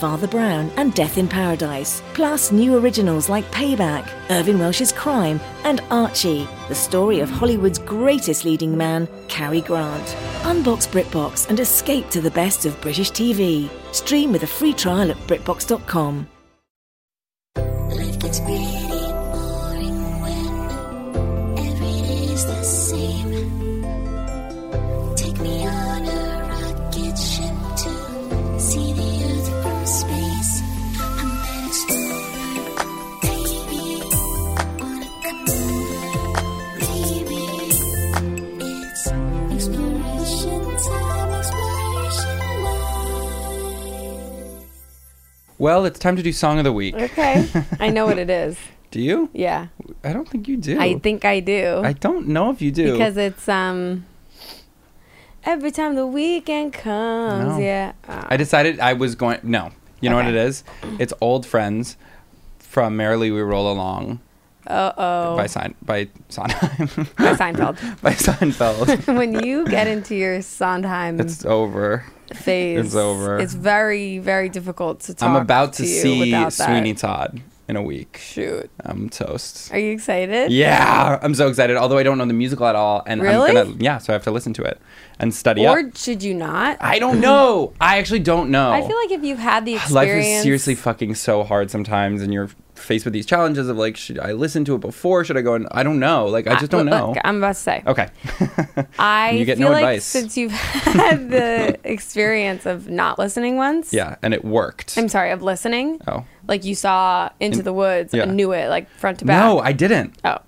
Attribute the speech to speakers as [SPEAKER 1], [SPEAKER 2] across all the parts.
[SPEAKER 1] Father Brown, and Death in Paradise. Plus, new originals like Payback, Irving Welsh's Crime, and Archie, the story of Hollywood's greatest leading man, Cary Grant. Unbox BritBox and escape to the best of British TV. Stream with a free trial at BritBox.com.
[SPEAKER 2] Life gets pretty boring when every day's the same. Take me on a rocket ship to see the Earth from space. I managed to maybe wanna come over. Maybe it's exploration time, exploration life.
[SPEAKER 3] Well, it's time to do song of the week.
[SPEAKER 4] Okay. I know what it is.
[SPEAKER 3] Do you?
[SPEAKER 4] Yeah.
[SPEAKER 3] I don't think you do.
[SPEAKER 4] I think I do.
[SPEAKER 3] I don't know if you do.
[SPEAKER 4] because it's um every time the weekend comes,
[SPEAKER 3] No.
[SPEAKER 4] yeah. Oh,
[SPEAKER 3] I decided I was going. No, you know what
[SPEAKER 4] Okay.
[SPEAKER 3] it is? It's old friends from "Merrily We Roll Along"
[SPEAKER 4] Uh-oh.
[SPEAKER 3] by Sein- by Sondheim
[SPEAKER 4] By Seinfeld.
[SPEAKER 3] by Seinfeld.
[SPEAKER 4] when you get into your Sondheim
[SPEAKER 3] it's over.
[SPEAKER 4] phase,
[SPEAKER 3] it's over.
[SPEAKER 4] It's very very difficult to talk
[SPEAKER 3] I'm about to,
[SPEAKER 4] to you
[SPEAKER 3] see
[SPEAKER 4] without that.
[SPEAKER 3] Sweeney Todd in a week.
[SPEAKER 4] Shoot.
[SPEAKER 3] I'm toast.
[SPEAKER 4] Are you excited?
[SPEAKER 3] Yeah, I'm so excited. Although I don't know the musical at all, and
[SPEAKER 4] Really?
[SPEAKER 3] I'm gonna yeah, so I have to listen to it and study up.
[SPEAKER 4] Or should you not?
[SPEAKER 3] I don't know. I actually don't know.
[SPEAKER 4] I feel like if you've had the
[SPEAKER 3] life
[SPEAKER 4] experience,
[SPEAKER 3] is seriously fucking so hard sometimes and you're faced with these challenges of like should i listen to it before should i go and i don't know like i just don't
[SPEAKER 4] Look,
[SPEAKER 3] know
[SPEAKER 4] look, I'm about to say.
[SPEAKER 3] okay
[SPEAKER 4] I
[SPEAKER 3] You get
[SPEAKER 4] feel
[SPEAKER 3] no
[SPEAKER 4] like
[SPEAKER 3] advice.
[SPEAKER 4] since you've had the experience of not listening once,
[SPEAKER 3] yeah and it worked
[SPEAKER 4] I'm sorry, of listening.
[SPEAKER 3] oh
[SPEAKER 4] Like you saw Into the Woods
[SPEAKER 3] yeah.
[SPEAKER 4] and knew it like front to back.
[SPEAKER 3] no i didn't
[SPEAKER 4] oh,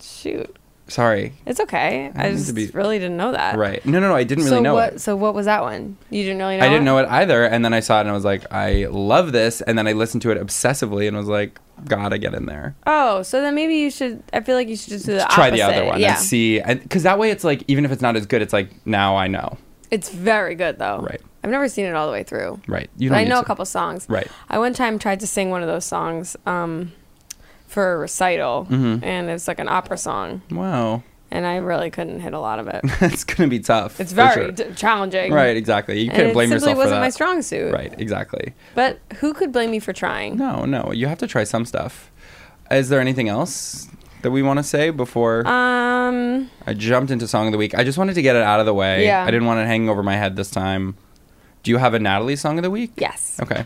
[SPEAKER 4] shoot,
[SPEAKER 3] sorry
[SPEAKER 4] it's okay. I,
[SPEAKER 3] need to
[SPEAKER 4] just
[SPEAKER 3] be-
[SPEAKER 4] really didn't know that.
[SPEAKER 3] right no no no i didn't really
[SPEAKER 4] so
[SPEAKER 3] know
[SPEAKER 4] what?
[SPEAKER 3] it
[SPEAKER 4] So what was that one? You didn't really know.
[SPEAKER 3] i didn't know it either and then i saw it and i was like i love this and then i listened to it obsessively and was like gotta get in there
[SPEAKER 4] Oh, so then maybe you should. I feel like you should just do the
[SPEAKER 3] try the
[SPEAKER 4] opposite.
[SPEAKER 3] other one
[SPEAKER 4] Yeah,
[SPEAKER 3] and see because that way it's like even if it's not as good it's like now i know
[SPEAKER 4] it's very good though.
[SPEAKER 3] Right.
[SPEAKER 4] I've never seen it all the way through.
[SPEAKER 3] right you
[SPEAKER 4] But
[SPEAKER 3] don't
[SPEAKER 4] I
[SPEAKER 3] need
[SPEAKER 4] know a
[SPEAKER 3] to.
[SPEAKER 4] couple songs.
[SPEAKER 3] Right.
[SPEAKER 4] I one time tried to sing one of those songs um, for a recital,
[SPEAKER 3] Mm-hmm.
[SPEAKER 4] and it's like an opera song,
[SPEAKER 3] wow
[SPEAKER 4] and I really couldn't hit a lot of it.
[SPEAKER 3] it's gonna be tough
[SPEAKER 4] It's
[SPEAKER 3] for
[SPEAKER 4] very
[SPEAKER 3] sure.
[SPEAKER 4] d- challenging.
[SPEAKER 3] Right, exactly. You
[SPEAKER 4] And
[SPEAKER 3] couldn't
[SPEAKER 4] it
[SPEAKER 3] blame
[SPEAKER 4] simply
[SPEAKER 3] yourself
[SPEAKER 4] wasn't
[SPEAKER 3] for that.
[SPEAKER 4] my strong suit.
[SPEAKER 3] Right, exactly.
[SPEAKER 4] But who could blame me for trying?
[SPEAKER 3] No, no, you have to try some stuff. Is there anything else that we want to say before
[SPEAKER 4] Um,
[SPEAKER 3] I jumped into song of the week? I just wanted to get it out of the way.
[SPEAKER 4] Yeah.
[SPEAKER 3] I didn't want it hanging over my head this time. Do you have a Natalie song of the week?
[SPEAKER 4] yes.
[SPEAKER 3] Okay.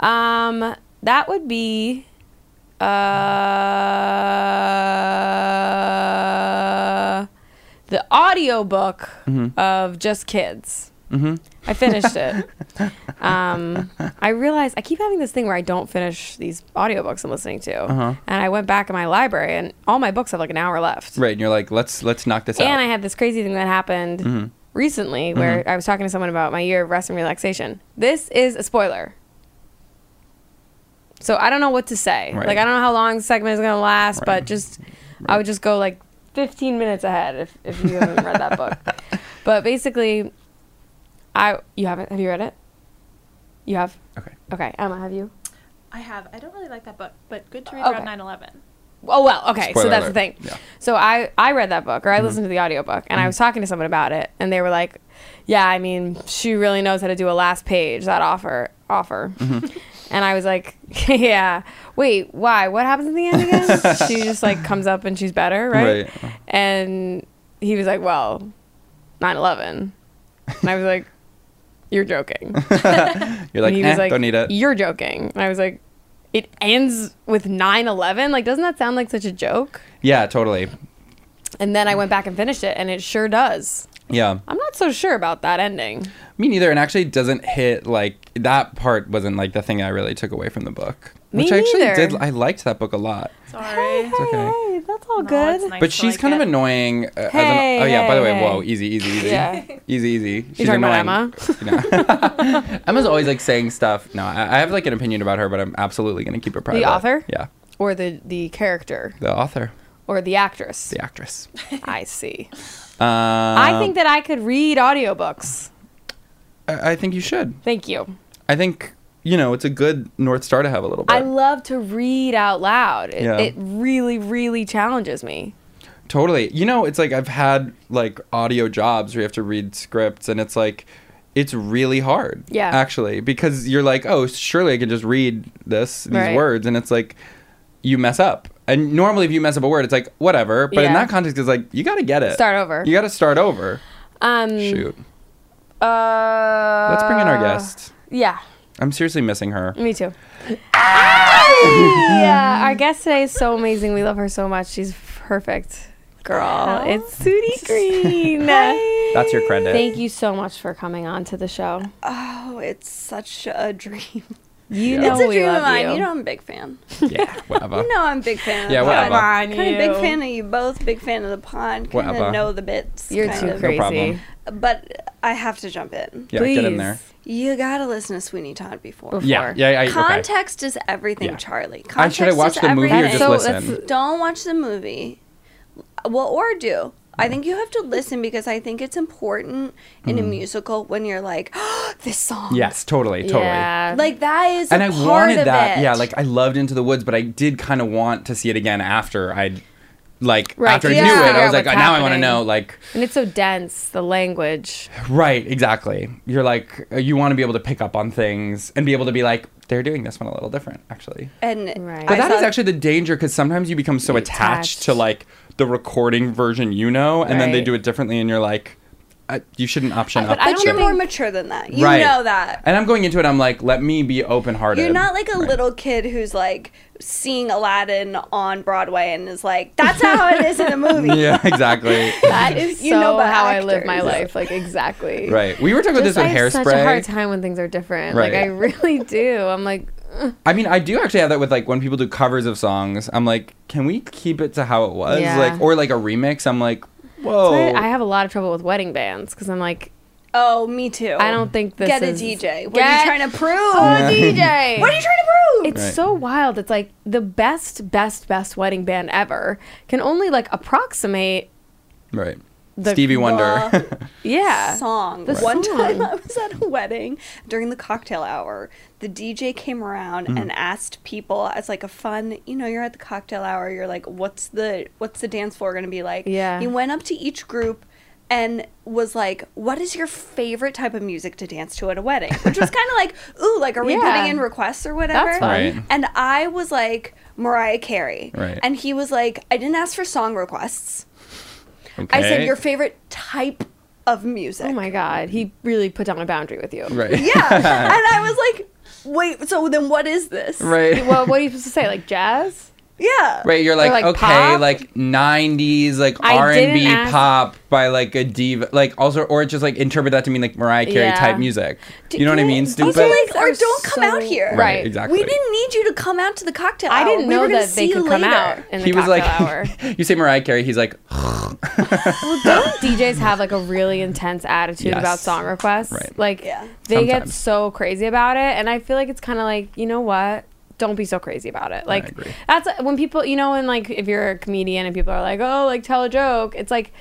[SPEAKER 4] Um, that would be. Uh, the audiobook of Just Kids. Mm-hmm. I finished it. um, I realized I keep having this thing where I don't finish these audiobooks I'm listening to. And I went back in my library, and all my books have like an hour left.
[SPEAKER 3] Right, and you're like, let's let's knock this out. Mm-hmm.
[SPEAKER 4] And I had this crazy thing that happened recently where I was talking to someone about my year of rest and relaxation. This is a spoiler. So I don't know what to say.
[SPEAKER 3] Right.
[SPEAKER 4] Like I don't know how long the segment is going to last, but just I would just go like 15 minutes ahead if, if you haven't read that book. But basically I you haven't have you read it? You have?
[SPEAKER 3] okay.
[SPEAKER 4] Okay, Emma, have you?
[SPEAKER 5] I have. I don't really like that book, but good to read
[SPEAKER 4] Okay.
[SPEAKER 5] around 9 11.
[SPEAKER 4] Oh well, okay.
[SPEAKER 3] Spoiler
[SPEAKER 4] so that's the
[SPEAKER 3] alert.
[SPEAKER 4] thing.
[SPEAKER 3] Yeah. Mm-hmm.
[SPEAKER 4] So I I read that book or I listened to the audiobook and I was talking to someone about it and they were like, "Yeah, I mean, she really knows how to do a last page that offer offer."
[SPEAKER 3] Mm-hmm.
[SPEAKER 4] and I was like, "Yeah. Wait, why? What happens in the end again?" she just like comes up and she's better, right?
[SPEAKER 3] Right.
[SPEAKER 4] And he was like, "Well, 9/11." And I was like, "You're joking."
[SPEAKER 3] You're like,
[SPEAKER 4] and he
[SPEAKER 3] eh,
[SPEAKER 4] was like,
[SPEAKER 3] don't need it.
[SPEAKER 4] You're joking. And I was like, it ends with 9 11? Like, doesn't that sound like such a joke?
[SPEAKER 3] yeah, totally.
[SPEAKER 4] And then I went back and finished it, and it sure does.
[SPEAKER 3] Yeah.
[SPEAKER 4] I'm not so sure about that ending.
[SPEAKER 3] Me neither, and actually doesn't hit like that part wasn't like the thing I really took away from the book.
[SPEAKER 4] Me
[SPEAKER 3] which I actually
[SPEAKER 4] neither.
[SPEAKER 3] did I liked that book a lot.
[SPEAKER 5] Sorry.
[SPEAKER 3] It's okay.
[SPEAKER 4] Hey, that's all
[SPEAKER 5] No, it's
[SPEAKER 4] good.
[SPEAKER 5] nice
[SPEAKER 3] But
[SPEAKER 5] to
[SPEAKER 3] she's
[SPEAKER 5] like
[SPEAKER 3] kind of
[SPEAKER 5] it.
[SPEAKER 3] annoying. Uh, as an-
[SPEAKER 4] Hey,
[SPEAKER 3] oh yeah. by the way,
[SPEAKER 4] hey,
[SPEAKER 3] whoa,
[SPEAKER 4] hey.
[SPEAKER 3] easy, easy, easy,
[SPEAKER 4] Yeah.
[SPEAKER 3] easy, easy. She's
[SPEAKER 4] talking about
[SPEAKER 3] about Emma? Emma's always like saying stuff. No, I, I have like an opinion about her, but I'm absolutely gonna keep it private.
[SPEAKER 4] author?
[SPEAKER 3] Yeah,
[SPEAKER 4] Or the, the character,
[SPEAKER 3] the author,
[SPEAKER 4] or the actress.
[SPEAKER 3] the actress.
[SPEAKER 4] I see.
[SPEAKER 3] Um,
[SPEAKER 4] I think that I could read audiobooks.
[SPEAKER 3] I, I think you should.
[SPEAKER 4] Thank you.
[SPEAKER 3] I think you know it's a good north star to have a little bit.
[SPEAKER 4] I love to read out loud. It,
[SPEAKER 3] Yeah.
[SPEAKER 4] it really, really challenges me.
[SPEAKER 3] Totally. You know, it's like I've had like audio jobs where you have to read scripts and it's like it's really hard.
[SPEAKER 4] Yeah.
[SPEAKER 3] Actually, because you're like, "Oh, surely I can just read this these
[SPEAKER 4] Right.
[SPEAKER 3] words." And it's like you mess up. And normally if you mess up a word, it's like whatever, but in
[SPEAKER 4] Yeah.
[SPEAKER 3] that context it's like you got to get it.
[SPEAKER 4] Start over.
[SPEAKER 3] You got to start over.
[SPEAKER 4] Um,
[SPEAKER 3] Shoot.
[SPEAKER 4] Uh,
[SPEAKER 3] Let's bring in our guest.
[SPEAKER 4] Yeah,
[SPEAKER 3] I'm seriously missing her.
[SPEAKER 4] me too. yeah, our guest today is so amazing. We love her so much. She's perfect, girl. It's Sudie Green.
[SPEAKER 3] That's your credit.
[SPEAKER 4] Thank you so much for coming on to the show.
[SPEAKER 5] Oh, it's such a dream.
[SPEAKER 4] You
[SPEAKER 3] Yeah.
[SPEAKER 4] know
[SPEAKER 5] It's a
[SPEAKER 4] we
[SPEAKER 5] dream
[SPEAKER 4] love
[SPEAKER 5] of mine.
[SPEAKER 4] You.
[SPEAKER 5] You. know I'm a big fan.
[SPEAKER 3] Yeah, whatever.
[SPEAKER 5] You know I'm a big fan.
[SPEAKER 3] Oh. Yeah,
[SPEAKER 5] of
[SPEAKER 3] whatever. Come
[SPEAKER 4] on,
[SPEAKER 5] Kind
[SPEAKER 4] you.
[SPEAKER 5] of big fan of you both. Big fan of the pond. Kind
[SPEAKER 3] Whatever.
[SPEAKER 5] of know the bits.
[SPEAKER 4] You're
[SPEAKER 5] kind
[SPEAKER 4] too
[SPEAKER 5] of.
[SPEAKER 4] crazy.
[SPEAKER 3] problem.
[SPEAKER 5] But I have to jump in.
[SPEAKER 3] yeah, get in there.
[SPEAKER 4] Please.
[SPEAKER 5] You gotta listen to Sweeney Todd before.
[SPEAKER 4] Before.
[SPEAKER 3] Yeah. Yeah, yeah, okay.
[SPEAKER 5] Context is everything,
[SPEAKER 3] Yeah.
[SPEAKER 5] Charlie. Context
[SPEAKER 3] I should have watched
[SPEAKER 5] is
[SPEAKER 3] the movie or
[SPEAKER 5] everything.
[SPEAKER 3] just
[SPEAKER 4] So that's-
[SPEAKER 3] listen.
[SPEAKER 5] Don't watch the movie. Well, or do. I think you have to listen because I think it's important in a
[SPEAKER 3] Mm-hmm.
[SPEAKER 5] musical when you're like, this song.
[SPEAKER 3] Yes, totally, totally.
[SPEAKER 4] Yeah.
[SPEAKER 5] Like that is.
[SPEAKER 3] and
[SPEAKER 5] I
[SPEAKER 3] I wanted that. Yeah, like I loved Into the Woods, but I did kind of want to see it again after I, like
[SPEAKER 4] Right,
[SPEAKER 3] after I
[SPEAKER 4] you
[SPEAKER 3] knew
[SPEAKER 5] have to
[SPEAKER 3] it,
[SPEAKER 5] figure
[SPEAKER 3] I was
[SPEAKER 4] out
[SPEAKER 3] like,
[SPEAKER 4] what's
[SPEAKER 3] now I want to
[SPEAKER 4] happening.
[SPEAKER 3] know. Like,
[SPEAKER 4] and it's so dense, the language.
[SPEAKER 3] right, exactly. You're like, uh, you want to be able to pick up on things and be able to be like, they're doing this one a little different, actually.
[SPEAKER 5] And
[SPEAKER 4] Right.
[SPEAKER 3] But
[SPEAKER 5] I
[SPEAKER 3] that is
[SPEAKER 5] thought-
[SPEAKER 3] actually the danger because sometimes you become so attached,
[SPEAKER 4] Attached.
[SPEAKER 3] to like the recording version you know, and then they
[SPEAKER 4] Right.
[SPEAKER 3] do it differently, and you're like, I, you shouldn't option up.
[SPEAKER 4] but I
[SPEAKER 5] But
[SPEAKER 4] don't
[SPEAKER 3] shit.
[SPEAKER 5] you're more
[SPEAKER 4] think-
[SPEAKER 5] mature than that. You
[SPEAKER 3] Right.
[SPEAKER 5] know that.
[SPEAKER 3] And I'm going into it. I'm like, let me be open hearted.
[SPEAKER 5] You're not like a little kid who's like seeing Aladdin on Broadway and is like, that's how it is in the movie.
[SPEAKER 3] Yeah, exactly.
[SPEAKER 4] That is
[SPEAKER 5] You
[SPEAKER 4] so
[SPEAKER 5] know about
[SPEAKER 4] how I live my
[SPEAKER 5] actors.
[SPEAKER 4] life. Like exactly.
[SPEAKER 3] right. We were talking about
[SPEAKER 4] Just,
[SPEAKER 3] this with
[SPEAKER 4] I have
[SPEAKER 3] hairspray.
[SPEAKER 4] such a hard time when things are different. Like
[SPEAKER 3] Right.
[SPEAKER 4] I really do. I'm like, ugh.
[SPEAKER 3] I mean, I do actually have that with like when people do covers of songs. I'm like, can we keep it to how it was?
[SPEAKER 4] Yeah.
[SPEAKER 3] Like, or like a remix. I'm like,
[SPEAKER 4] So
[SPEAKER 3] whoa.
[SPEAKER 4] I, I have a lot of trouble with wedding bands because I'm like,
[SPEAKER 5] Oh, me too.
[SPEAKER 4] I don't think this
[SPEAKER 5] Get a
[SPEAKER 4] is-
[SPEAKER 5] DJ. What
[SPEAKER 4] Get Oh,
[SPEAKER 5] are you trying to prove?
[SPEAKER 4] a DJ.
[SPEAKER 5] What are you trying to prove?
[SPEAKER 4] It's
[SPEAKER 3] Right.
[SPEAKER 4] so wild. It's like the best, best, best wedding band ever can only like approximate.
[SPEAKER 3] right.
[SPEAKER 4] The-
[SPEAKER 3] Stevie Wonder.
[SPEAKER 4] Yeah.
[SPEAKER 5] song.
[SPEAKER 4] The
[SPEAKER 5] One
[SPEAKER 4] song.
[SPEAKER 5] time I was at a wedding during the cocktail hour. The DJ came around
[SPEAKER 3] Mm.
[SPEAKER 5] and asked people as like a fun, you know, you're at the cocktail hour, you're like, what's the what's the dance floor gonna be like?
[SPEAKER 4] Yeah.
[SPEAKER 5] He went up to each group and was like, what is your favorite type of music to dance to at a wedding? Which was kind of like, ooh, like, are we
[SPEAKER 4] Yeah.
[SPEAKER 5] putting in requests or whatever?
[SPEAKER 4] That's fun.
[SPEAKER 3] Right.
[SPEAKER 5] And I was like, Mariah Carey.
[SPEAKER 3] Right.
[SPEAKER 5] And he was like, I didn't ask for song requests.
[SPEAKER 3] okay.
[SPEAKER 5] I said your favorite type of music.
[SPEAKER 4] Oh my god, he really put down a boundary with you.
[SPEAKER 3] Right.
[SPEAKER 5] Yeah. and I was like, wait, so then what is this?
[SPEAKER 3] Right.
[SPEAKER 4] Well, what are you supposed to say? Like jazz?
[SPEAKER 5] Yeah.
[SPEAKER 3] Right, you're like,
[SPEAKER 4] like,
[SPEAKER 3] okay,
[SPEAKER 4] pop?
[SPEAKER 3] like '90s, like R
[SPEAKER 4] I didn't
[SPEAKER 3] and B
[SPEAKER 4] ask-
[SPEAKER 3] pop by like a diva, like also, or just like interpret that to mean like Mariah Carey
[SPEAKER 4] Yeah.
[SPEAKER 3] type music. you know what I mean? Stupid.
[SPEAKER 5] Also, like, or
[SPEAKER 4] are
[SPEAKER 5] don't come
[SPEAKER 4] so-
[SPEAKER 5] out here.
[SPEAKER 4] Right. Right,
[SPEAKER 3] exactly.
[SPEAKER 5] We didn't need you to come out to the cocktail
[SPEAKER 4] I
[SPEAKER 5] hour.
[SPEAKER 4] didn't
[SPEAKER 5] We
[SPEAKER 4] know
[SPEAKER 5] were gonna
[SPEAKER 4] that they
[SPEAKER 5] see you
[SPEAKER 4] could come
[SPEAKER 5] later.
[SPEAKER 4] out in the
[SPEAKER 3] he was
[SPEAKER 4] cocktail
[SPEAKER 3] like,
[SPEAKER 4] hour.
[SPEAKER 3] you say Mariah Carey, he's like,
[SPEAKER 4] Don't DJs have like a really intense attitude
[SPEAKER 3] Yes.
[SPEAKER 4] about song requests?
[SPEAKER 3] Right.
[SPEAKER 4] Like
[SPEAKER 5] Yeah.
[SPEAKER 4] they get
[SPEAKER 3] Sometimes.
[SPEAKER 4] so crazy about it, and I feel like it's kind of like you know what? Don't be so crazy about it. Like
[SPEAKER 3] agree.
[SPEAKER 4] that's uh, when people, you know, when like if you're a comedian and people are like, oh, like tell a joke. It's like,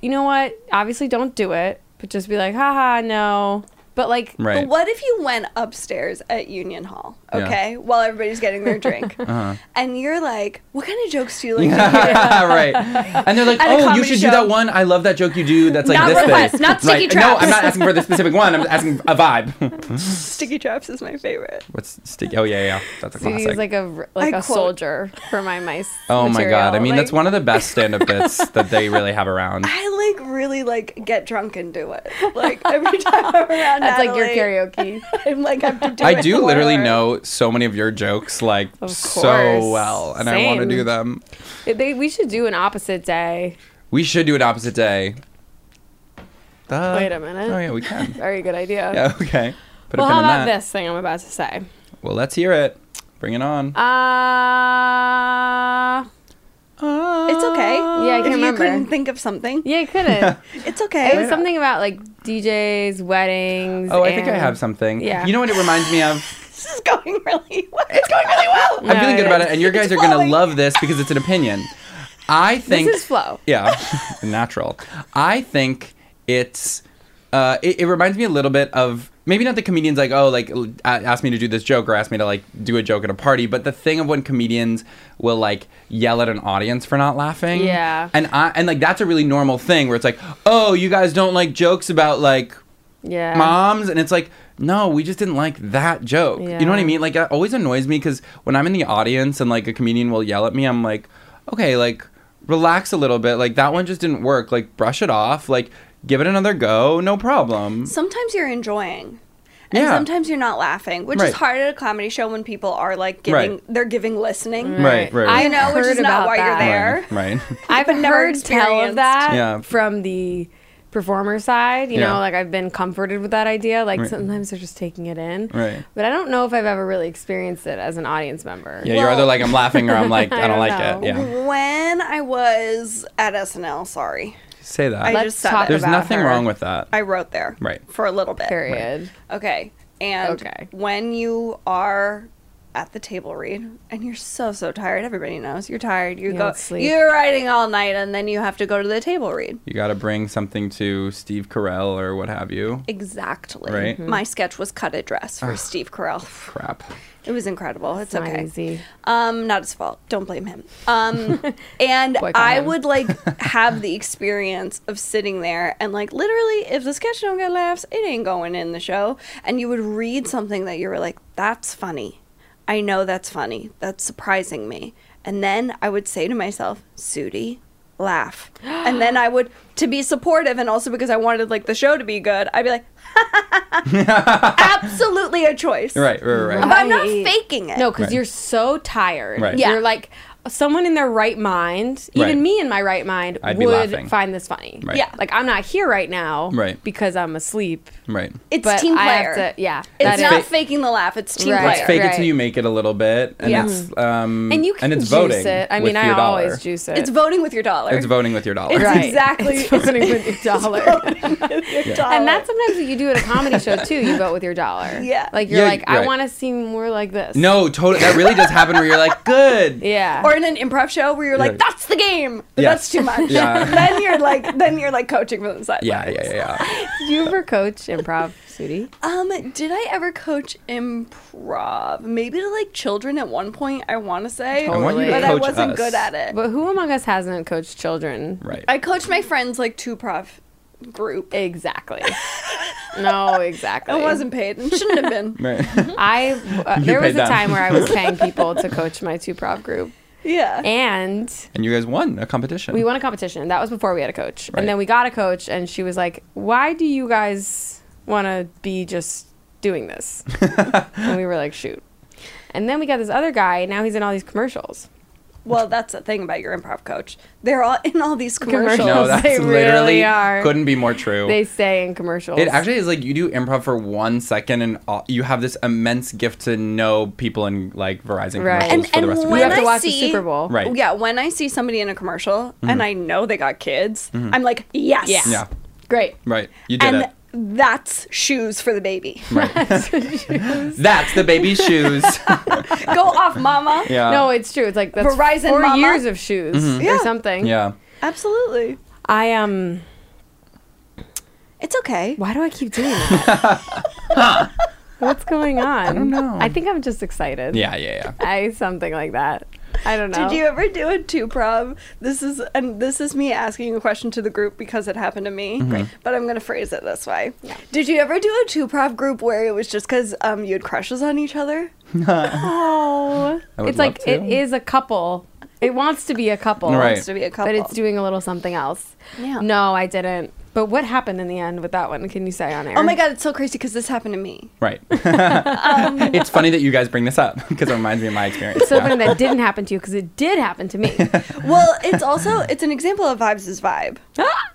[SPEAKER 4] you know what? Obviously, don't do it, but just be like, haha, no. But like,
[SPEAKER 3] right,
[SPEAKER 5] But what if you went upstairs at Union Hall,
[SPEAKER 3] Yeah. Uh-huh.
[SPEAKER 5] okay, while everybody's getting their drink, and you're like, "What kind of jokes do you like?" to hear?"
[SPEAKER 3] right. And they're like,
[SPEAKER 5] At a
[SPEAKER 3] oh, you
[SPEAKER 5] comedy
[SPEAKER 3] should
[SPEAKER 5] show.
[SPEAKER 3] do that one. I love that joke you do. That's like
[SPEAKER 4] Not
[SPEAKER 3] this
[SPEAKER 4] request,
[SPEAKER 3] thing.
[SPEAKER 4] not sticky
[SPEAKER 3] No,
[SPEAKER 4] traps.
[SPEAKER 3] I'm not asking for the specific one. I'm asking a vibe.
[SPEAKER 5] Sticky traps is my favorite.
[SPEAKER 3] What's sticky? Oh yeah, yeah. That's a
[SPEAKER 4] He's
[SPEAKER 3] classic.
[SPEAKER 4] like a like
[SPEAKER 5] I
[SPEAKER 4] a
[SPEAKER 5] quote-
[SPEAKER 4] soldier for my mice.
[SPEAKER 3] oh my god. I
[SPEAKER 4] material.
[SPEAKER 3] mean,
[SPEAKER 4] Like,
[SPEAKER 3] that's one of the best stand-up bits that they really have around.
[SPEAKER 5] I like really like get drunk and do it. Like every time I'm around,
[SPEAKER 4] That's like your
[SPEAKER 5] Natalie,
[SPEAKER 4] karaoke.
[SPEAKER 5] I'm like, I have to do
[SPEAKER 3] I
[SPEAKER 5] it
[SPEAKER 3] do literally
[SPEAKER 5] more.
[SPEAKER 3] know so many of your jokes like
[SPEAKER 4] course.
[SPEAKER 3] so well, and I want to
[SPEAKER 4] Same.
[SPEAKER 3] do them.
[SPEAKER 4] They, we should do an opposite day.
[SPEAKER 3] We should do an opposite day. Duh.
[SPEAKER 4] Wait a minute.
[SPEAKER 3] Oh yeah, we can.
[SPEAKER 4] Very good idea.
[SPEAKER 3] Yeah, okay. Put
[SPEAKER 4] Well,
[SPEAKER 3] a pin
[SPEAKER 4] how
[SPEAKER 3] in
[SPEAKER 4] about
[SPEAKER 3] that.
[SPEAKER 4] this thing I'm about to say?
[SPEAKER 3] Well, let's hear it. Bring it on.
[SPEAKER 4] Uh,
[SPEAKER 5] It's okay. Yeah,
[SPEAKER 4] I
[SPEAKER 5] if
[SPEAKER 4] can
[SPEAKER 5] you
[SPEAKER 4] remember.
[SPEAKER 5] couldn't think of something,
[SPEAKER 4] yeah, I couldn't.
[SPEAKER 5] it's
[SPEAKER 4] it
[SPEAKER 5] okay.
[SPEAKER 4] was something about like DJs, weddings.
[SPEAKER 3] Oh, I think I
[SPEAKER 4] and-
[SPEAKER 3] have something.
[SPEAKER 4] Yeah.
[SPEAKER 3] You know what it reminds me of?
[SPEAKER 5] this is going really well. It's going really well.
[SPEAKER 3] I'm
[SPEAKER 4] No,
[SPEAKER 3] feeling
[SPEAKER 4] it
[SPEAKER 3] good about
[SPEAKER 4] is.
[SPEAKER 3] it, and your guys are gonna love this because it's an opinion. I think
[SPEAKER 4] This is flow.
[SPEAKER 3] yeah, natural. I think it's Uh, it, it reminds me a little bit of maybe not the comedians like oh like l- a- ask me to do this joke or ask me to like do a joke at a party, but the thing of when comedians will like yell at an audience for not laughing.
[SPEAKER 4] Yeah.
[SPEAKER 3] and I and like that's a really normal thing where it's like oh you guys don't like jokes about like
[SPEAKER 4] Yeah.
[SPEAKER 3] moms and it's like no we just didn't like that joke you know what i
[SPEAKER 4] Yeah.
[SPEAKER 3] mean like that always annoys me because when i'm in the audience and like a comedian will yell at me i'm like okay like relax a little bit like that one just didn't work like brush it off like give it another go no problem
[SPEAKER 5] Sometimes you're enjoying. And
[SPEAKER 3] Yeah.
[SPEAKER 5] sometimes you're not laughing, which
[SPEAKER 3] Right.
[SPEAKER 5] is hard at a comedy show when people are like giving
[SPEAKER 3] Right.
[SPEAKER 5] they're giving listening.
[SPEAKER 3] Right, right, right.
[SPEAKER 5] You know, which
[SPEAKER 4] Heard
[SPEAKER 5] is not
[SPEAKER 4] about
[SPEAKER 5] why
[SPEAKER 4] that.
[SPEAKER 5] you're there.
[SPEAKER 3] right
[SPEAKER 4] I've
[SPEAKER 5] but never
[SPEAKER 4] heard tell of
[SPEAKER 5] experienced.
[SPEAKER 4] that
[SPEAKER 3] Yeah.
[SPEAKER 4] from the performer side. You
[SPEAKER 3] Yeah.
[SPEAKER 4] know, like I've been comforted with that idea. Like
[SPEAKER 3] Right.
[SPEAKER 4] sometimes they're just taking it in.
[SPEAKER 3] Right.
[SPEAKER 4] But I don't know if I've ever really experienced it as an audience member.
[SPEAKER 3] yeah you're either like i'm laughing or i'm like i don't,
[SPEAKER 4] don't
[SPEAKER 3] like
[SPEAKER 4] know.
[SPEAKER 3] it yeah
[SPEAKER 5] When I was at SNL, sorry.
[SPEAKER 3] say that
[SPEAKER 5] I
[SPEAKER 4] Let's
[SPEAKER 5] just said
[SPEAKER 4] talk
[SPEAKER 5] that.
[SPEAKER 3] there's
[SPEAKER 4] about
[SPEAKER 3] nothing
[SPEAKER 4] her.
[SPEAKER 3] wrong with that
[SPEAKER 5] I wrote there.
[SPEAKER 3] Right.
[SPEAKER 5] For a little bit.
[SPEAKER 4] Period.
[SPEAKER 5] Okay. And
[SPEAKER 4] Okay.
[SPEAKER 5] when you are at the table read and you're so so tired, everybody knows you're tired. You
[SPEAKER 4] You
[SPEAKER 5] go
[SPEAKER 4] don't sleep.
[SPEAKER 5] you're writing all night and then you have to go to the table read.
[SPEAKER 3] you got to bring something to steve carell or what have you
[SPEAKER 5] Exactly.
[SPEAKER 3] Right. Mhm.
[SPEAKER 5] My sketch was cut a dress for Steve Carell.
[SPEAKER 3] crap
[SPEAKER 5] It was incredible. It's,
[SPEAKER 4] not
[SPEAKER 5] okay.
[SPEAKER 4] easy.
[SPEAKER 5] Um, not his fault. Don't blame him. Um, and
[SPEAKER 4] Boycott
[SPEAKER 5] I
[SPEAKER 4] him.
[SPEAKER 5] would like have the experience of sitting there and like literally, if the sketch don't get laughs, it ain't going in the show. And you would read something that you were like, "That's funny. I know that's funny. That's surprising me." And then I would say to myself, "Sudie." laugh and then i would to be supportive and also because i wanted like the show to be good i'd be like absolutely a choice
[SPEAKER 3] right right right,
[SPEAKER 5] but i'm not
[SPEAKER 4] Right.
[SPEAKER 5] faking it
[SPEAKER 4] No, because
[SPEAKER 3] Right.
[SPEAKER 4] you're so tired.
[SPEAKER 3] Right.
[SPEAKER 4] You're
[SPEAKER 5] Yeah.
[SPEAKER 4] like someone in their right mind, even
[SPEAKER 3] Right.
[SPEAKER 4] me in my right mind,
[SPEAKER 3] I'd be laughing.
[SPEAKER 4] would find this funny.
[SPEAKER 3] Right.
[SPEAKER 5] Yeah.
[SPEAKER 4] Like I'm not here right now
[SPEAKER 3] Right.
[SPEAKER 4] because I'm asleep.
[SPEAKER 3] right
[SPEAKER 5] It's
[SPEAKER 4] but
[SPEAKER 5] team
[SPEAKER 4] I
[SPEAKER 5] player.
[SPEAKER 4] have to- yeah, that
[SPEAKER 5] It's
[SPEAKER 4] is-
[SPEAKER 5] not
[SPEAKER 3] Fa-
[SPEAKER 5] faking the laugh. It's team
[SPEAKER 4] Right.
[SPEAKER 3] It's
[SPEAKER 5] player.
[SPEAKER 3] fake it
[SPEAKER 4] Right.
[SPEAKER 3] till you make it a little bit, and
[SPEAKER 5] Yeah.
[SPEAKER 3] it's um
[SPEAKER 4] And you can
[SPEAKER 3] and it's
[SPEAKER 4] juice
[SPEAKER 3] voting.
[SPEAKER 4] it. I mean,
[SPEAKER 3] with
[SPEAKER 4] I
[SPEAKER 3] your dollar.
[SPEAKER 4] always juice it.
[SPEAKER 5] It's voting with your dollar.
[SPEAKER 3] It's voting with your dollar.
[SPEAKER 5] It's
[SPEAKER 4] Right.
[SPEAKER 5] exactly.
[SPEAKER 4] It's voting with your dollar.
[SPEAKER 5] your dollar.
[SPEAKER 4] and that's sometimes what you do at a comedy show too. You vote with your dollar.
[SPEAKER 5] Yeah.
[SPEAKER 4] Like you're
[SPEAKER 3] Yeah,
[SPEAKER 4] like,
[SPEAKER 3] right.
[SPEAKER 4] I want to seem more like this.
[SPEAKER 3] No, totally. That really does happen where you're like, good.
[SPEAKER 4] Yeah.
[SPEAKER 5] or in an improv show where you're
[SPEAKER 3] Yeah.
[SPEAKER 5] like, "That's the game. But
[SPEAKER 3] Yeah.
[SPEAKER 5] That's too much."
[SPEAKER 3] Yeah.
[SPEAKER 5] then you're like, then you're like coaching from the side.
[SPEAKER 3] Yeah, yeah, yeah.
[SPEAKER 4] did you ever coach improv, Sudie?
[SPEAKER 5] Um, did I ever coach improv? Maybe to like children at one point. I want to say,
[SPEAKER 4] I want you to
[SPEAKER 5] but I
[SPEAKER 3] coach
[SPEAKER 5] wasn't
[SPEAKER 3] us.
[SPEAKER 5] good at it.
[SPEAKER 4] But who among us hasn't coached children?
[SPEAKER 3] Right.
[SPEAKER 5] I coached my friends like two prov group.
[SPEAKER 4] Exactly. no, exactly.
[SPEAKER 5] I wasn't paid and shouldn't have been.
[SPEAKER 3] right.
[SPEAKER 4] I uh, there was
[SPEAKER 3] paid
[SPEAKER 4] a
[SPEAKER 3] them.
[SPEAKER 4] time where I was paying people to coach my two prov group,
[SPEAKER 5] Yeah.
[SPEAKER 4] and
[SPEAKER 3] And you guys won a competition.
[SPEAKER 4] we won a competition. That was before we had a coach,
[SPEAKER 3] Right.
[SPEAKER 4] and then we got a coach, and she was like, "Why do you guys want to be just doing this?" and we were like, "Shoot." And then we got this other guy. Now he's in all these commercials.
[SPEAKER 5] Well, that's the thing about your improv coach. They're all in all these
[SPEAKER 4] Commercials.
[SPEAKER 5] commercials.
[SPEAKER 3] No, that's
[SPEAKER 4] They really
[SPEAKER 3] literally
[SPEAKER 4] are.
[SPEAKER 3] couldn't be more true.
[SPEAKER 4] They say in commercials.
[SPEAKER 3] Oh. it actually is like you do improv for one second, and all, you have this immense gift to know people in like Verizon
[SPEAKER 4] Right.
[SPEAKER 3] commercials
[SPEAKER 4] And-
[SPEAKER 3] for the rest of
[SPEAKER 4] when
[SPEAKER 3] your
[SPEAKER 4] I-
[SPEAKER 3] life.
[SPEAKER 4] have to watch the Super Bowl.
[SPEAKER 3] Right. Mm-hmm.
[SPEAKER 5] Yeah, when I see somebody in a commercial and I know they got kids, I'm like, yes.
[SPEAKER 4] Yeah.
[SPEAKER 3] Yeah.
[SPEAKER 4] great.
[SPEAKER 3] Right. You did
[SPEAKER 5] And
[SPEAKER 3] it.
[SPEAKER 5] that's shoes for the baby.
[SPEAKER 3] That's the baby's shoes.
[SPEAKER 5] Go off, mama.
[SPEAKER 3] yeah.
[SPEAKER 4] no, it's true. It's like that's
[SPEAKER 5] Verizon
[SPEAKER 4] four
[SPEAKER 5] Mama.
[SPEAKER 4] years of shoes
[SPEAKER 5] Yeah.
[SPEAKER 4] or something.
[SPEAKER 3] Mm-hmm. yeah.
[SPEAKER 5] Absolutely.
[SPEAKER 4] I um.
[SPEAKER 5] It's okay.
[SPEAKER 4] Why do I keep doing that? What's going on? I
[SPEAKER 3] don't know.
[SPEAKER 4] I think I'm just excited.
[SPEAKER 3] Yeah. Yeah. Yeah.
[SPEAKER 4] I something like that. I don't know.
[SPEAKER 5] Did you ever do a two prov? This is and this is me asking a question to the group because it happened to me.
[SPEAKER 3] Mm-hmm.
[SPEAKER 5] But I'm gonna phrase it this way. Did you ever do a two prov group where it was just because um, you had crushes on each other?
[SPEAKER 4] Oh,
[SPEAKER 3] would
[SPEAKER 4] it's like
[SPEAKER 3] love to.
[SPEAKER 4] it is a couple. It wants to be a couple.
[SPEAKER 3] Right.
[SPEAKER 5] Wants to be a couple.
[SPEAKER 4] But it's doing a little something else.
[SPEAKER 5] Yeah.
[SPEAKER 4] No, I didn't. But what happened in the end with that one? Can you say on air?
[SPEAKER 5] Oh my god, it's so crazy because this happened to me.
[SPEAKER 3] Right. it's funny that you guys bring this up because it reminds me of my experience.
[SPEAKER 4] So
[SPEAKER 3] Yeah.
[SPEAKER 4] then that didn't happen to you because it did happen to me.
[SPEAKER 5] Well, it's also it's an example of vibes is vibe.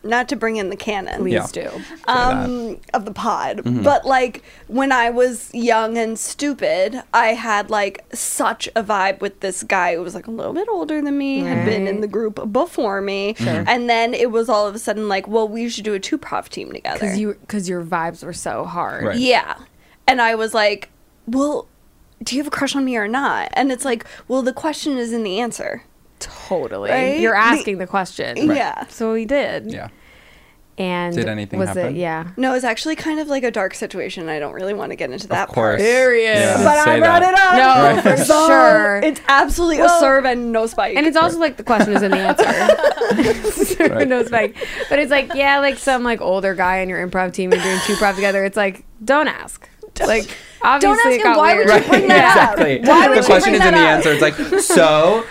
[SPEAKER 5] Not to bring in the canon.
[SPEAKER 4] Please
[SPEAKER 3] Yeah.
[SPEAKER 4] do.
[SPEAKER 5] um, of the pod. But like when I was young and stupid, I had like such a vibe with this guy who was like a little bit older than me, had been in the group before me, and then it was all of a sudden like, well, we should do a two prov team together.
[SPEAKER 4] Because you because your vibes were so hard.
[SPEAKER 3] Right.
[SPEAKER 5] Yeah. And I was like, well, do you have a crush on me or not? And it's like, well, the question is in the answer.
[SPEAKER 4] Totally.
[SPEAKER 5] Right?
[SPEAKER 4] You're
[SPEAKER 5] The-
[SPEAKER 4] asking the question.
[SPEAKER 5] Yeah.
[SPEAKER 4] So he did.
[SPEAKER 3] yeah.
[SPEAKER 4] And
[SPEAKER 3] Did anything
[SPEAKER 4] was
[SPEAKER 3] happen?
[SPEAKER 4] It, yeah.
[SPEAKER 5] No, it's actually kind of like a dark situation. and I don't really want to get into that
[SPEAKER 3] of course.
[SPEAKER 5] part.
[SPEAKER 3] Yeah,
[SPEAKER 5] But I
[SPEAKER 3] say
[SPEAKER 5] brought
[SPEAKER 3] that.
[SPEAKER 5] it up.
[SPEAKER 4] No,
[SPEAKER 3] Right.
[SPEAKER 4] for sure.
[SPEAKER 5] It's absolutely a serve and no spike.
[SPEAKER 4] and it's also like the question is in the answer. Who knows, like, but it's like yeah, like some like older guy on your improv team and doing two improv together. It's like don't ask. Like obviously,
[SPEAKER 5] ask
[SPEAKER 4] it
[SPEAKER 5] him,
[SPEAKER 4] got
[SPEAKER 5] "Why
[SPEAKER 4] weird.
[SPEAKER 5] would you bring that up?"
[SPEAKER 3] Exactly.
[SPEAKER 5] Why would
[SPEAKER 3] the
[SPEAKER 5] you
[SPEAKER 3] question
[SPEAKER 5] bring
[SPEAKER 3] is in the
[SPEAKER 5] that up?
[SPEAKER 3] answer. It's like, so,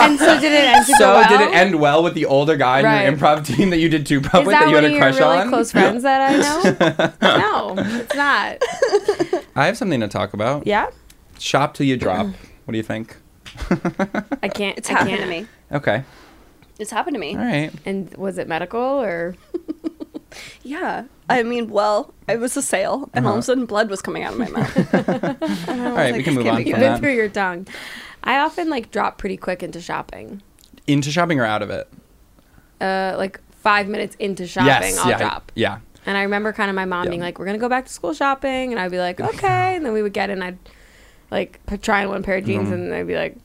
[SPEAKER 4] And so did it end? super
[SPEAKER 3] so
[SPEAKER 4] well?
[SPEAKER 3] did it end well with the older guy in
[SPEAKER 4] Right.
[SPEAKER 3] your improv team that you did two prop
[SPEAKER 4] Is
[SPEAKER 3] with
[SPEAKER 4] that
[SPEAKER 3] that you had
[SPEAKER 4] one of
[SPEAKER 3] a
[SPEAKER 4] your
[SPEAKER 3] crush
[SPEAKER 4] really
[SPEAKER 3] on?
[SPEAKER 4] close friends that I know? no, it's not.
[SPEAKER 3] I have something to talk about.
[SPEAKER 4] Yeah,
[SPEAKER 3] Shop till you drop. What do you think?
[SPEAKER 4] I can't.
[SPEAKER 5] It's
[SPEAKER 4] I
[SPEAKER 5] happened
[SPEAKER 4] can't.
[SPEAKER 5] to me.
[SPEAKER 3] Okay.
[SPEAKER 5] It's happened to me.
[SPEAKER 3] All right.
[SPEAKER 4] And was it medical or?
[SPEAKER 5] Yeah. I mean, well, it was a sale, and
[SPEAKER 3] Uh-huh.
[SPEAKER 5] all of a sudden, blood was coming out of my mouth.
[SPEAKER 3] All right. we can move
[SPEAKER 5] can't
[SPEAKER 3] on
[SPEAKER 5] be
[SPEAKER 4] You've
[SPEAKER 3] from
[SPEAKER 4] been
[SPEAKER 3] that.
[SPEAKER 4] through your tongue. I often like drop pretty quick into shopping.
[SPEAKER 3] Into shopping or out of it?
[SPEAKER 4] Uh, like five minutes into shopping,
[SPEAKER 3] yes.
[SPEAKER 4] I'll
[SPEAKER 3] yeah.
[SPEAKER 4] drop.
[SPEAKER 3] Yeah.
[SPEAKER 4] And I remember kind of my mom
[SPEAKER 3] Yeah.
[SPEAKER 4] being like, "We're gonna go back to school shopping," and I'd be like, "Okay," and then we would get in. I'd like p- try on one pair of jeans, and I'd be like,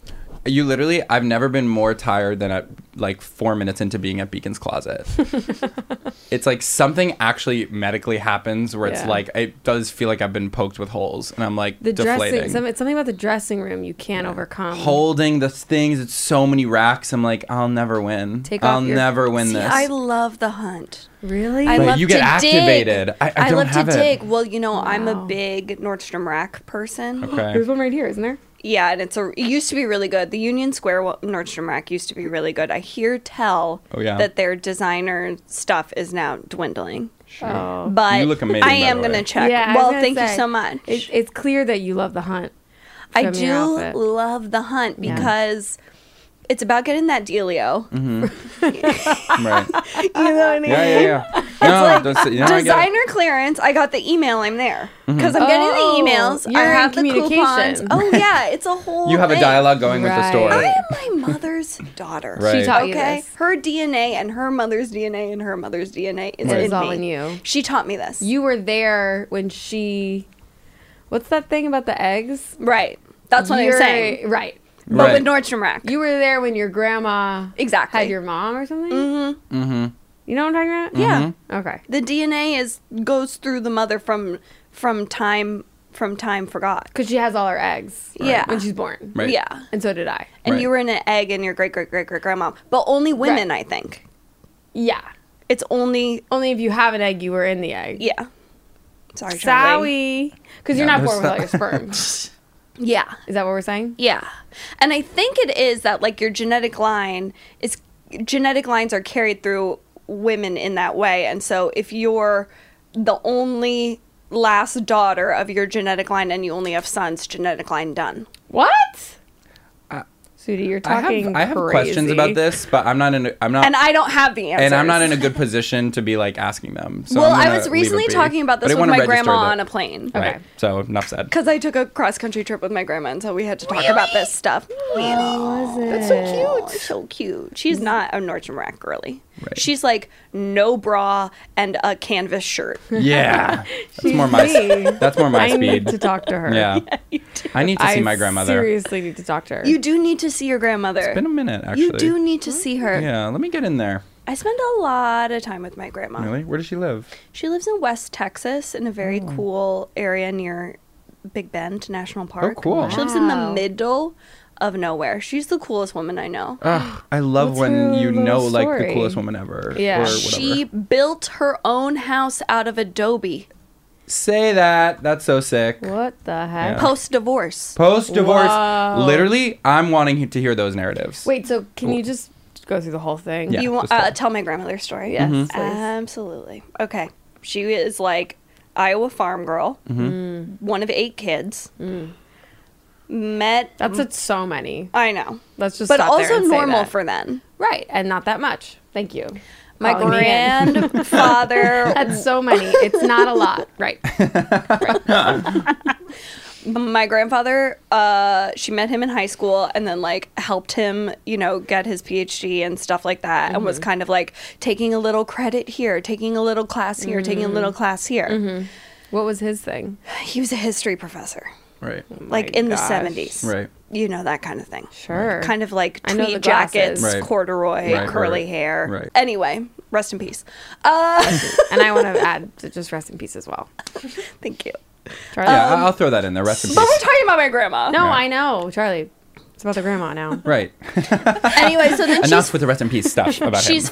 [SPEAKER 3] You literally, I've never been more tired than at like four minutes into being at Beacon's Closet. it's like something actually medically happens where it's
[SPEAKER 4] Yeah.
[SPEAKER 3] like, it does feel like I've been poked with holes and I'm like
[SPEAKER 4] "The dressing.
[SPEAKER 3] deflating.
[SPEAKER 4] Some, it's something about the dressing room you can't overcome."
[SPEAKER 3] Holding the things, it's so many racks. I'm like, I'll never win.
[SPEAKER 4] Take off
[SPEAKER 3] I'll
[SPEAKER 4] your-
[SPEAKER 3] never win
[SPEAKER 5] See,
[SPEAKER 3] this.
[SPEAKER 5] I love the hunt.
[SPEAKER 4] really?
[SPEAKER 5] I
[SPEAKER 3] But
[SPEAKER 5] love
[SPEAKER 3] you get
[SPEAKER 5] to dig.
[SPEAKER 3] activated. I- I don't
[SPEAKER 5] love
[SPEAKER 3] have
[SPEAKER 5] to
[SPEAKER 3] it.
[SPEAKER 5] dig. Well, you know, I'm a
[SPEAKER 4] Wow.
[SPEAKER 5] big Nordstrom Rack person.
[SPEAKER 4] There's
[SPEAKER 3] okay.
[SPEAKER 4] one right here, isn't there?
[SPEAKER 5] Yeah, and it's a. It used to be really good. The Union Square wa- Nordstrom Rack used to be really good. I hear tell
[SPEAKER 3] Oh, yeah.
[SPEAKER 5] that their designer stuff is now dwindling.
[SPEAKER 3] Sure.
[SPEAKER 4] Oh.
[SPEAKER 5] But
[SPEAKER 3] You look amazing,
[SPEAKER 5] I
[SPEAKER 3] by
[SPEAKER 5] am
[SPEAKER 3] the
[SPEAKER 5] going
[SPEAKER 3] way.
[SPEAKER 5] to check.
[SPEAKER 4] Yeah, I was
[SPEAKER 5] well,
[SPEAKER 4] gonna
[SPEAKER 5] thank you
[SPEAKER 4] say,
[SPEAKER 5] so much.
[SPEAKER 4] It, it's clear that you love the hunt.
[SPEAKER 5] I
[SPEAKER 4] from your
[SPEAKER 5] do
[SPEAKER 4] outfit.
[SPEAKER 5] love the hunt
[SPEAKER 4] Yeah. Mm-hmm.
[SPEAKER 5] because it's about getting that dealio.
[SPEAKER 3] right.
[SPEAKER 5] You know what I mean?
[SPEAKER 3] Yeah, yeah, yeah. No,
[SPEAKER 5] like
[SPEAKER 3] that's- you know, I get it. Mm-hmm.
[SPEAKER 5] Designer clearance. I got the email. I'm there because I'm getting
[SPEAKER 4] Oh,
[SPEAKER 5] the emails. I
[SPEAKER 4] you're in
[SPEAKER 5] have the coupons.
[SPEAKER 4] communication.
[SPEAKER 5] Oh yeah, it's a whole.
[SPEAKER 3] You have a
[SPEAKER 5] thing.
[SPEAKER 3] dialogue going with the
[SPEAKER 4] Right.
[SPEAKER 3] story.
[SPEAKER 5] I am my mother's daughter.
[SPEAKER 3] Right.
[SPEAKER 4] She taught you
[SPEAKER 5] Okay,
[SPEAKER 4] this.
[SPEAKER 5] her DNA and her mother's DNA and her mother's DNA is
[SPEAKER 4] Right.
[SPEAKER 5] in
[SPEAKER 4] It's all
[SPEAKER 5] me.
[SPEAKER 4] in you.
[SPEAKER 5] She taught me this.
[SPEAKER 4] You were there when she. What's that thing about the eggs?
[SPEAKER 5] right? That's what I'm
[SPEAKER 4] You're-
[SPEAKER 5] saying.
[SPEAKER 4] Right.
[SPEAKER 5] But
[SPEAKER 3] Right.
[SPEAKER 5] with Nordstrom Rack,
[SPEAKER 4] You were there when your grandma
[SPEAKER 5] exactly.
[SPEAKER 4] had your mom or something.
[SPEAKER 3] mm-hmm.
[SPEAKER 4] You know what I'm talking about?
[SPEAKER 5] yeah.
[SPEAKER 4] Okay.
[SPEAKER 5] The DNA is goes through the mother from from time from time forgot.
[SPEAKER 4] Because she has all her eggs.
[SPEAKER 5] Yeah.
[SPEAKER 4] When she's born.
[SPEAKER 3] Right.
[SPEAKER 5] Yeah.
[SPEAKER 4] And so did I.
[SPEAKER 5] And
[SPEAKER 3] Right.
[SPEAKER 5] you were in an egg and your great great great great grandma. But only women, I think.
[SPEAKER 4] Yeah.
[SPEAKER 5] It's only
[SPEAKER 4] Only if you have an egg, you were in the egg.
[SPEAKER 5] yeah. Sorry, Charlie.
[SPEAKER 4] Sowie. Because you're
[SPEAKER 3] Yeah,
[SPEAKER 4] not born with all your
[SPEAKER 3] there's
[SPEAKER 4] sperm. Is
[SPEAKER 5] Yeah.
[SPEAKER 4] that what we're saying?
[SPEAKER 5] Yeah. And I think it is that like your genetic line is genetic lines are carried through women in that way. And so if you're the only last daughter of your genetic line and you only have sons, genetic line done.
[SPEAKER 4] What?
[SPEAKER 3] Uh,
[SPEAKER 4] Sudie, you're
[SPEAKER 3] I
[SPEAKER 4] talking.
[SPEAKER 3] have, I have
[SPEAKER 4] crazy.
[SPEAKER 3] questions about this, but I'm not in. A, I'm not.
[SPEAKER 5] And I don't have the answer.
[SPEAKER 3] and I'm not in a good position to be like asking them. So
[SPEAKER 5] well,
[SPEAKER 3] I'm
[SPEAKER 5] I
[SPEAKER 3] gonna
[SPEAKER 5] was
[SPEAKER 3] leave it
[SPEAKER 5] recently
[SPEAKER 3] be.
[SPEAKER 5] talking about
[SPEAKER 3] But
[SPEAKER 5] this
[SPEAKER 3] I
[SPEAKER 5] with
[SPEAKER 3] wanna
[SPEAKER 5] my
[SPEAKER 3] register
[SPEAKER 5] grandma
[SPEAKER 3] that-
[SPEAKER 5] on a plane.
[SPEAKER 4] Okay.
[SPEAKER 3] Right. So enough said.
[SPEAKER 5] Because I took a cross country trip with my grandma, and so we had to talk about this stuff. That's so cute. Mm-hmm. So cute. She's not a Nordstrom Rack girly.
[SPEAKER 3] Right.
[SPEAKER 5] She's like no bra and a canvas shirt.
[SPEAKER 3] Yeah, that's more my.
[SPEAKER 4] me.
[SPEAKER 3] That's more my
[SPEAKER 4] I
[SPEAKER 3] speed.
[SPEAKER 4] need to talk to her.
[SPEAKER 3] yeah, I need to see
[SPEAKER 4] I
[SPEAKER 3] my grandmother.
[SPEAKER 4] seriously need to talk to her.
[SPEAKER 5] You do need to see your grandmother.
[SPEAKER 3] It's been a minute, actually.
[SPEAKER 5] you do need to see her.
[SPEAKER 3] Yeah, let me get in there.
[SPEAKER 5] I spend a lot of time with my grandma.
[SPEAKER 3] Really? Where does she live?
[SPEAKER 5] She lives in West Texas in a very cool area near Big Bend National Park.
[SPEAKER 3] Oh, cool.
[SPEAKER 5] She lives in the
[SPEAKER 4] Wow.
[SPEAKER 5] middle of nowhere. She's the coolest woman I know.
[SPEAKER 3] Ugh, I love
[SPEAKER 4] What's
[SPEAKER 3] when
[SPEAKER 4] her
[SPEAKER 3] you
[SPEAKER 4] little
[SPEAKER 3] know like
[SPEAKER 4] story?
[SPEAKER 3] the coolest woman ever.
[SPEAKER 4] Yeah.
[SPEAKER 3] Or whatever.
[SPEAKER 5] She built her own house out of adobe
[SPEAKER 3] Say that. That's so sick.
[SPEAKER 4] what the heck?
[SPEAKER 3] Yeah.
[SPEAKER 5] post divorce.
[SPEAKER 3] Post divorce.
[SPEAKER 4] Wow.
[SPEAKER 3] Literally, I'm wanting to hear those narratives.
[SPEAKER 4] Wait, so can you just go through the whole thing?
[SPEAKER 3] Yeah.
[SPEAKER 5] you want
[SPEAKER 3] just Mm-hmm. tell
[SPEAKER 5] uh,
[SPEAKER 3] her.
[SPEAKER 5] tell my grandmother's story?
[SPEAKER 4] Yes, Mhm. please.
[SPEAKER 5] absolutely. Okay, she is like Iowa farm girl,
[SPEAKER 3] Mm-hmm.
[SPEAKER 4] Mm.
[SPEAKER 5] one of eight kids. Met.
[SPEAKER 4] That's a, so many.
[SPEAKER 5] I know,
[SPEAKER 4] Let's just
[SPEAKER 5] Mm-hmm. but
[SPEAKER 4] stop there
[SPEAKER 5] also
[SPEAKER 4] and say
[SPEAKER 5] normal
[SPEAKER 4] that.
[SPEAKER 5] for then.
[SPEAKER 4] right and not that much. Thank you.
[SPEAKER 5] My
[SPEAKER 4] Calling me in.
[SPEAKER 5] grandfather
[SPEAKER 4] That's so many. It's not a lot, right?
[SPEAKER 5] my grandfather uh she met him in high school and then like helped him you know get his phd and stuff like that and
[SPEAKER 4] Mm-hmm.
[SPEAKER 5] was kind of like taking a little credit here taking a little class here taking a
[SPEAKER 4] Mm-hmm.
[SPEAKER 5] little class here
[SPEAKER 4] What was his thing?
[SPEAKER 5] he was a history professor
[SPEAKER 3] Right.
[SPEAKER 5] like
[SPEAKER 4] my
[SPEAKER 5] in
[SPEAKER 4] gosh.
[SPEAKER 5] the 70s
[SPEAKER 3] Right.
[SPEAKER 5] you know that kind of thing
[SPEAKER 4] Sure.
[SPEAKER 5] kind of like
[SPEAKER 4] I know the
[SPEAKER 5] tweed
[SPEAKER 4] glasses.
[SPEAKER 5] jackets
[SPEAKER 3] Right.
[SPEAKER 5] corduroy
[SPEAKER 3] Right,
[SPEAKER 5] curly
[SPEAKER 3] right,
[SPEAKER 5] hair
[SPEAKER 3] right.
[SPEAKER 5] anyway Rest in peace. Uh,
[SPEAKER 4] and I want to add to just rest in peace as well.
[SPEAKER 5] thank you.
[SPEAKER 4] Charlie.
[SPEAKER 3] Yeah, I- I'll throw that in there. Rest in
[SPEAKER 5] But we're
[SPEAKER 3] peace.
[SPEAKER 5] talking about my grandma.
[SPEAKER 4] no,
[SPEAKER 3] Yeah.
[SPEAKER 4] I know, Charlie. It's about the grandma now.
[SPEAKER 3] Right.
[SPEAKER 5] Anyway, so then
[SPEAKER 3] Enough
[SPEAKER 5] she's
[SPEAKER 3] with the rest in peace stuff about
[SPEAKER 5] she's
[SPEAKER 3] him.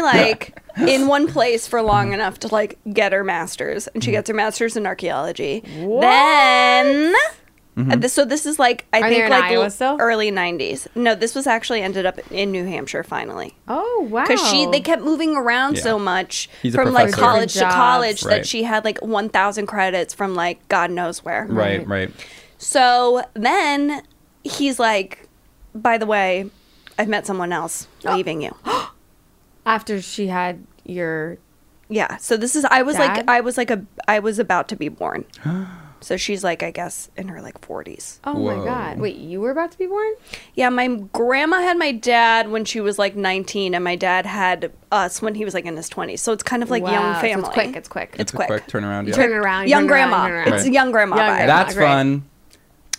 [SPEAKER 5] like in one place for long enough to like get her master's and she
[SPEAKER 3] Mm-hmm.
[SPEAKER 5] gets her master's in archaeology then
[SPEAKER 3] Mm-hmm.
[SPEAKER 5] and this- so this is like i
[SPEAKER 4] Are they
[SPEAKER 5] think
[SPEAKER 4] in
[SPEAKER 5] like
[SPEAKER 4] Iowa
[SPEAKER 5] l-
[SPEAKER 4] still?
[SPEAKER 5] early 90s no this was actually ended up in new hampshire finally
[SPEAKER 4] Oh wow.
[SPEAKER 5] because she they kept moving around so
[SPEAKER 3] Yeah.
[SPEAKER 5] much
[SPEAKER 3] He's a
[SPEAKER 5] from like
[SPEAKER 3] professor.
[SPEAKER 5] college to
[SPEAKER 4] Different jobs.
[SPEAKER 5] college that
[SPEAKER 3] Right.
[SPEAKER 5] she had like 1000 credits from like god knows where
[SPEAKER 3] Right, right.
[SPEAKER 5] so then he's like by the way i've met someone else
[SPEAKER 4] Oh.
[SPEAKER 5] leaving you
[SPEAKER 4] after she had your
[SPEAKER 5] Yeah. So this is I was
[SPEAKER 4] Dad?
[SPEAKER 5] like I was like a I was about to be born. so she's like I guess in her like 40s.
[SPEAKER 4] Oh my
[SPEAKER 3] Whoa.
[SPEAKER 4] god. Wait, you were about to be born?
[SPEAKER 5] Yeah, my grandma had my dad when she was like 19 and my dad had us when he was like in his 20s. So it's kind of like young
[SPEAKER 4] Wow, so
[SPEAKER 5] family.
[SPEAKER 4] it's quick, it's quick.
[SPEAKER 5] It's
[SPEAKER 3] a
[SPEAKER 5] quick.
[SPEAKER 3] quick turnaround. Yeah.
[SPEAKER 4] turn around. you
[SPEAKER 5] Young
[SPEAKER 4] turn around, you
[SPEAKER 5] grandma.
[SPEAKER 4] turn around.
[SPEAKER 5] It's young grandma
[SPEAKER 4] Young
[SPEAKER 5] vibe.
[SPEAKER 4] grandma.
[SPEAKER 3] That's
[SPEAKER 4] Great.
[SPEAKER 3] fun.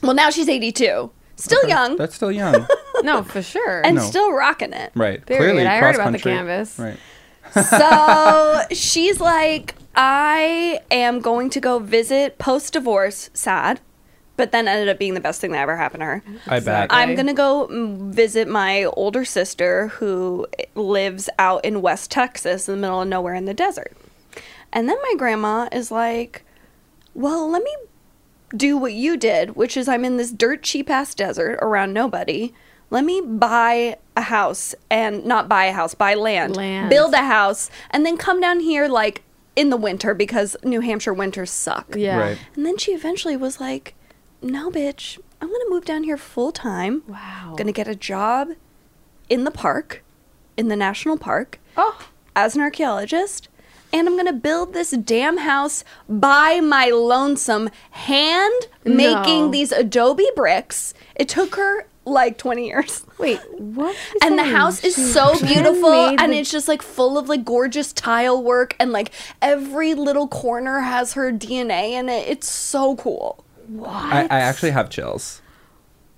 [SPEAKER 5] Well, now she's 82. Still
[SPEAKER 4] Mm.
[SPEAKER 5] young
[SPEAKER 3] That's still young.
[SPEAKER 4] No, for sure.
[SPEAKER 5] and
[SPEAKER 3] no.
[SPEAKER 5] still rocking it.
[SPEAKER 3] Right.
[SPEAKER 4] Period.
[SPEAKER 3] Clearly,
[SPEAKER 4] I heard
[SPEAKER 3] cross
[SPEAKER 4] about the
[SPEAKER 3] country.
[SPEAKER 4] canvas.
[SPEAKER 3] Right.
[SPEAKER 5] so she's like, I am going to go visit post divorce, sad, but then ended up being the best thing that ever happened to her.
[SPEAKER 3] I bet.
[SPEAKER 4] I-
[SPEAKER 5] I'm
[SPEAKER 4] Okay.
[SPEAKER 5] gonna go mm, visit my older sister who lives out in West Texas in the middle of nowhere in the desert. And then my grandma is like, Well, let me do what you did, which is I'm in this dirt cheap ass desert around nobody. Let me buy a house and not buy a house, buy land,
[SPEAKER 4] Land.
[SPEAKER 5] build a house, and then come down here like in the winter because New Hampshire winters suck.
[SPEAKER 4] yeah.
[SPEAKER 3] Right.
[SPEAKER 5] And then she eventually was like, No, bitch, I'm gonna move down here full time.
[SPEAKER 4] Wow.
[SPEAKER 5] Gonna get a job in the park, in the national park,
[SPEAKER 4] Oh.
[SPEAKER 5] as an archaeologist, and I'm gonna build this damn house by my lonesome, hand making
[SPEAKER 4] No.
[SPEAKER 5] these adobe bricks. It took her like 20 years.
[SPEAKER 4] Wait, what? is
[SPEAKER 5] And the
[SPEAKER 4] that?
[SPEAKER 5] house is
[SPEAKER 4] She
[SPEAKER 5] so beautiful,
[SPEAKER 4] handmade
[SPEAKER 5] and
[SPEAKER 4] the-
[SPEAKER 5] it's just like full of like gorgeous tile work, and like every little corner has her DNA in it. It's so cool.
[SPEAKER 3] I, I actually have chills.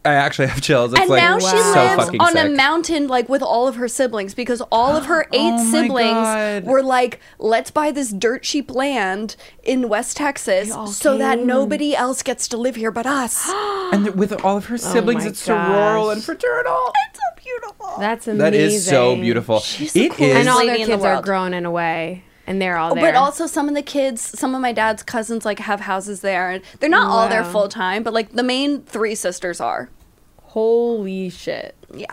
[SPEAKER 3] I actually have chills. It's
[SPEAKER 5] and
[SPEAKER 3] like
[SPEAKER 5] now she
[SPEAKER 3] so
[SPEAKER 5] lives
[SPEAKER 3] fucking
[SPEAKER 5] on a
[SPEAKER 3] sick.
[SPEAKER 5] mountain like with all of her siblings because all of her eight
[SPEAKER 4] Oh
[SPEAKER 3] my
[SPEAKER 5] siblings
[SPEAKER 3] God.
[SPEAKER 5] were like let's buy this dirt cheap land in west texas
[SPEAKER 4] all
[SPEAKER 5] so that
[SPEAKER 4] came.
[SPEAKER 5] nobody else gets to live here but us
[SPEAKER 3] And th- with all of her siblings,
[SPEAKER 4] Oh my
[SPEAKER 3] it's sororal
[SPEAKER 4] gosh.
[SPEAKER 3] and fraternal.
[SPEAKER 5] it's so beautiful
[SPEAKER 4] That's amazing.
[SPEAKER 3] That is so beautiful.
[SPEAKER 5] She's the
[SPEAKER 3] It
[SPEAKER 5] coolest
[SPEAKER 3] is-
[SPEAKER 4] And all
[SPEAKER 5] Lady
[SPEAKER 4] their
[SPEAKER 5] in the
[SPEAKER 4] kids are
[SPEAKER 5] world.
[SPEAKER 4] grown in a way, and they're all there.
[SPEAKER 5] But also some of the kids, some of my dad's cousins like have houses there and they're not all there
[SPEAKER 4] Wow.
[SPEAKER 5] full time, but like the main three sisters are.
[SPEAKER 4] holy shit,
[SPEAKER 5] Yeah.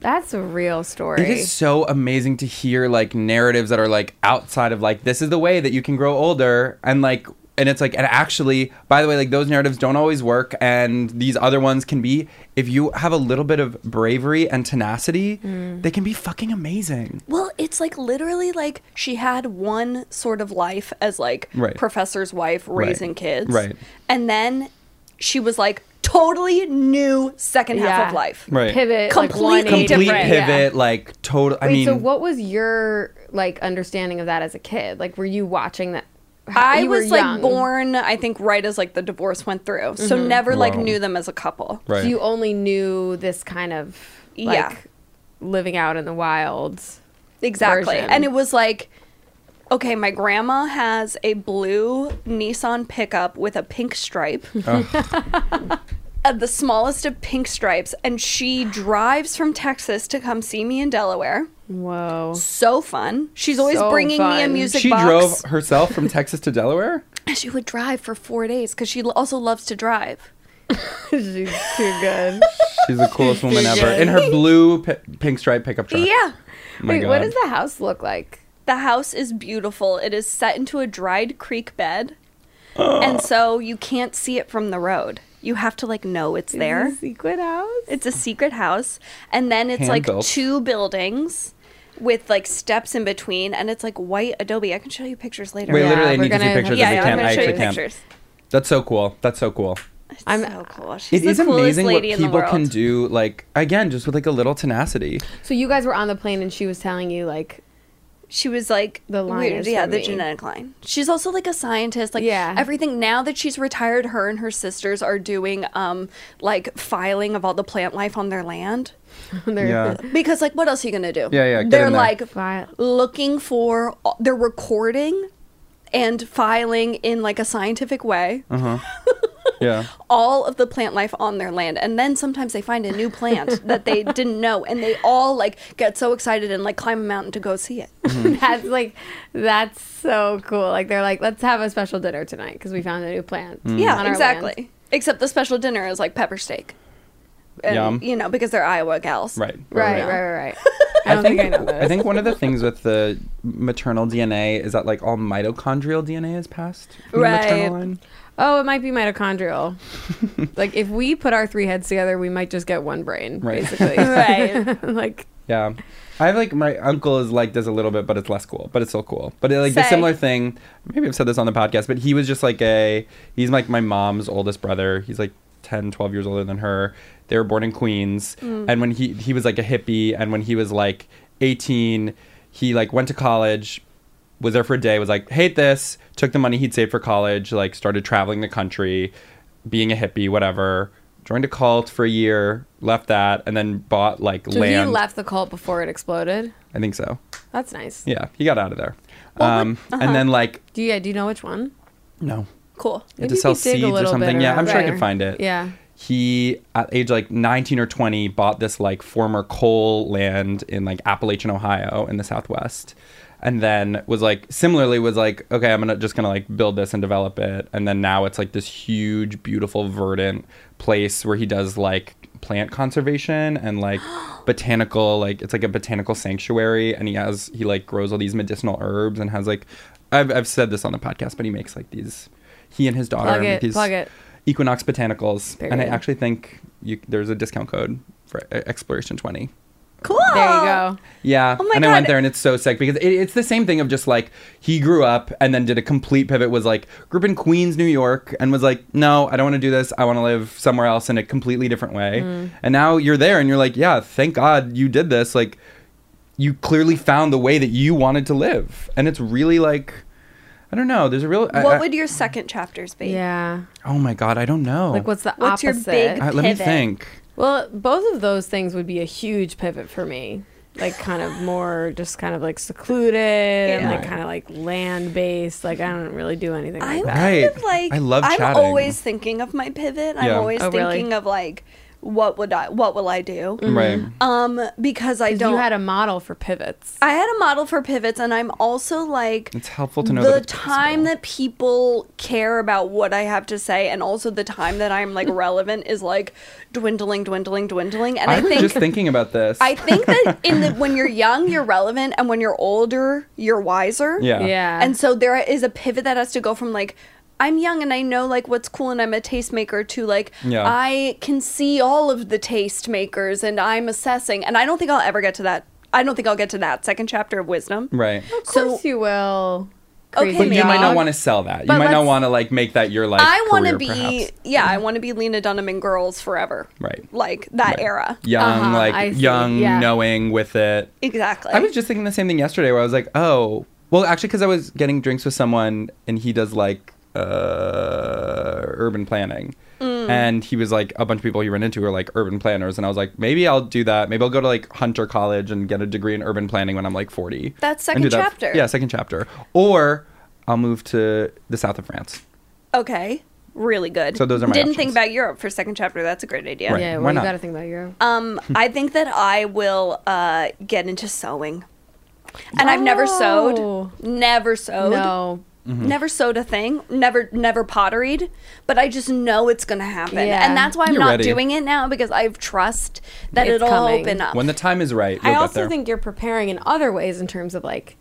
[SPEAKER 4] that's a real story.
[SPEAKER 3] It is so amazing to hear like narratives that are like outside of like this is the way that you can grow older and like and it's like and actually by the way like those narratives don't always work and these other ones can be if you have a little bit of bravery and tenacity
[SPEAKER 4] Mm.
[SPEAKER 3] they can be fucking amazing.
[SPEAKER 5] Well, it's like literally like she had one sort of life as like
[SPEAKER 3] Right.
[SPEAKER 5] professor's wife raising kids.
[SPEAKER 3] Right.
[SPEAKER 5] And then she was like totally new second half
[SPEAKER 4] Yeah.
[SPEAKER 5] of life.
[SPEAKER 3] Right.
[SPEAKER 4] Pivot,
[SPEAKER 5] Completely
[SPEAKER 4] like 180
[SPEAKER 3] Complete
[SPEAKER 4] different. Yeah.
[SPEAKER 3] pivot like total I
[SPEAKER 4] Wait,
[SPEAKER 3] mean
[SPEAKER 4] so what was your like understanding of that as a kid? Like, were you watching that? how-
[SPEAKER 5] I
[SPEAKER 4] you were
[SPEAKER 5] was like
[SPEAKER 4] young.
[SPEAKER 5] born, I think, right as like the divorce went through. So never like
[SPEAKER 3] Wow.
[SPEAKER 5] knew them as a couple.
[SPEAKER 3] right.
[SPEAKER 4] So you only knew this kind of like
[SPEAKER 5] Yeah.
[SPEAKER 4] living out in the wild.
[SPEAKER 5] Exactly.
[SPEAKER 4] version.
[SPEAKER 5] And it was like, okay, my grandma has a blue Nissan pickup with a pink stripe.
[SPEAKER 3] Oh.
[SPEAKER 5] Uh, the smallest of pink stripes. And she drives from Texas to come see me in Delaware.
[SPEAKER 4] Whoa.
[SPEAKER 5] So fun. She's always
[SPEAKER 4] So
[SPEAKER 5] bringing me a
[SPEAKER 4] fun.
[SPEAKER 5] music
[SPEAKER 3] she
[SPEAKER 5] box.
[SPEAKER 3] drove herself from Texas to Delaware?
[SPEAKER 5] And she would drive for four days because she l- also loves to drive.
[SPEAKER 4] She's too
[SPEAKER 3] Oh
[SPEAKER 4] good.
[SPEAKER 3] She's the coolest woman ever in her blue pi- pink stripe pickup truck.
[SPEAKER 5] Yeah.
[SPEAKER 3] My
[SPEAKER 4] Wait, what
[SPEAKER 3] God.
[SPEAKER 4] does the house look like?
[SPEAKER 5] The house is beautiful. It is set into a dried creek bed.
[SPEAKER 3] Oh.
[SPEAKER 5] And so you can't see it from the road. You have to like know it's there.
[SPEAKER 4] secret house?
[SPEAKER 5] It's a secret house, and then it's like
[SPEAKER 3] Hand-built.
[SPEAKER 5] two buildings with like steps in between, and it's like white adobe. I can show you pictures later.
[SPEAKER 3] Wait,
[SPEAKER 4] Yeah,
[SPEAKER 3] literally, I
[SPEAKER 4] we're
[SPEAKER 3] need to see
[SPEAKER 4] gonna-
[SPEAKER 3] pictures.
[SPEAKER 4] yeah,
[SPEAKER 3] if
[SPEAKER 4] yeah,
[SPEAKER 3] we
[SPEAKER 4] I'm
[SPEAKER 3] can't.
[SPEAKER 4] gonna
[SPEAKER 3] I
[SPEAKER 4] show
[SPEAKER 3] actually
[SPEAKER 4] you
[SPEAKER 3] can't. That's so cool. That's so cool.
[SPEAKER 5] I'm
[SPEAKER 4] I'm-
[SPEAKER 5] so cool. She's
[SPEAKER 3] It
[SPEAKER 5] the
[SPEAKER 3] is
[SPEAKER 5] coolest
[SPEAKER 3] amazing what
[SPEAKER 5] lady in the
[SPEAKER 3] people
[SPEAKER 5] world.
[SPEAKER 3] can do. Like again, just with like a little tenacity.
[SPEAKER 4] So you guys were on the plane and she was telling you like
[SPEAKER 5] she was like
[SPEAKER 4] The line
[SPEAKER 5] weird-
[SPEAKER 4] is
[SPEAKER 5] yeah,
[SPEAKER 4] for
[SPEAKER 5] the
[SPEAKER 4] me.
[SPEAKER 5] genetic line. She's also like a scientist. Like
[SPEAKER 4] Yeah.
[SPEAKER 5] everything now that she's retired, her and her sisters are doing um like filing of all the plant life on their land.
[SPEAKER 4] They're-
[SPEAKER 3] Yeah.
[SPEAKER 5] Because like what else are you gonna do?
[SPEAKER 3] Yeah, yeah, get
[SPEAKER 5] They're
[SPEAKER 3] in there.
[SPEAKER 5] like
[SPEAKER 4] File.
[SPEAKER 5] looking for they're recording and filing in like a scientific way
[SPEAKER 3] Uh-huh. Yeah.
[SPEAKER 5] all of the plant life on their land and then sometimes they find a new plant that they didn't know and they all like get so excited and like climb a mountain to go see it
[SPEAKER 3] Mm-hmm.
[SPEAKER 4] that's like that's so cool like they're like let's have a special dinner tonight because we found a new plant on
[SPEAKER 3] Mm.
[SPEAKER 5] Mm-hmm. yeah
[SPEAKER 4] our
[SPEAKER 5] exactly
[SPEAKER 4] land."
[SPEAKER 5] except the special dinner is like pepper steak and,
[SPEAKER 3] Yum.
[SPEAKER 5] you know because they're iowa gals
[SPEAKER 3] Right.
[SPEAKER 4] right right right right i don't think, i know this
[SPEAKER 3] I think one of the things with the maternal DNA is that like all mitochondrial DNA is passed. in the maternal
[SPEAKER 5] Right.
[SPEAKER 3] line.
[SPEAKER 4] oh it might be mitochondrial like if we put our three heads together we might just get one brain
[SPEAKER 3] Right.
[SPEAKER 4] basically
[SPEAKER 5] Right.
[SPEAKER 4] like
[SPEAKER 3] Yeah. I have like my uncle is like this a little bit, but it's less cool, but it's still cool. But it, like the
[SPEAKER 5] Say.
[SPEAKER 3] similar thing, maybe I've said this on the podcast, but he was just like a, he's like my mom's oldest brother. He's like 10, 12 years older than her. They were born in Queens.
[SPEAKER 4] Mm.
[SPEAKER 3] And when he, he was like a hippie. And when he was like 18, he like went to college, was there for a day, was like, hate this, took the money he'd saved for college, like started traveling the country, being a hippie, whatever. Joined a cult for a year, left that, and then bought like
[SPEAKER 4] so
[SPEAKER 3] land.
[SPEAKER 4] he left the cult before it exploded
[SPEAKER 3] I think so.
[SPEAKER 4] that's nice
[SPEAKER 3] Yeah, he got out of there.
[SPEAKER 5] what-
[SPEAKER 3] um, And then like
[SPEAKER 4] do you yeah, do you know which one
[SPEAKER 3] no,
[SPEAKER 5] cool
[SPEAKER 3] he had
[SPEAKER 4] uh-huh. Maybe
[SPEAKER 3] to sell
[SPEAKER 4] if you dig a
[SPEAKER 3] seeds or
[SPEAKER 4] little
[SPEAKER 3] something.
[SPEAKER 4] bit
[SPEAKER 3] Yeah, I'm
[SPEAKER 4] around
[SPEAKER 3] sure I
[SPEAKER 4] there.
[SPEAKER 3] could find it.
[SPEAKER 4] yeah
[SPEAKER 3] He at age like 19 or 20 bought this like former coal land in like Appalachian, Ohio, in the Southwest, and then was like similarly was like okay, I'm gonna just gonna like build this and develop it, and then now it's like this huge, beautiful, verdant place where he does like plant conservation and like botanical like it's like a botanical sanctuary and he has he like grows all these medicinal herbs and has like I've, I've said this on the podcast but he makes like these he and his daughter
[SPEAKER 4] Plug
[SPEAKER 3] make
[SPEAKER 4] it,
[SPEAKER 3] these
[SPEAKER 4] plug it.
[SPEAKER 3] equinox botanicals and i
[SPEAKER 4] Period.
[SPEAKER 3] actually think you there's a discount code for e- exploration 20
[SPEAKER 5] cool
[SPEAKER 4] there you go
[SPEAKER 3] yeah
[SPEAKER 5] Oh my
[SPEAKER 3] and i went
[SPEAKER 5] God.
[SPEAKER 3] there and it's so sick because it, it's the same thing of just like he grew up and then did a complete pivot was like grew up in queens new york and was like no i don't want to do this i want to live somewhere else in a completely different way
[SPEAKER 5] Mm.
[SPEAKER 3] and now you're there and you're like yeah thank god you did this like you clearly found the way that you wanted to live and it's really like i don't know there's a real I-
[SPEAKER 5] what
[SPEAKER 3] I-
[SPEAKER 5] would your second chapters be
[SPEAKER 4] yeah
[SPEAKER 3] oh my god i don't know
[SPEAKER 4] like what's the
[SPEAKER 5] What's your
[SPEAKER 4] opposite
[SPEAKER 5] big-
[SPEAKER 3] Uh, let me
[SPEAKER 5] pivot?
[SPEAKER 3] think
[SPEAKER 4] Well, both of those things would be a huge pivot for me. Like kind of more just kind of like secluded and like
[SPEAKER 3] Yeah.
[SPEAKER 4] kind of like land based. Like I don't really do anything like
[SPEAKER 5] I'm
[SPEAKER 4] that.
[SPEAKER 5] kind
[SPEAKER 3] Right.
[SPEAKER 5] of like
[SPEAKER 3] I love
[SPEAKER 5] I'm
[SPEAKER 3] chatting.
[SPEAKER 5] always thinking of my pivot. I'm
[SPEAKER 3] Yeah.
[SPEAKER 5] always
[SPEAKER 4] Oh, really?
[SPEAKER 5] thinking of like what would I what will I do?
[SPEAKER 3] Mm-hmm. right
[SPEAKER 5] Um because I don't
[SPEAKER 4] You had a model for pivots.
[SPEAKER 5] I had a model for pivots and I'm also like
[SPEAKER 3] It's helpful to know
[SPEAKER 5] the
[SPEAKER 3] that it's
[SPEAKER 5] time
[SPEAKER 3] possible.
[SPEAKER 5] that people care about what I have to say and also the time that I'm like relevant is like dwindling dwindling dwindling and I,
[SPEAKER 3] I, was
[SPEAKER 5] think
[SPEAKER 3] just thinking about this.
[SPEAKER 5] I think that in the when you're young you're relevant and when you're older you're wiser.
[SPEAKER 3] yeah.
[SPEAKER 4] Yeah.
[SPEAKER 5] And so there is a pivot that has to go from like, I'm young and I know like what's cool and I'm a tastemaker to like,
[SPEAKER 3] Yeah.
[SPEAKER 5] I can see all of the tastemakers and I'm assessing. And I don't think I'll ever get to that. I don't think I'll get to that second chapter of wisdom.
[SPEAKER 3] Right.
[SPEAKER 4] of course you will.
[SPEAKER 5] Okay,
[SPEAKER 4] crazy
[SPEAKER 3] But you might not
[SPEAKER 4] dog.
[SPEAKER 3] want to sell that. You
[SPEAKER 4] But
[SPEAKER 3] might not
[SPEAKER 4] let's-
[SPEAKER 3] want to like make that your like.
[SPEAKER 5] I want to
[SPEAKER 3] career,
[SPEAKER 5] be,
[SPEAKER 3] perhaps.
[SPEAKER 5] yeah, I want to be Lena Dunham and girls forever.
[SPEAKER 3] Right.
[SPEAKER 5] Like that era.
[SPEAKER 3] young,
[SPEAKER 4] Uh-huh,
[SPEAKER 3] like
[SPEAKER 4] I see.
[SPEAKER 3] young,
[SPEAKER 4] Yeah.
[SPEAKER 3] knowing with it.
[SPEAKER 5] Exactly.
[SPEAKER 3] I was just thinking the same thing yesterday, where I was like, oh, well, actually, because I was getting drinks with someone, and he does like uh, urban planning.
[SPEAKER 5] Mm.
[SPEAKER 3] And he was like, a bunch of people he ran into were like urban planners. And I was like, maybe I'll do that. Maybe I'll go to like Hunter College and get a degree in urban planning when I'm like 40.
[SPEAKER 5] That's
[SPEAKER 3] and do
[SPEAKER 5] second
[SPEAKER 3] that-
[SPEAKER 5] chapter.
[SPEAKER 3] Yeah, second chapter. Or I'll move to the south of France.
[SPEAKER 5] okay. Really good.
[SPEAKER 3] So those are my
[SPEAKER 5] Didn't
[SPEAKER 3] options.
[SPEAKER 5] think about Europe for second chapter. That's a great idea.
[SPEAKER 3] Right.
[SPEAKER 4] Yeah,
[SPEAKER 3] Why
[SPEAKER 4] well you
[SPEAKER 3] not?
[SPEAKER 4] gotta think about your
[SPEAKER 5] Um, I think that I will uh, get into sewing. And I've never
[SPEAKER 4] Oh.
[SPEAKER 5] sewed, never sewed,
[SPEAKER 4] No.
[SPEAKER 3] Mm-hmm.
[SPEAKER 5] never sewed a thing, never never potteried. But I just know it's gonna happen,
[SPEAKER 4] Yeah.
[SPEAKER 5] and that's why I'm
[SPEAKER 3] You're
[SPEAKER 5] not
[SPEAKER 3] ready.
[SPEAKER 5] doing it now because I have trust that
[SPEAKER 4] It's
[SPEAKER 5] it'll
[SPEAKER 4] coming.
[SPEAKER 5] open up.
[SPEAKER 3] When the time is right, we'll
[SPEAKER 4] I
[SPEAKER 3] get
[SPEAKER 4] also
[SPEAKER 3] there.
[SPEAKER 4] think you're preparing in other ways in terms of like,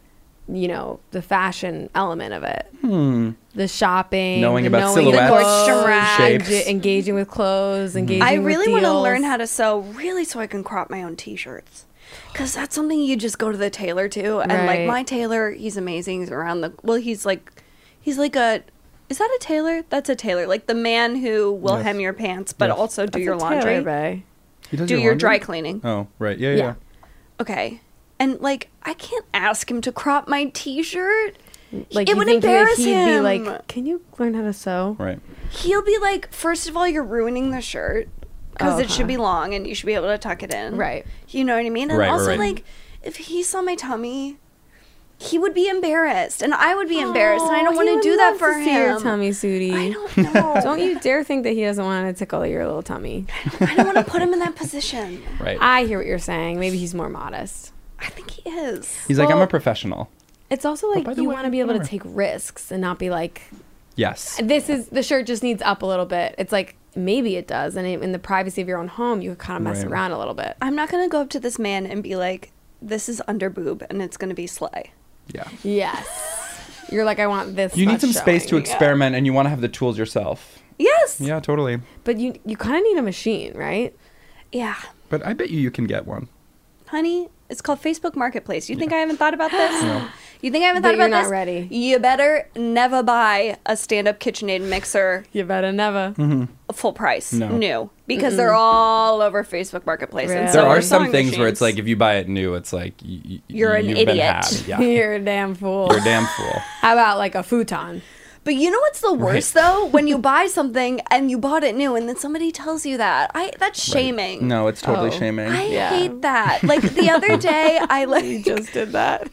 [SPEAKER 4] you know, the fashion element of it. The shopping,
[SPEAKER 3] Hmm. Knowing
[SPEAKER 4] the
[SPEAKER 3] about
[SPEAKER 4] the
[SPEAKER 3] silhouettes,
[SPEAKER 4] clothes,
[SPEAKER 3] shapes. Hmm.
[SPEAKER 4] enga- engaging with clothes, engaging.
[SPEAKER 5] I really
[SPEAKER 4] want
[SPEAKER 5] want to learn how to sew, really, so I can crop my own T-shirts. Cause that's something you just go to the tailor to, and
[SPEAKER 4] Right.
[SPEAKER 5] like my tailor, he's amazing. He's around the well, he's like, he's like a, is that a tailor? That's a tailor, like the man who will
[SPEAKER 3] Yes.
[SPEAKER 5] hem your pants, but
[SPEAKER 3] Yes.
[SPEAKER 5] also do your laundry,
[SPEAKER 4] Bay.
[SPEAKER 3] He does
[SPEAKER 5] do your
[SPEAKER 3] laundry?
[SPEAKER 5] dry cleaning.
[SPEAKER 3] Oh, right. Yeah, yeah.
[SPEAKER 4] Yeah.
[SPEAKER 3] yeah.
[SPEAKER 5] Okay, And like, I can't ask him to crop my T-shirt.
[SPEAKER 4] Like
[SPEAKER 5] It
[SPEAKER 4] you
[SPEAKER 5] would
[SPEAKER 4] think that
[SPEAKER 5] embarrass
[SPEAKER 4] he'd
[SPEAKER 5] him.
[SPEAKER 4] Be like, can you learn how to sew?
[SPEAKER 3] Right.
[SPEAKER 5] He'll be like, first of all, you're ruining the shirt because it should be long and you should be able to tuck it in.
[SPEAKER 4] Oh, Right.
[SPEAKER 5] You know what I mean? And
[SPEAKER 3] Right, right,
[SPEAKER 5] also,
[SPEAKER 3] right.
[SPEAKER 5] like, if he saw my tummy, he would be embarrassed and I would be embarrassed. And I don't
[SPEAKER 4] he
[SPEAKER 5] want to
[SPEAKER 4] would
[SPEAKER 5] do that
[SPEAKER 4] love
[SPEAKER 5] for
[SPEAKER 4] to
[SPEAKER 5] him.
[SPEAKER 4] See your tummy, Sudie.
[SPEAKER 5] I don't know.
[SPEAKER 4] Don't you dare think that he doesn't want to tickle your little tummy.
[SPEAKER 5] I don't want to put him in that position.
[SPEAKER 3] Right.
[SPEAKER 4] I hear what you're saying. Maybe he's more modest.
[SPEAKER 5] I think he is.
[SPEAKER 3] He's like, I'm
[SPEAKER 4] well-
[SPEAKER 3] a professional.
[SPEAKER 4] It's also
[SPEAKER 3] by
[SPEAKER 4] like
[SPEAKER 3] the
[SPEAKER 4] you
[SPEAKER 3] way,
[SPEAKER 4] want to be able to
[SPEAKER 3] Nora.
[SPEAKER 4] take risks and not be like,
[SPEAKER 3] Yes.
[SPEAKER 4] this is the shirt just needs up a little bit. It's like maybe it does, and in in the privacy of your own home, you could kind of mess
[SPEAKER 3] Right.
[SPEAKER 4] around a little bit.
[SPEAKER 5] I'm not going to go up to this man and be like, this is under boob and it's going to be sly.
[SPEAKER 3] Yeah.
[SPEAKER 4] Yes, you're like, I want this.
[SPEAKER 3] You need
[SPEAKER 4] much
[SPEAKER 3] some space to
[SPEAKER 4] showing."
[SPEAKER 3] experiment and you want to have the tools yourself.
[SPEAKER 5] Yes.
[SPEAKER 3] Yeah, totally.
[SPEAKER 4] but you you kind of need a machine, right?
[SPEAKER 5] Yeah.
[SPEAKER 3] But I bet you you can get one.
[SPEAKER 5] honey, it's called Facebook Marketplace. You think I haven't thought about this? You think I haven't
[SPEAKER 4] That
[SPEAKER 5] thought about
[SPEAKER 4] you're not
[SPEAKER 5] this?
[SPEAKER 4] ready.
[SPEAKER 5] You better never buy a stand-up KitchenAid mixer
[SPEAKER 4] You better never.
[SPEAKER 3] Mm-hmm.
[SPEAKER 5] full price
[SPEAKER 3] No.
[SPEAKER 5] new because they're all over Facebook Marketplace.
[SPEAKER 4] Really?
[SPEAKER 5] And so
[SPEAKER 3] There
[SPEAKER 5] are
[SPEAKER 3] are some
[SPEAKER 5] sewing
[SPEAKER 3] things where it's like
[SPEAKER 5] machines.
[SPEAKER 3] if you buy it new, it's like y- y-
[SPEAKER 5] You're an
[SPEAKER 3] you've Been
[SPEAKER 5] idiot.
[SPEAKER 3] had. Yeah.
[SPEAKER 4] You're a damn fool.
[SPEAKER 3] You're a damn fool.
[SPEAKER 4] How about like a futon?
[SPEAKER 5] But you know what's the worst though? When you buy something and you bought it new and then somebody tells you that. I that's shaming.
[SPEAKER 3] No, it's totally
[SPEAKER 4] Oh.
[SPEAKER 3] shaming.
[SPEAKER 5] I
[SPEAKER 4] Yeah.
[SPEAKER 5] hate that. Like the other day I like
[SPEAKER 4] Just did that.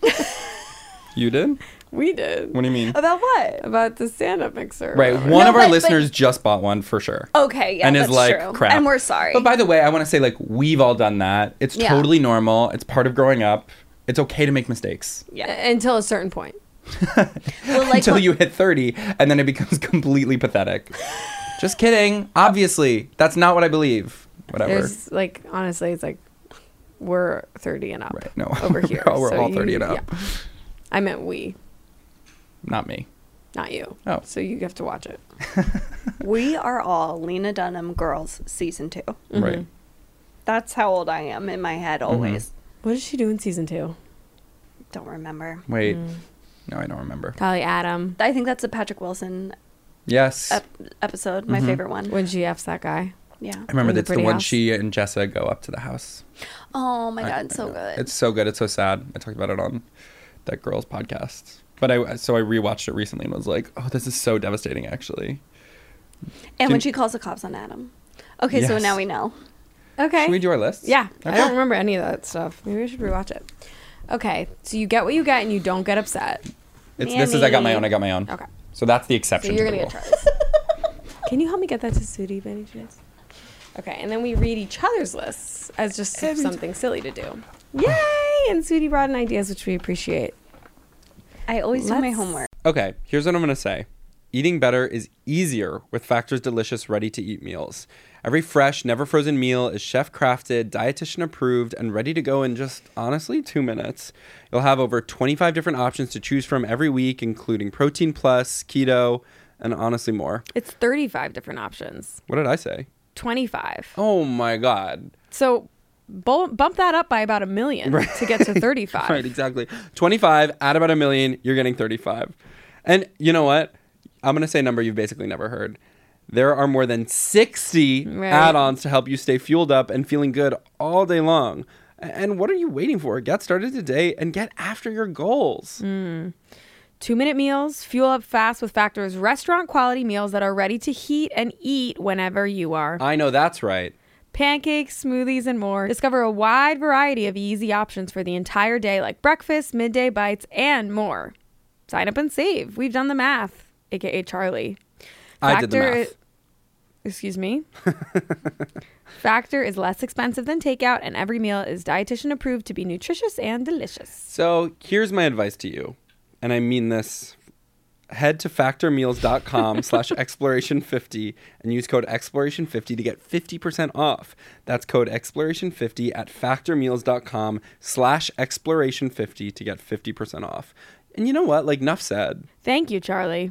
[SPEAKER 3] You did?
[SPEAKER 4] we did.
[SPEAKER 3] What do you mean?
[SPEAKER 5] about what?
[SPEAKER 4] About the stand-up mixer. or
[SPEAKER 3] Right.
[SPEAKER 4] whatever.
[SPEAKER 3] One
[SPEAKER 5] No,
[SPEAKER 3] of our
[SPEAKER 5] but- but-
[SPEAKER 3] listeners just bought one for sure.
[SPEAKER 5] Okay, yeah,
[SPEAKER 3] and
[SPEAKER 5] that's
[SPEAKER 3] is like
[SPEAKER 5] true.
[SPEAKER 3] crap.
[SPEAKER 5] And we're sorry.
[SPEAKER 3] But by the way, I want to say like we've all done that. It's
[SPEAKER 5] Yeah.
[SPEAKER 3] totally normal. It's part of growing up. It's okay to make mistakes
[SPEAKER 5] yeah.
[SPEAKER 4] Until a certain point.
[SPEAKER 5] Well, like
[SPEAKER 3] until
[SPEAKER 5] what-
[SPEAKER 3] you hit 30 and then it becomes completely pathetic. Just kidding. Obviously, that's not what I believe. Whatever.
[SPEAKER 4] There's like honestly, it's like we're thirty and up.
[SPEAKER 3] Right, no,
[SPEAKER 4] over
[SPEAKER 3] we're
[SPEAKER 4] here.
[SPEAKER 3] all- we're all
[SPEAKER 4] you-
[SPEAKER 3] 30 and up.
[SPEAKER 4] yeah. I meant we,
[SPEAKER 3] Not me.
[SPEAKER 4] not you.
[SPEAKER 3] Oh.
[SPEAKER 4] so you have to watch it.
[SPEAKER 5] We are all Lena Dunham girls season two.
[SPEAKER 4] Mm-hmm.
[SPEAKER 3] Right.
[SPEAKER 5] That's how old I am in my head
[SPEAKER 3] Mm-hmm.
[SPEAKER 5] always.
[SPEAKER 4] What did she do in season two?
[SPEAKER 5] Don't remember.
[SPEAKER 3] Wait.
[SPEAKER 4] Mm.
[SPEAKER 3] No, I don't remember.
[SPEAKER 4] Probably Adam
[SPEAKER 5] I think that's the Patrick Wilson
[SPEAKER 3] Yes.
[SPEAKER 5] ep- episode, my favorite one.
[SPEAKER 4] when she f's that guy.
[SPEAKER 5] Yeah.
[SPEAKER 3] Mm-hmm. I remember
[SPEAKER 4] in the
[SPEAKER 3] that's the
[SPEAKER 4] pretty
[SPEAKER 3] one
[SPEAKER 4] house.
[SPEAKER 3] she and Jessa go up to the house.
[SPEAKER 5] Oh my
[SPEAKER 3] I-
[SPEAKER 5] god, it's
[SPEAKER 3] I
[SPEAKER 5] so
[SPEAKER 3] know.
[SPEAKER 5] good.
[SPEAKER 3] It's so good. It's so sad. I talked about it on that girl's podcast. But I so I rewatched it recently and was like, oh, this is so devastating. Actually,
[SPEAKER 5] and when
[SPEAKER 3] can-
[SPEAKER 5] she calls the cops on Adam. Okay, so
[SPEAKER 3] Yes.
[SPEAKER 5] now we know.
[SPEAKER 4] Okay.
[SPEAKER 3] should we do our list?
[SPEAKER 4] yeah, I
[SPEAKER 3] Okay.
[SPEAKER 4] don't remember any of that stuff. Maybe I should rewatch it. Okay, so you get what you get and you don't get upset.
[SPEAKER 3] It's this is I got my own. I got my own.
[SPEAKER 4] Okay.
[SPEAKER 3] So that's the
[SPEAKER 4] So
[SPEAKER 3] exception.
[SPEAKER 4] you're
[SPEAKER 3] to
[SPEAKER 4] gonna
[SPEAKER 3] the
[SPEAKER 4] get
[SPEAKER 3] rule.
[SPEAKER 4] Charlie's. Can you help me get that to Sudie by any chance? Okay, and then we read each other's lists as just something silly to do. Yay! And Sudie brought in ideas, which we appreciate.
[SPEAKER 5] I always do my
[SPEAKER 4] Let's-
[SPEAKER 5] homework.
[SPEAKER 3] Okay, here's what I'm going to say. Eating better is easier with Factor's delicious ready to eat meals. Every fresh, never frozen meal is chef crafted, dietitian approved, and ready to go in just honestly two minutes. You'll have over 25 different options to choose from every week, including protein plus, keto, and honestly more.
[SPEAKER 4] It's 35 different options.
[SPEAKER 3] What did I say?
[SPEAKER 4] 25.
[SPEAKER 3] Oh my God.
[SPEAKER 4] So bul- bump that up by about a million to get to 35.
[SPEAKER 3] Right, exactly. 25, add about a million, you're getting 35. And you know what? I'm going to say a number you've basically never heard. There are more than 60
[SPEAKER 4] Right.
[SPEAKER 3] add ons to help you stay fueled up and feeling good all day long. A- And what are you waiting for? Get started today and get after your goals.
[SPEAKER 4] Mm. Two minute meals, fuel up fast with Factor's restaurant quality meals that are ready to heat and eat whenever you are.
[SPEAKER 3] I know that's right.
[SPEAKER 4] Pancakes, smoothies, and more. Discover a wide variety of easy options for the entire day, like breakfast, midday bites, and more. Sign up and save. We've done the math, aka Charlie.
[SPEAKER 3] I did the
[SPEAKER 4] Factor
[SPEAKER 3] math.
[SPEAKER 4] i- excuse me. Factor is less expensive than takeout, and every meal is dietitian approved to be nutritious and delicious.
[SPEAKER 3] So here's my advice to you, and I mean this. Head to factormeals.com slash exploration50 and use code exploration50 to get 50% off. That's code exploration50 at factormeals.com slash exploration50 to get 50% off. And you know what? Like, enough said.
[SPEAKER 4] Thank you, Charlie.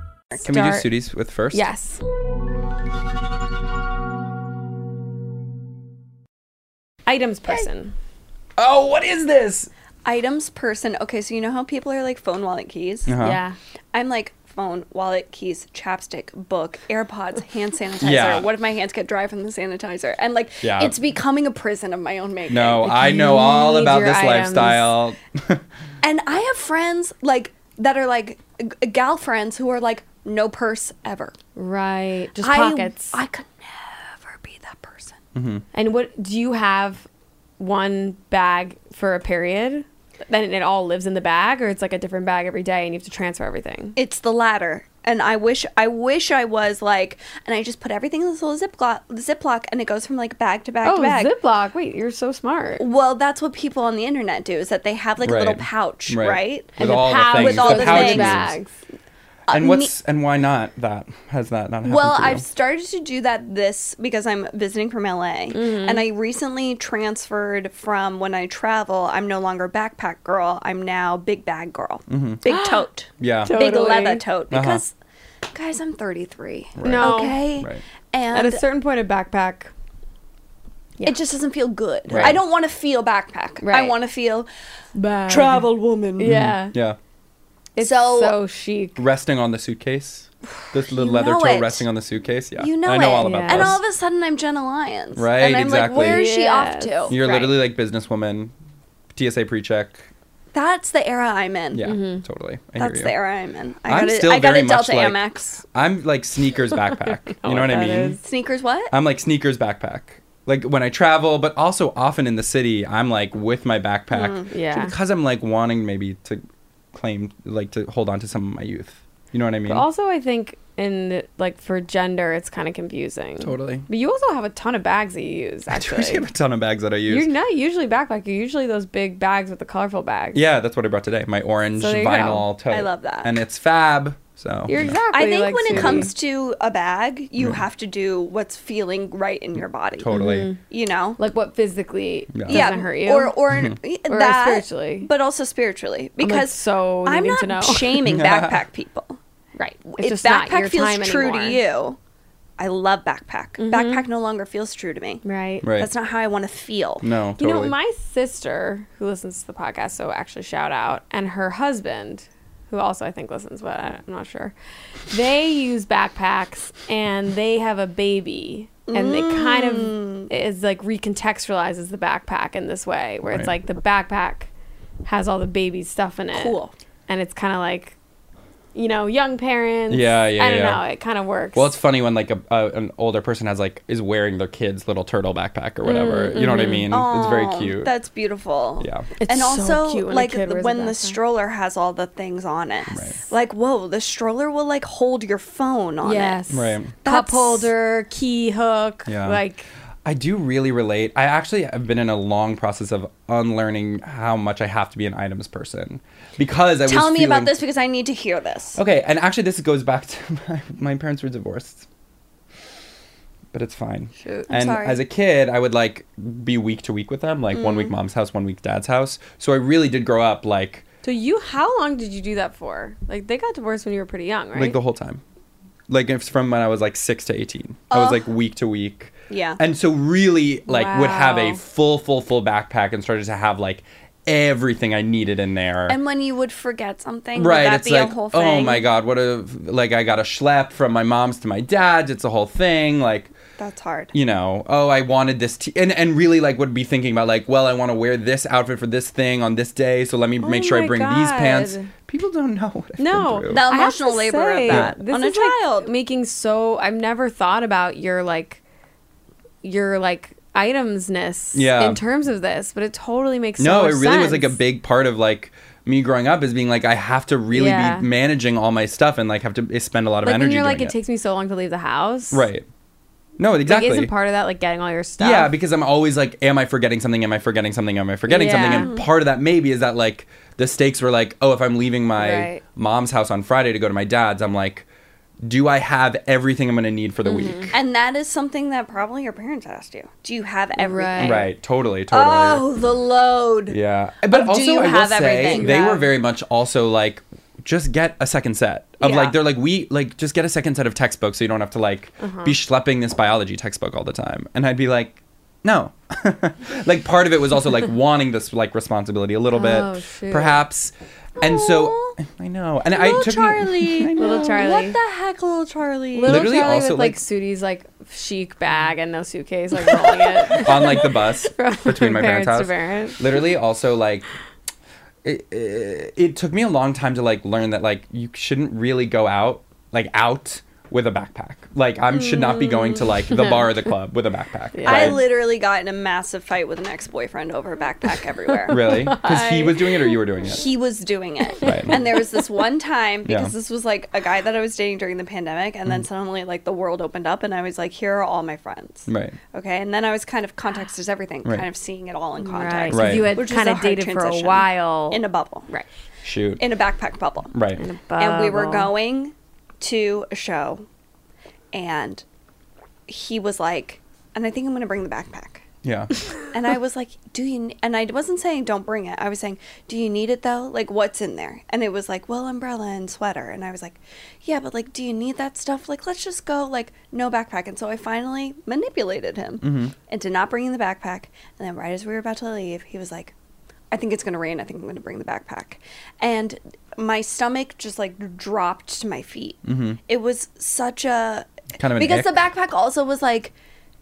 [SPEAKER 3] Can we do
[SPEAKER 4] Start-
[SPEAKER 3] Sudie's with first?
[SPEAKER 4] Yes. Items person.
[SPEAKER 3] Oh, what is this?
[SPEAKER 5] Items, person. Okay, so you know how people are like phone, wallet, keys?
[SPEAKER 3] Uh-huh.
[SPEAKER 4] Yeah.
[SPEAKER 5] I'm like phone, wallet, keys, chapstick, book, AirPods, hand sanitizer.
[SPEAKER 3] Yeah.
[SPEAKER 5] What if my hands get dry from the sanitizer? And like,
[SPEAKER 3] Yeah.
[SPEAKER 5] it's becoming a prison of my own making.
[SPEAKER 3] No, I know all
[SPEAKER 4] need
[SPEAKER 3] about
[SPEAKER 4] your
[SPEAKER 3] this
[SPEAKER 4] items.
[SPEAKER 3] lifestyle.
[SPEAKER 5] And I have friends like that are like g- gal friends who are like no purse ever.
[SPEAKER 4] Right. Just
[SPEAKER 5] I-
[SPEAKER 4] pockets.
[SPEAKER 5] I, could never be that person.
[SPEAKER 4] and what do you have one bag for a period? Then it all lives in the bag or it's like a different bag every day and you have to transfer everything.
[SPEAKER 5] It's the latter. And I wish I wish I was like and I just put everything in this little ziploc ziploc and it goes from like bag to bag
[SPEAKER 4] Oh,
[SPEAKER 5] to bag.
[SPEAKER 4] Ziploc. Wait, you're so smart.
[SPEAKER 5] well, that's what people on the internet do is that they have like a little
[SPEAKER 3] Right.
[SPEAKER 5] pouch,
[SPEAKER 3] Right.
[SPEAKER 5] right?
[SPEAKER 3] With
[SPEAKER 4] the
[SPEAKER 3] all the
[SPEAKER 4] pouch
[SPEAKER 3] things,
[SPEAKER 5] With all
[SPEAKER 3] the
[SPEAKER 5] the
[SPEAKER 3] pouch moves.
[SPEAKER 5] things.
[SPEAKER 4] bags.
[SPEAKER 3] And
[SPEAKER 4] Uh,
[SPEAKER 5] me-
[SPEAKER 3] what's and why not that? Has that not happened?
[SPEAKER 5] Well,
[SPEAKER 3] for you?
[SPEAKER 5] I've started to do that this because I'm visiting from LA.
[SPEAKER 3] Mm-hmm.
[SPEAKER 5] And I recently transferred from when I travel, I'm no longer backpack girl. I'm now big bag girl.
[SPEAKER 3] Mm-hmm.
[SPEAKER 5] Big tote.
[SPEAKER 3] Yeah.
[SPEAKER 5] Big
[SPEAKER 4] Totally.
[SPEAKER 5] leather tote. Because, guys, I'm 33.
[SPEAKER 4] No.
[SPEAKER 5] Okay.
[SPEAKER 3] Uh-huh. Right.
[SPEAKER 4] At
[SPEAKER 5] And
[SPEAKER 4] a certain point, a backpack.
[SPEAKER 5] it just doesn't feel good.
[SPEAKER 3] Right.
[SPEAKER 5] I don't want to feel backpack. I
[SPEAKER 4] Right.
[SPEAKER 5] want to feel
[SPEAKER 4] Bag. Mm.
[SPEAKER 5] travel woman.
[SPEAKER 4] Yeah. Mm-hmm.
[SPEAKER 3] Yeah.
[SPEAKER 4] It's
[SPEAKER 5] So-
[SPEAKER 4] so chic.
[SPEAKER 3] Resting on the suitcase. This little
[SPEAKER 5] You
[SPEAKER 3] leather
[SPEAKER 5] know
[SPEAKER 3] toe
[SPEAKER 5] it.
[SPEAKER 3] resting on the suitcase. Yeah.
[SPEAKER 5] You know
[SPEAKER 3] I know
[SPEAKER 5] it.
[SPEAKER 3] all about
[SPEAKER 4] Yeah.
[SPEAKER 3] this.
[SPEAKER 5] And all of a sudden, I'm Jenna Lyons.
[SPEAKER 3] Right,
[SPEAKER 5] And I'm
[SPEAKER 3] exactly.
[SPEAKER 5] like, where is she off
[SPEAKER 4] Yes.
[SPEAKER 5] to?
[SPEAKER 3] You're
[SPEAKER 4] Right.
[SPEAKER 3] literally like businesswoman, TSA pre-check.
[SPEAKER 5] That's the era I'm in.
[SPEAKER 3] Yeah, totally. I
[SPEAKER 5] Mm-hmm. That's
[SPEAKER 3] hear you.
[SPEAKER 5] the era I'm in. I
[SPEAKER 3] I'm
[SPEAKER 5] got a,
[SPEAKER 3] still
[SPEAKER 5] I got
[SPEAKER 3] very
[SPEAKER 5] a
[SPEAKER 3] much
[SPEAKER 5] Delta
[SPEAKER 3] like-
[SPEAKER 5] Amex.
[SPEAKER 3] I'm like sneakers backpack. you know
[SPEAKER 4] what
[SPEAKER 3] what I
[SPEAKER 4] that
[SPEAKER 3] mean?
[SPEAKER 4] is.
[SPEAKER 5] Sneakers what?
[SPEAKER 3] I'm like sneakers backpack. Like when I travel, but also often in the city, I'm like with my backpack.
[SPEAKER 5] Mm,
[SPEAKER 4] yeah.
[SPEAKER 3] Because I'm like wanting maybe to claim, like to hold on to some of my youth. You know what I mean?
[SPEAKER 4] But also, I think in like for gender, it's kind of confusing.
[SPEAKER 3] Totally.
[SPEAKER 4] But you also have a ton of bags that you use.
[SPEAKER 3] I do actually
[SPEAKER 4] Actually,
[SPEAKER 3] have a ton of bags that I use.
[SPEAKER 4] you're not usually backpack. You're usually those big bags with the colorful bags.
[SPEAKER 3] yeah, that's what I brought today. My orange
[SPEAKER 4] So there you
[SPEAKER 3] vinyl tote.
[SPEAKER 5] I love that.
[SPEAKER 3] And it's fab. So
[SPEAKER 4] You're
[SPEAKER 3] you know,
[SPEAKER 4] exactly.
[SPEAKER 5] I think
[SPEAKER 4] like
[SPEAKER 5] when
[SPEAKER 4] Susie.
[SPEAKER 5] it comes to a bag, you have to do what's feeling right in your body.
[SPEAKER 3] Mm. totally.
[SPEAKER 5] You know?
[SPEAKER 4] like what physically
[SPEAKER 3] Yeah.
[SPEAKER 4] doesn't
[SPEAKER 5] yeah,
[SPEAKER 4] hurt you,
[SPEAKER 5] or or,
[SPEAKER 3] Mm-hmm.
[SPEAKER 4] Or
[SPEAKER 5] that,
[SPEAKER 4] spiritually.
[SPEAKER 5] but also spiritually because
[SPEAKER 4] so
[SPEAKER 5] I'm
[SPEAKER 4] needing
[SPEAKER 5] not
[SPEAKER 4] to know.
[SPEAKER 5] shaming backpack people.
[SPEAKER 4] right? It's
[SPEAKER 5] if
[SPEAKER 4] just
[SPEAKER 5] backpack
[SPEAKER 4] not your
[SPEAKER 5] feels
[SPEAKER 4] time
[SPEAKER 5] true
[SPEAKER 4] anymore. Mm-hmm.
[SPEAKER 5] to you, I love backpack. Backpack no longer feels true to me.
[SPEAKER 4] right?
[SPEAKER 3] Right.
[SPEAKER 5] That's not how I want to feel.
[SPEAKER 3] No,
[SPEAKER 4] You
[SPEAKER 3] totally.
[SPEAKER 4] know, my sister who listens to the podcast, so actually shout out, and her husband, who also I think listens, but I- I'm not sure. They use backpacks and they have a baby. And it kind
[SPEAKER 5] Mm.
[SPEAKER 4] of is like recontextualizes the backpack in this way, where it's
[SPEAKER 3] Right.
[SPEAKER 4] like the backpack has all the baby's stuff in it.
[SPEAKER 5] Cool.
[SPEAKER 4] And it's kind of like, you know, young parents.
[SPEAKER 3] Yeah, yeah,
[SPEAKER 4] I don't
[SPEAKER 3] yeah.
[SPEAKER 4] know. It kind of works.
[SPEAKER 3] Well, it's funny when like a, a an older person has like is wearing their kid's little turtle backpack or whatever. You know what I mean? it's very
[SPEAKER 5] Oh,
[SPEAKER 3] cute.
[SPEAKER 5] That's beautiful.
[SPEAKER 3] Yeah.
[SPEAKER 4] It's
[SPEAKER 5] and
[SPEAKER 4] so
[SPEAKER 5] also,
[SPEAKER 4] cute when a
[SPEAKER 5] like
[SPEAKER 4] kid
[SPEAKER 5] the-
[SPEAKER 4] wears a
[SPEAKER 5] when the
[SPEAKER 4] backpack.
[SPEAKER 5] stroller has all the things on it.
[SPEAKER 3] Right.
[SPEAKER 5] Like, whoa, the stroller will like hold your phone on
[SPEAKER 4] yes.
[SPEAKER 5] it.
[SPEAKER 3] Right.
[SPEAKER 4] Cup
[SPEAKER 5] That's-
[SPEAKER 4] holder, key hook.
[SPEAKER 3] Yeah.
[SPEAKER 4] Like,
[SPEAKER 3] I do really relate. I actually have been in a long process of unlearning how much I have to be an items person because I was
[SPEAKER 5] Tell me
[SPEAKER 3] feeling-
[SPEAKER 5] about this because I need to hear this.
[SPEAKER 3] Okay, and actually this goes back to my, my parents were divorced. But it's fine.
[SPEAKER 5] I'm
[SPEAKER 3] and
[SPEAKER 5] sorry.
[SPEAKER 3] as a kid, I would like be week to week with them, like one week
[SPEAKER 5] Mm.
[SPEAKER 3] mom's house, one week dad's house. So I really did grow up like
[SPEAKER 4] So you, how long did you do that for? Like they got divorced when you were pretty young, right?
[SPEAKER 3] like the whole time like it's from when i was like 6 to 18 i was like week to week
[SPEAKER 5] Yeah.
[SPEAKER 3] and so really like would have a
[SPEAKER 4] Wow.
[SPEAKER 3] full full full backpack and started to have like everything i needed in there
[SPEAKER 5] And when you would forget something, would
[SPEAKER 3] right
[SPEAKER 5] that
[SPEAKER 3] it's
[SPEAKER 5] be
[SPEAKER 3] like
[SPEAKER 5] a whole thing?
[SPEAKER 3] oh my god what a like i got a schlep from my mom's to my dad's it's a whole thing like
[SPEAKER 5] That's hard.
[SPEAKER 3] you know, oh, I wanted this, t- and and really like would be thinking about like, well, I want to wear this outfit for this thing on this day, so let me make sure I
[SPEAKER 4] Oh my
[SPEAKER 3] bring these pants.
[SPEAKER 4] God.
[SPEAKER 3] People don't know what I've been
[SPEAKER 4] no,
[SPEAKER 3] through.
[SPEAKER 5] The
[SPEAKER 4] I have
[SPEAKER 5] emotional
[SPEAKER 4] to
[SPEAKER 5] labor of
[SPEAKER 4] say,
[SPEAKER 5] that
[SPEAKER 4] this
[SPEAKER 5] on a
[SPEAKER 4] is, like,
[SPEAKER 5] child.
[SPEAKER 4] making so I've never thought about your like your like itemsness
[SPEAKER 3] Yeah.
[SPEAKER 4] in terms of this, but it totally makes
[SPEAKER 3] no
[SPEAKER 4] so
[SPEAKER 3] it
[SPEAKER 4] much
[SPEAKER 3] really was like a
[SPEAKER 4] sense.
[SPEAKER 3] big part of like me growing up is being like i have to really
[SPEAKER 4] Yeah.
[SPEAKER 3] be managing all my stuff and like have to eh, spend a lot of
[SPEAKER 4] like
[SPEAKER 3] energy
[SPEAKER 4] when you're like
[SPEAKER 3] doing
[SPEAKER 4] it takes me so long to leave the house,
[SPEAKER 3] right no
[SPEAKER 4] Like,
[SPEAKER 3] exactly
[SPEAKER 4] isn't part of that like getting all your stuff?
[SPEAKER 3] yeah because i'm always like am i forgetting something am i forgetting something am i forgetting
[SPEAKER 4] Yeah. Mm-hmm.
[SPEAKER 3] something and part of that maybe is that like the stakes were like oh if i'm leaving my
[SPEAKER 4] Right.
[SPEAKER 3] mom's house on friday to go to my dad's i'm like do I have everything I'm going to need for the
[SPEAKER 4] Mm-hmm.
[SPEAKER 3] week?
[SPEAKER 5] And that is something that probably your parents asked you. Do you have
[SPEAKER 4] Right.
[SPEAKER 5] everything?
[SPEAKER 3] Right. Totally. Totally.
[SPEAKER 5] Oh, the load.
[SPEAKER 3] Yeah. But
[SPEAKER 5] Uh, do
[SPEAKER 3] also,
[SPEAKER 5] you
[SPEAKER 3] I will
[SPEAKER 5] have
[SPEAKER 3] say
[SPEAKER 5] everything?
[SPEAKER 3] they
[SPEAKER 4] Yeah.
[SPEAKER 3] were very much also like, just get a second set of
[SPEAKER 5] Yeah.
[SPEAKER 3] like they're like we like just get a second set of textbooks so you don't have to like be schlepping this biology textbook all the time. And I'd be like, no. like part of it was also like wanting this like responsibility a little
[SPEAKER 4] Oh,
[SPEAKER 3] bit,
[SPEAKER 4] shoot.
[SPEAKER 3] perhaps. And so I know, and I
[SPEAKER 5] Little
[SPEAKER 3] took me-
[SPEAKER 5] Charlie.
[SPEAKER 3] I know.
[SPEAKER 4] Little Charlie.
[SPEAKER 5] What the heck, little Charlie?
[SPEAKER 4] Little
[SPEAKER 3] Literally
[SPEAKER 4] Charlie
[SPEAKER 3] also,
[SPEAKER 4] with like,
[SPEAKER 3] like-
[SPEAKER 4] Sudie's like chic bag and no suitcase, like rolling it
[SPEAKER 3] on like the bus
[SPEAKER 4] from
[SPEAKER 3] between my parents',
[SPEAKER 4] parents to
[SPEAKER 3] house.
[SPEAKER 4] parents.
[SPEAKER 3] Literally, also like. It, it, it took me a long time to like learn that like you shouldn't really go out like out with a backpack. Like I should not be going to like the bar or the club with a backpack.
[SPEAKER 5] I
[SPEAKER 3] right?
[SPEAKER 5] literally got in a massive fight with an ex-boyfriend over a backpack everywhere.
[SPEAKER 3] really because he was doing it or you were doing it.
[SPEAKER 5] He was doing it.
[SPEAKER 3] Right.
[SPEAKER 5] And there was this one time because
[SPEAKER 3] Yeah. Mm-hmm.
[SPEAKER 5] this was like a guy that I was dating during the pandemic and then suddenly like the world opened up and I was like here are all my friends.
[SPEAKER 3] Right.
[SPEAKER 5] Okay? And then I was kind of context is everything,
[SPEAKER 3] Right.
[SPEAKER 5] kind of seeing it all in
[SPEAKER 4] Right.
[SPEAKER 5] context.
[SPEAKER 3] Right.
[SPEAKER 4] You had
[SPEAKER 5] Which is
[SPEAKER 4] kind
[SPEAKER 5] a
[SPEAKER 4] of
[SPEAKER 5] hard
[SPEAKER 4] dated for a
[SPEAKER 5] transition.
[SPEAKER 4] while.
[SPEAKER 5] In a bubble.
[SPEAKER 4] right.
[SPEAKER 3] Shoot.
[SPEAKER 5] In a backpack bubble.
[SPEAKER 3] right.
[SPEAKER 5] and we were
[SPEAKER 4] Bubble.
[SPEAKER 5] going to a show and he was like and i think i'm going to bring the backpack
[SPEAKER 3] yeah.
[SPEAKER 5] and i was like do you ne-" and i wasn't saying don't bring it i was saying do you need it though like what's in there and it was like well umbrella and sweater and i was like yeah but like do you need that stuff like let's just go like no backpack and so i finally manipulated him
[SPEAKER 3] Mm-hmm.
[SPEAKER 5] into not bringing the backpack and then right as we were about to leave he was like I think it's going to rain. I think I'm going to bring the backpack. And my stomach just like dropped to my feet. It was such a
[SPEAKER 3] Mm-hmm. Kind of an
[SPEAKER 5] because the
[SPEAKER 3] ick.
[SPEAKER 5] backpack also was like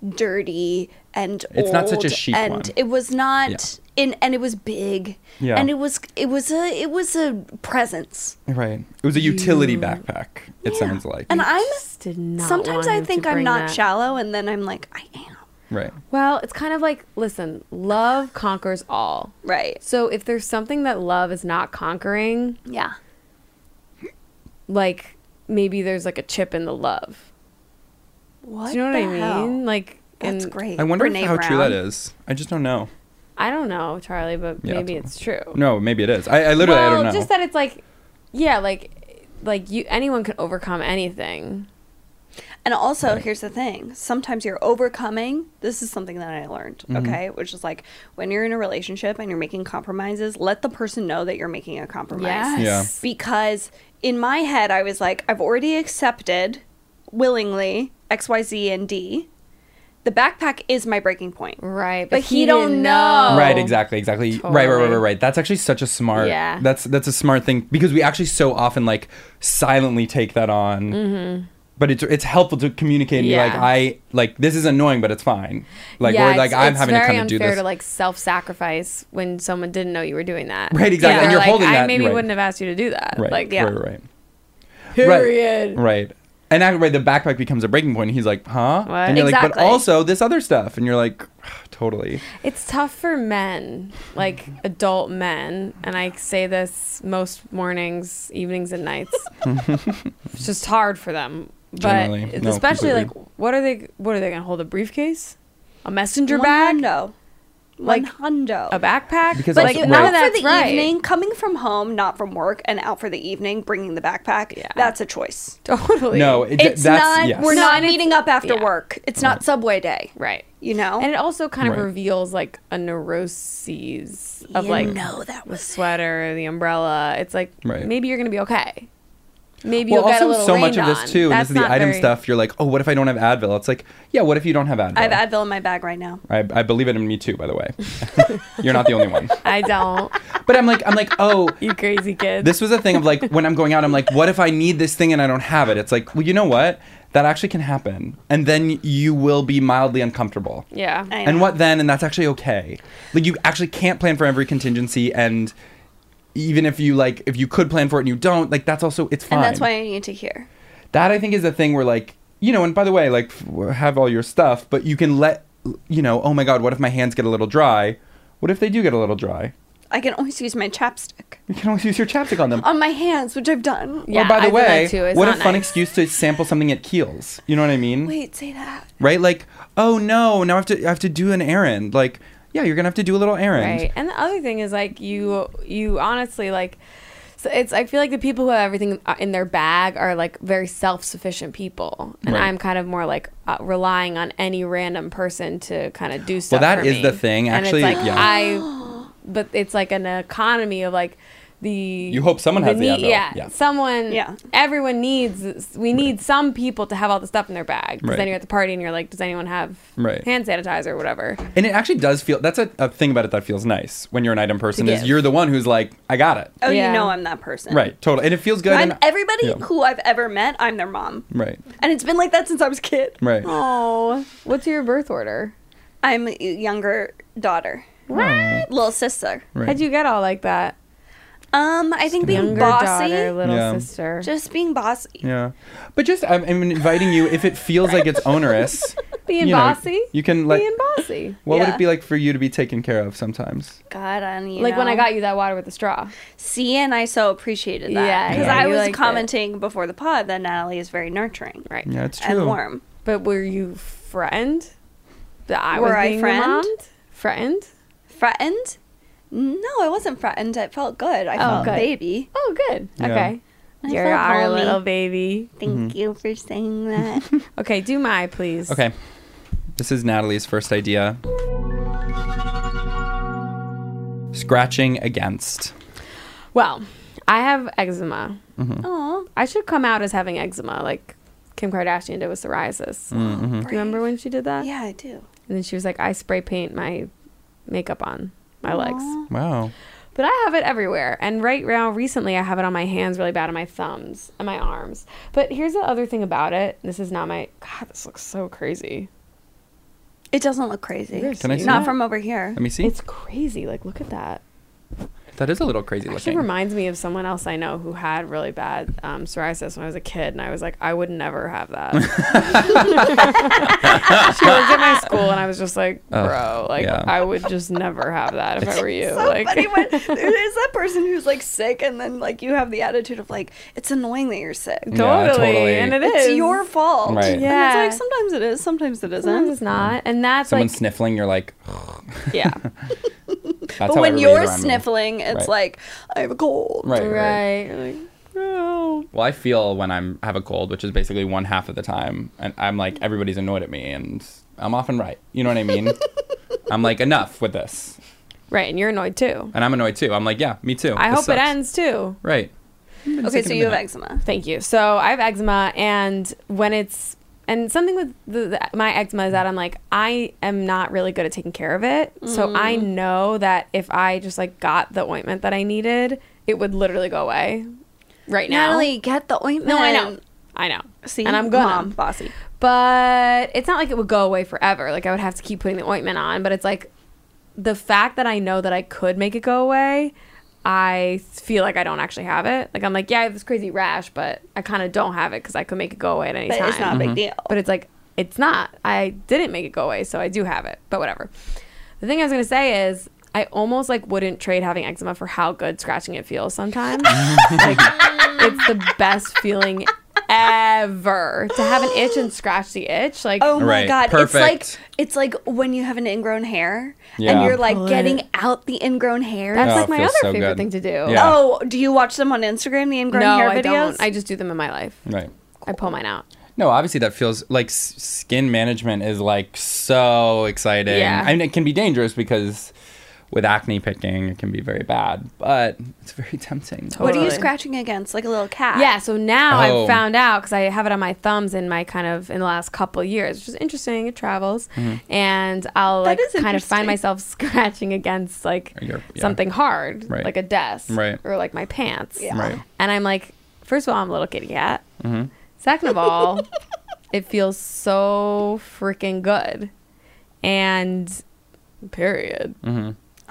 [SPEAKER 5] dirty and
[SPEAKER 3] It's not such a
[SPEAKER 5] old
[SPEAKER 3] chic
[SPEAKER 5] and
[SPEAKER 3] one.
[SPEAKER 5] it was not in and it was big
[SPEAKER 3] Yeah.
[SPEAKER 5] and it was it was a it was a presence
[SPEAKER 3] Right. It was a utility backpack. It sounds like.
[SPEAKER 5] and I'm
[SPEAKER 4] Just did not
[SPEAKER 5] sometimes
[SPEAKER 4] want
[SPEAKER 5] I
[SPEAKER 4] him to
[SPEAKER 5] think I'm
[SPEAKER 4] bring
[SPEAKER 5] not
[SPEAKER 4] that.
[SPEAKER 5] shallow and then I'm like I am
[SPEAKER 3] right.
[SPEAKER 4] Well, it's kind of like listen, love conquers all.
[SPEAKER 5] right
[SPEAKER 4] So if there's something that love is not conquering,
[SPEAKER 5] yeah
[SPEAKER 4] like maybe there's like a chip in the love.
[SPEAKER 5] what
[SPEAKER 4] Do you know
[SPEAKER 5] the
[SPEAKER 4] what I
[SPEAKER 5] hell?
[SPEAKER 4] mean? Like
[SPEAKER 5] that's
[SPEAKER 4] and
[SPEAKER 5] great
[SPEAKER 3] I wonder if
[SPEAKER 5] Brene
[SPEAKER 3] how true that
[SPEAKER 5] Brown.
[SPEAKER 3] is. I just don't know.
[SPEAKER 4] I don't know, Charlie, but
[SPEAKER 3] Yeah,
[SPEAKER 4] maybe
[SPEAKER 3] totally.
[SPEAKER 4] it's true.
[SPEAKER 3] No, maybe it is. I, I literally
[SPEAKER 4] well,
[SPEAKER 3] I don't know.
[SPEAKER 4] just that it's like yeah, like like you anyone can overcome anything.
[SPEAKER 5] And also, here's the thing sometimes you're overcoming. This is something that I learned, okay? Which is like when you're in a relationship and you're making compromises, let the person know that you're making a compromise.
[SPEAKER 3] Yes.
[SPEAKER 5] Because in my head, I was like, I've already accepted willingly X, Y, Z, and D. The backpack is my breaking point.
[SPEAKER 4] Right.
[SPEAKER 5] But he don't
[SPEAKER 4] didn't
[SPEAKER 5] know.
[SPEAKER 3] Right, exactly, exactly. Right, right, right, right,
[SPEAKER 4] Oh, Totally.
[SPEAKER 3] right. That's actually such a smart.
[SPEAKER 4] Yeah.
[SPEAKER 3] That's that's a smart thing because we actually so often like silently take that on. But it's it's helpful to communicate and be like
[SPEAKER 4] Mm-hmm. Yeah.
[SPEAKER 3] I like this is annoying, but it's fine. Like
[SPEAKER 4] yeah,
[SPEAKER 3] or like
[SPEAKER 4] it's,
[SPEAKER 3] I'm
[SPEAKER 4] it's
[SPEAKER 3] having to
[SPEAKER 4] very
[SPEAKER 3] kind of do
[SPEAKER 4] unfair
[SPEAKER 3] this.
[SPEAKER 4] to like self-sacrifice when someone didn't know you were doing that.
[SPEAKER 3] Right, exactly,
[SPEAKER 4] Yeah.
[SPEAKER 3] and you're
[SPEAKER 4] like,
[SPEAKER 3] holding
[SPEAKER 4] I
[SPEAKER 3] that-
[SPEAKER 4] maybe
[SPEAKER 3] right.
[SPEAKER 4] wouldn't have asked you to do that.
[SPEAKER 3] right,
[SPEAKER 4] Like,
[SPEAKER 3] right, right, right.
[SPEAKER 4] period.
[SPEAKER 3] Right. And that, right, the backpack becomes a breaking point. He's like, huh?
[SPEAKER 4] What?
[SPEAKER 3] And you're like, but
[SPEAKER 4] Exactly.
[SPEAKER 3] also this other stuff. And you're like, totally.
[SPEAKER 4] It's tough for men, like adult men, and I say this most mornings, evenings, and nights. it's just hard for them, but
[SPEAKER 3] Generally,
[SPEAKER 4] it's
[SPEAKER 3] no,
[SPEAKER 4] especially
[SPEAKER 3] completely.
[SPEAKER 4] like, what are they? What are they gonna hold? A briefcase, a messenger
[SPEAKER 5] One
[SPEAKER 4] bag,
[SPEAKER 5] hundo.
[SPEAKER 4] Like,
[SPEAKER 5] One hundo.
[SPEAKER 4] a backpack?
[SPEAKER 3] Because
[SPEAKER 4] like
[SPEAKER 3] also-
[SPEAKER 4] none
[SPEAKER 3] Right.
[SPEAKER 4] of
[SPEAKER 5] out
[SPEAKER 4] that's
[SPEAKER 5] for the
[SPEAKER 4] right.
[SPEAKER 5] evening, coming from home, not from work, and out for the evening, bringing the backpack.
[SPEAKER 4] Yeah.
[SPEAKER 5] That's a choice.
[SPEAKER 4] Totally.
[SPEAKER 3] No, it,
[SPEAKER 5] It's
[SPEAKER 3] that's
[SPEAKER 5] not.
[SPEAKER 3] yes.
[SPEAKER 5] We're
[SPEAKER 4] No,
[SPEAKER 5] not
[SPEAKER 4] and it's-
[SPEAKER 5] meeting up after
[SPEAKER 4] yeah.
[SPEAKER 5] work. It's not Subway Day,
[SPEAKER 4] right.
[SPEAKER 5] you know.
[SPEAKER 4] And it also kind of
[SPEAKER 3] Right.
[SPEAKER 4] reveals like a neuroses of
[SPEAKER 5] You
[SPEAKER 4] like
[SPEAKER 5] know that
[SPEAKER 4] the sweater, the umbrella. It's like
[SPEAKER 3] Right.
[SPEAKER 4] maybe you're gonna be okay. Maybe
[SPEAKER 3] well,
[SPEAKER 4] you'll get a
[SPEAKER 3] also
[SPEAKER 4] little
[SPEAKER 3] so much of
[SPEAKER 4] rained
[SPEAKER 3] this
[SPEAKER 4] on.
[SPEAKER 3] too, and this
[SPEAKER 4] That's
[SPEAKER 3] is the
[SPEAKER 4] not
[SPEAKER 3] item
[SPEAKER 4] very-
[SPEAKER 3] stuff. You're like, oh, what if I don't have Advil? It's like, yeah, what if you don't have Advil?
[SPEAKER 5] I have Advil in my bag right now.
[SPEAKER 3] I, I believe it in me too, by the way. you're not the only one.
[SPEAKER 4] I don't.
[SPEAKER 3] But I'm like, I'm like, oh,
[SPEAKER 4] You crazy kid.
[SPEAKER 3] this was a thing of like when I'm going out, I'm like, what if I need this thing and I don't have it? It's like, well, you know what? That actually can happen, and then you will be mildly uncomfortable.
[SPEAKER 4] yeah.
[SPEAKER 5] I
[SPEAKER 3] And
[SPEAKER 5] know.
[SPEAKER 3] what then? And that's actually okay. Like you actually can't plan for every contingency, and even if you like, if you could plan for it and you don't, like that's also it's fine.
[SPEAKER 5] And that's why I need to hear.
[SPEAKER 3] that I think is the thing where like you know, and by the way, like f- have all your stuff, but you can let you know. Oh my God, what if my hands get a little dry? What if they do get a little dry?
[SPEAKER 5] I can always use my chapstick
[SPEAKER 3] You can always use your chapstick on them.
[SPEAKER 5] on my hands, which I've done.
[SPEAKER 4] Oh, Yeah,
[SPEAKER 3] or by the
[SPEAKER 4] I do
[SPEAKER 3] way,
[SPEAKER 4] that too. It's
[SPEAKER 3] what a
[SPEAKER 4] not
[SPEAKER 3] fun
[SPEAKER 4] nice.
[SPEAKER 3] excuse to sample something at Keels. You know what I mean?
[SPEAKER 5] Wait, say that.
[SPEAKER 3] Right? Like, oh no, now I have to I have to do an errand. Like, yeah, you're gonna have to do a little errand.
[SPEAKER 4] Right. And the other thing is like you you honestly like So it's I feel like the people who have everything uh, in their bag are like very self-sufficient people, and
[SPEAKER 3] Right.
[SPEAKER 4] I'm kind of more like uh, relying on any random person to kind of do stuff.
[SPEAKER 3] that
[SPEAKER 4] for
[SPEAKER 3] is
[SPEAKER 4] me.
[SPEAKER 3] the thing, actually,
[SPEAKER 4] and it's like
[SPEAKER 3] yeah.
[SPEAKER 4] I, but it's like an economy of like the you
[SPEAKER 3] hope someone has the
[SPEAKER 4] need,
[SPEAKER 3] Advil.
[SPEAKER 4] yeah,
[SPEAKER 3] Yeah.
[SPEAKER 4] someone
[SPEAKER 5] Yeah.
[SPEAKER 4] everyone needs we need some people to have all the stuff in their bag because
[SPEAKER 3] Right.
[SPEAKER 4] then you're at the party and you're like does anyone have
[SPEAKER 3] Right.
[SPEAKER 4] hand sanitizer or whatever
[SPEAKER 3] And it actually does feel that's a, a thing about it that feels nice when you're an item person is
[SPEAKER 4] give.
[SPEAKER 3] you're the one who's like, I got it.
[SPEAKER 5] Oh,
[SPEAKER 4] Yeah.
[SPEAKER 5] you know I'm that person.
[SPEAKER 3] Right, totally. And it feels good.
[SPEAKER 5] I'm
[SPEAKER 3] and-
[SPEAKER 5] everybody
[SPEAKER 3] Yeah.
[SPEAKER 5] who I've ever met, I'm their mom.
[SPEAKER 3] Right,
[SPEAKER 5] And it's been like that since I was a kid.
[SPEAKER 3] right.
[SPEAKER 4] oh what's your birth order
[SPEAKER 5] I'm a younger daughter.
[SPEAKER 3] Right.
[SPEAKER 5] Little sister.
[SPEAKER 3] Right.
[SPEAKER 4] how'd you get all like that
[SPEAKER 5] Um, I think being
[SPEAKER 4] younger
[SPEAKER 5] bossy.
[SPEAKER 4] daughter little
[SPEAKER 3] Yeah.
[SPEAKER 4] sister
[SPEAKER 5] Just being bossy.
[SPEAKER 3] Yeah, but just I'm, I'm inviting you. If it feels like it's onerous,
[SPEAKER 4] being
[SPEAKER 3] you know,
[SPEAKER 4] bossy
[SPEAKER 3] you can like.
[SPEAKER 4] being bossy
[SPEAKER 3] What would
[SPEAKER 5] Yeah.
[SPEAKER 3] it be like for you to be taken care of sometimes?
[SPEAKER 5] God, I don't you
[SPEAKER 4] like when
[SPEAKER 5] know.
[SPEAKER 4] I got you that water with the straw
[SPEAKER 5] See, and I so appreciated that.
[SPEAKER 4] Yeah,
[SPEAKER 5] Because
[SPEAKER 4] yeah,
[SPEAKER 5] I
[SPEAKER 4] you
[SPEAKER 5] was
[SPEAKER 4] liked it.
[SPEAKER 5] commenting before the pod that Natalie is very nurturing.
[SPEAKER 4] right
[SPEAKER 3] Yeah, it's true.
[SPEAKER 5] And warm.
[SPEAKER 4] but were you friend that I
[SPEAKER 5] Were
[SPEAKER 4] was
[SPEAKER 5] I
[SPEAKER 4] being
[SPEAKER 5] friend?
[SPEAKER 4] friend friend
[SPEAKER 5] Frightened? No, I wasn't frightened. It felt good. I felt
[SPEAKER 4] good.
[SPEAKER 5] baby.
[SPEAKER 4] oh good
[SPEAKER 3] Yeah.
[SPEAKER 4] okay
[SPEAKER 5] I
[SPEAKER 4] you're
[SPEAKER 5] felt
[SPEAKER 4] our
[SPEAKER 5] homey.
[SPEAKER 4] little baby
[SPEAKER 3] Mm-hmm.
[SPEAKER 5] Thank you for saying that.
[SPEAKER 4] Okay, do my please.
[SPEAKER 3] Okay, this is Natalie's first idea. Scratching against.
[SPEAKER 4] Well, I have eczema.
[SPEAKER 3] Mm-hmm.
[SPEAKER 5] Aw.
[SPEAKER 4] I should come out as having eczema, like Kim Kardashian did with psoriasis.
[SPEAKER 3] Mm-hmm.
[SPEAKER 4] Do you remember when she did that?
[SPEAKER 5] Yeah, I do.
[SPEAKER 4] And then she was like, I spray paint my makeup on my legs.
[SPEAKER 3] Wow.
[SPEAKER 4] But I have it everywhere. And right now, recently, I have it on my hands really bad, on my thumbs and my arms. But here's the other thing about it. This is not my. God, this looks so crazy.
[SPEAKER 5] It doesn't look crazy.
[SPEAKER 3] Can I see
[SPEAKER 5] Not
[SPEAKER 3] that?
[SPEAKER 5] from over here.
[SPEAKER 3] Let me see.
[SPEAKER 4] It's crazy. Like, look at that.
[SPEAKER 3] that is a little crazy
[SPEAKER 4] Actually
[SPEAKER 3] looking.
[SPEAKER 4] reminds me of someone else I know who had really bad um, psoriasis when I was a kid, and I was like, I would never have that. she worked at my school, and I was just like,
[SPEAKER 3] Ugh,
[SPEAKER 4] bro, like
[SPEAKER 3] yeah.
[SPEAKER 4] I would just never have that if I were you.
[SPEAKER 5] Oh, so
[SPEAKER 4] like,
[SPEAKER 5] funny when there's that person who's like sick and then like you have the attitude of like it's annoying that you're sick
[SPEAKER 3] Yeah,
[SPEAKER 4] totally,
[SPEAKER 3] totally.
[SPEAKER 4] and it
[SPEAKER 5] it's
[SPEAKER 4] is.
[SPEAKER 5] your fault
[SPEAKER 3] Mm. Right.
[SPEAKER 5] And
[SPEAKER 4] Yeah.
[SPEAKER 5] it's like sometimes it is sometimes it isn't
[SPEAKER 4] Sometimes it's not, and that's
[SPEAKER 3] Someone
[SPEAKER 4] like,
[SPEAKER 3] sniffling, you're like,
[SPEAKER 4] yeah,
[SPEAKER 3] that's
[SPEAKER 5] but
[SPEAKER 3] how
[SPEAKER 5] when
[SPEAKER 3] everybody's
[SPEAKER 5] you're
[SPEAKER 3] around me.
[SPEAKER 5] sniffling it's
[SPEAKER 3] Right.
[SPEAKER 5] like i have a cold
[SPEAKER 3] Right, right.
[SPEAKER 4] right. You're like, no.
[SPEAKER 3] Well, I feel when I'm have a cold, which is basically one half of the time, and I'm like everybody's annoyed at me, and I'm often right. You know what I mean? I'm like enough with this,
[SPEAKER 4] right, and you're annoyed too.
[SPEAKER 3] and I'm annoyed too. I'm like, yeah, me too.
[SPEAKER 4] I
[SPEAKER 3] This
[SPEAKER 4] hope it
[SPEAKER 3] sucks.
[SPEAKER 4] ends too.
[SPEAKER 3] Right.
[SPEAKER 5] okay so you have
[SPEAKER 3] minute.
[SPEAKER 5] eczema
[SPEAKER 4] Thank you. So I have eczema, and when it's and something with the, the, my eczema is that I'm like I am not really good at taking care of it. So I know that if I just like got the ointment that I needed, it would literally go away right now.
[SPEAKER 5] natalie get the ointment
[SPEAKER 4] no, I know, I know.
[SPEAKER 5] see
[SPEAKER 4] and I'm gonna.
[SPEAKER 5] mom bossy
[SPEAKER 4] But it's not like it would go away forever. Like I would have to keep putting the ointment on. But it's like the fact that I know that I could make it go away, I feel like I don't actually have it. Like I'm like, yeah, I have this crazy rash, but I kind of don't have it because I could make it go away at any
[SPEAKER 5] but
[SPEAKER 4] time.
[SPEAKER 5] it's not a big deal
[SPEAKER 4] But it's like, it's not. I didn't make it go away, so I do have it. But whatever. The thing I was gonna say is, I almost like wouldn't trade having eczema for how good scratching it feels sometimes. like, it's the best feeling ever to have an itch and scratch the itch. Like,
[SPEAKER 5] Oh my
[SPEAKER 3] Right,
[SPEAKER 5] god! It's
[SPEAKER 3] perfect.
[SPEAKER 5] like it's like when you have an ingrown hair and
[SPEAKER 3] Yeah.
[SPEAKER 5] you're like
[SPEAKER 4] Pull it.
[SPEAKER 5] getting out the ingrown hair.
[SPEAKER 4] that's
[SPEAKER 3] Oh,
[SPEAKER 4] like
[SPEAKER 3] it
[SPEAKER 4] my
[SPEAKER 3] feels
[SPEAKER 4] other
[SPEAKER 3] so
[SPEAKER 4] favorite
[SPEAKER 3] good.
[SPEAKER 4] thing to do.
[SPEAKER 3] Yeah.
[SPEAKER 5] oh, do you watch them on Instagram? The ingrown
[SPEAKER 4] No,
[SPEAKER 5] hair videos.
[SPEAKER 4] I don't. I just do them in my life.
[SPEAKER 3] Right.
[SPEAKER 4] I pull mine out.
[SPEAKER 3] No, obviously that feels like s- skin management is like so exciting.
[SPEAKER 4] Yeah.
[SPEAKER 3] I mean, it can be dangerous because with acne picking, it can be very bad, but it's very tempting.
[SPEAKER 5] What are you
[SPEAKER 4] Totally.
[SPEAKER 5] scratching against? Like a little cat?
[SPEAKER 4] Yeah, so now
[SPEAKER 3] Oh.
[SPEAKER 4] I've found out because I have it on my thumbs in my kind of in the last couple years, which is interesting. It travels,
[SPEAKER 3] Mm-hmm.
[SPEAKER 4] and I'll
[SPEAKER 5] That
[SPEAKER 4] like
[SPEAKER 5] is
[SPEAKER 4] kind of
[SPEAKER 5] interesting.
[SPEAKER 4] find myself scratching against like
[SPEAKER 3] Your- yeah.
[SPEAKER 4] something hard,
[SPEAKER 3] Right.
[SPEAKER 4] like a desk,
[SPEAKER 3] Right.
[SPEAKER 4] or like my pants.
[SPEAKER 3] Right. Mm-hmm.
[SPEAKER 4] And I'm like, first of all, I'm a little kitty cat. Second of all, it feels so freaking good, and period.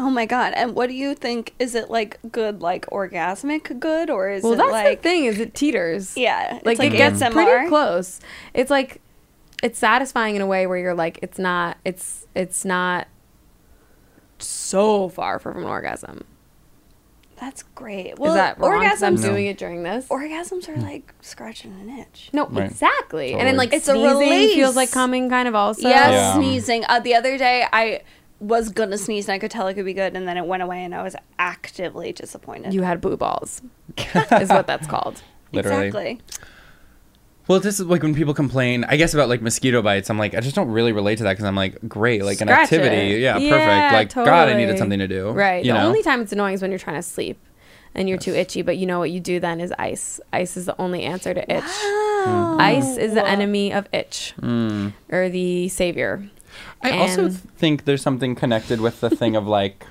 [SPEAKER 5] Oh my god! And what do you think? Is it like good, like orgasmic good, or is
[SPEAKER 4] Well,
[SPEAKER 5] it
[SPEAKER 4] that's
[SPEAKER 5] like
[SPEAKER 4] the thing is it teeters.
[SPEAKER 5] yeah, it's
[SPEAKER 4] like,
[SPEAKER 5] like
[SPEAKER 4] it gets
[SPEAKER 5] ASMR?
[SPEAKER 4] pretty close. It's like it's satisfying in a way where you're like it's not it's it's not so far from an orgasm.
[SPEAKER 5] That's great. Well,
[SPEAKER 4] Is that wrong? 'Cause I'm
[SPEAKER 5] orgasms.
[SPEAKER 4] doing it during this.
[SPEAKER 5] Orgasms are like scratching an itch.
[SPEAKER 4] no,
[SPEAKER 3] Right.
[SPEAKER 4] exactly. And then
[SPEAKER 3] Totally.
[SPEAKER 4] like
[SPEAKER 5] It's a
[SPEAKER 4] sneezing
[SPEAKER 5] release.
[SPEAKER 4] feels like coming kind of also.
[SPEAKER 5] Yes,
[SPEAKER 3] Yeah.
[SPEAKER 5] sneezing. Uh, the other day, I was gonna sneeze and I could tell it could be good, and then it went away, and I was actively disappointed.
[SPEAKER 4] You had blue balls, is what that's called.
[SPEAKER 3] literally.
[SPEAKER 5] Exactly.
[SPEAKER 3] Well, this is like when people complain, I guess, about like mosquito bites. I'm like, I just don't really relate to that because I'm like, great, like an
[SPEAKER 4] Scratch
[SPEAKER 3] activity.
[SPEAKER 4] it.
[SPEAKER 3] Yeah, perfect. Like, God, I
[SPEAKER 4] totally.
[SPEAKER 3] needed something to do.
[SPEAKER 4] Right.
[SPEAKER 3] You
[SPEAKER 4] the
[SPEAKER 3] know?
[SPEAKER 4] only time it's annoying is when you're trying to sleep and you're too itchy, but you know what you do then is ice. Ice is the only answer to itch.
[SPEAKER 5] Ah,
[SPEAKER 3] Mm.
[SPEAKER 4] Ice is the enemy of itch
[SPEAKER 3] Hmm.
[SPEAKER 4] or the savior.
[SPEAKER 3] I also
[SPEAKER 4] and-
[SPEAKER 3] th- think there's something connected with the thing of like,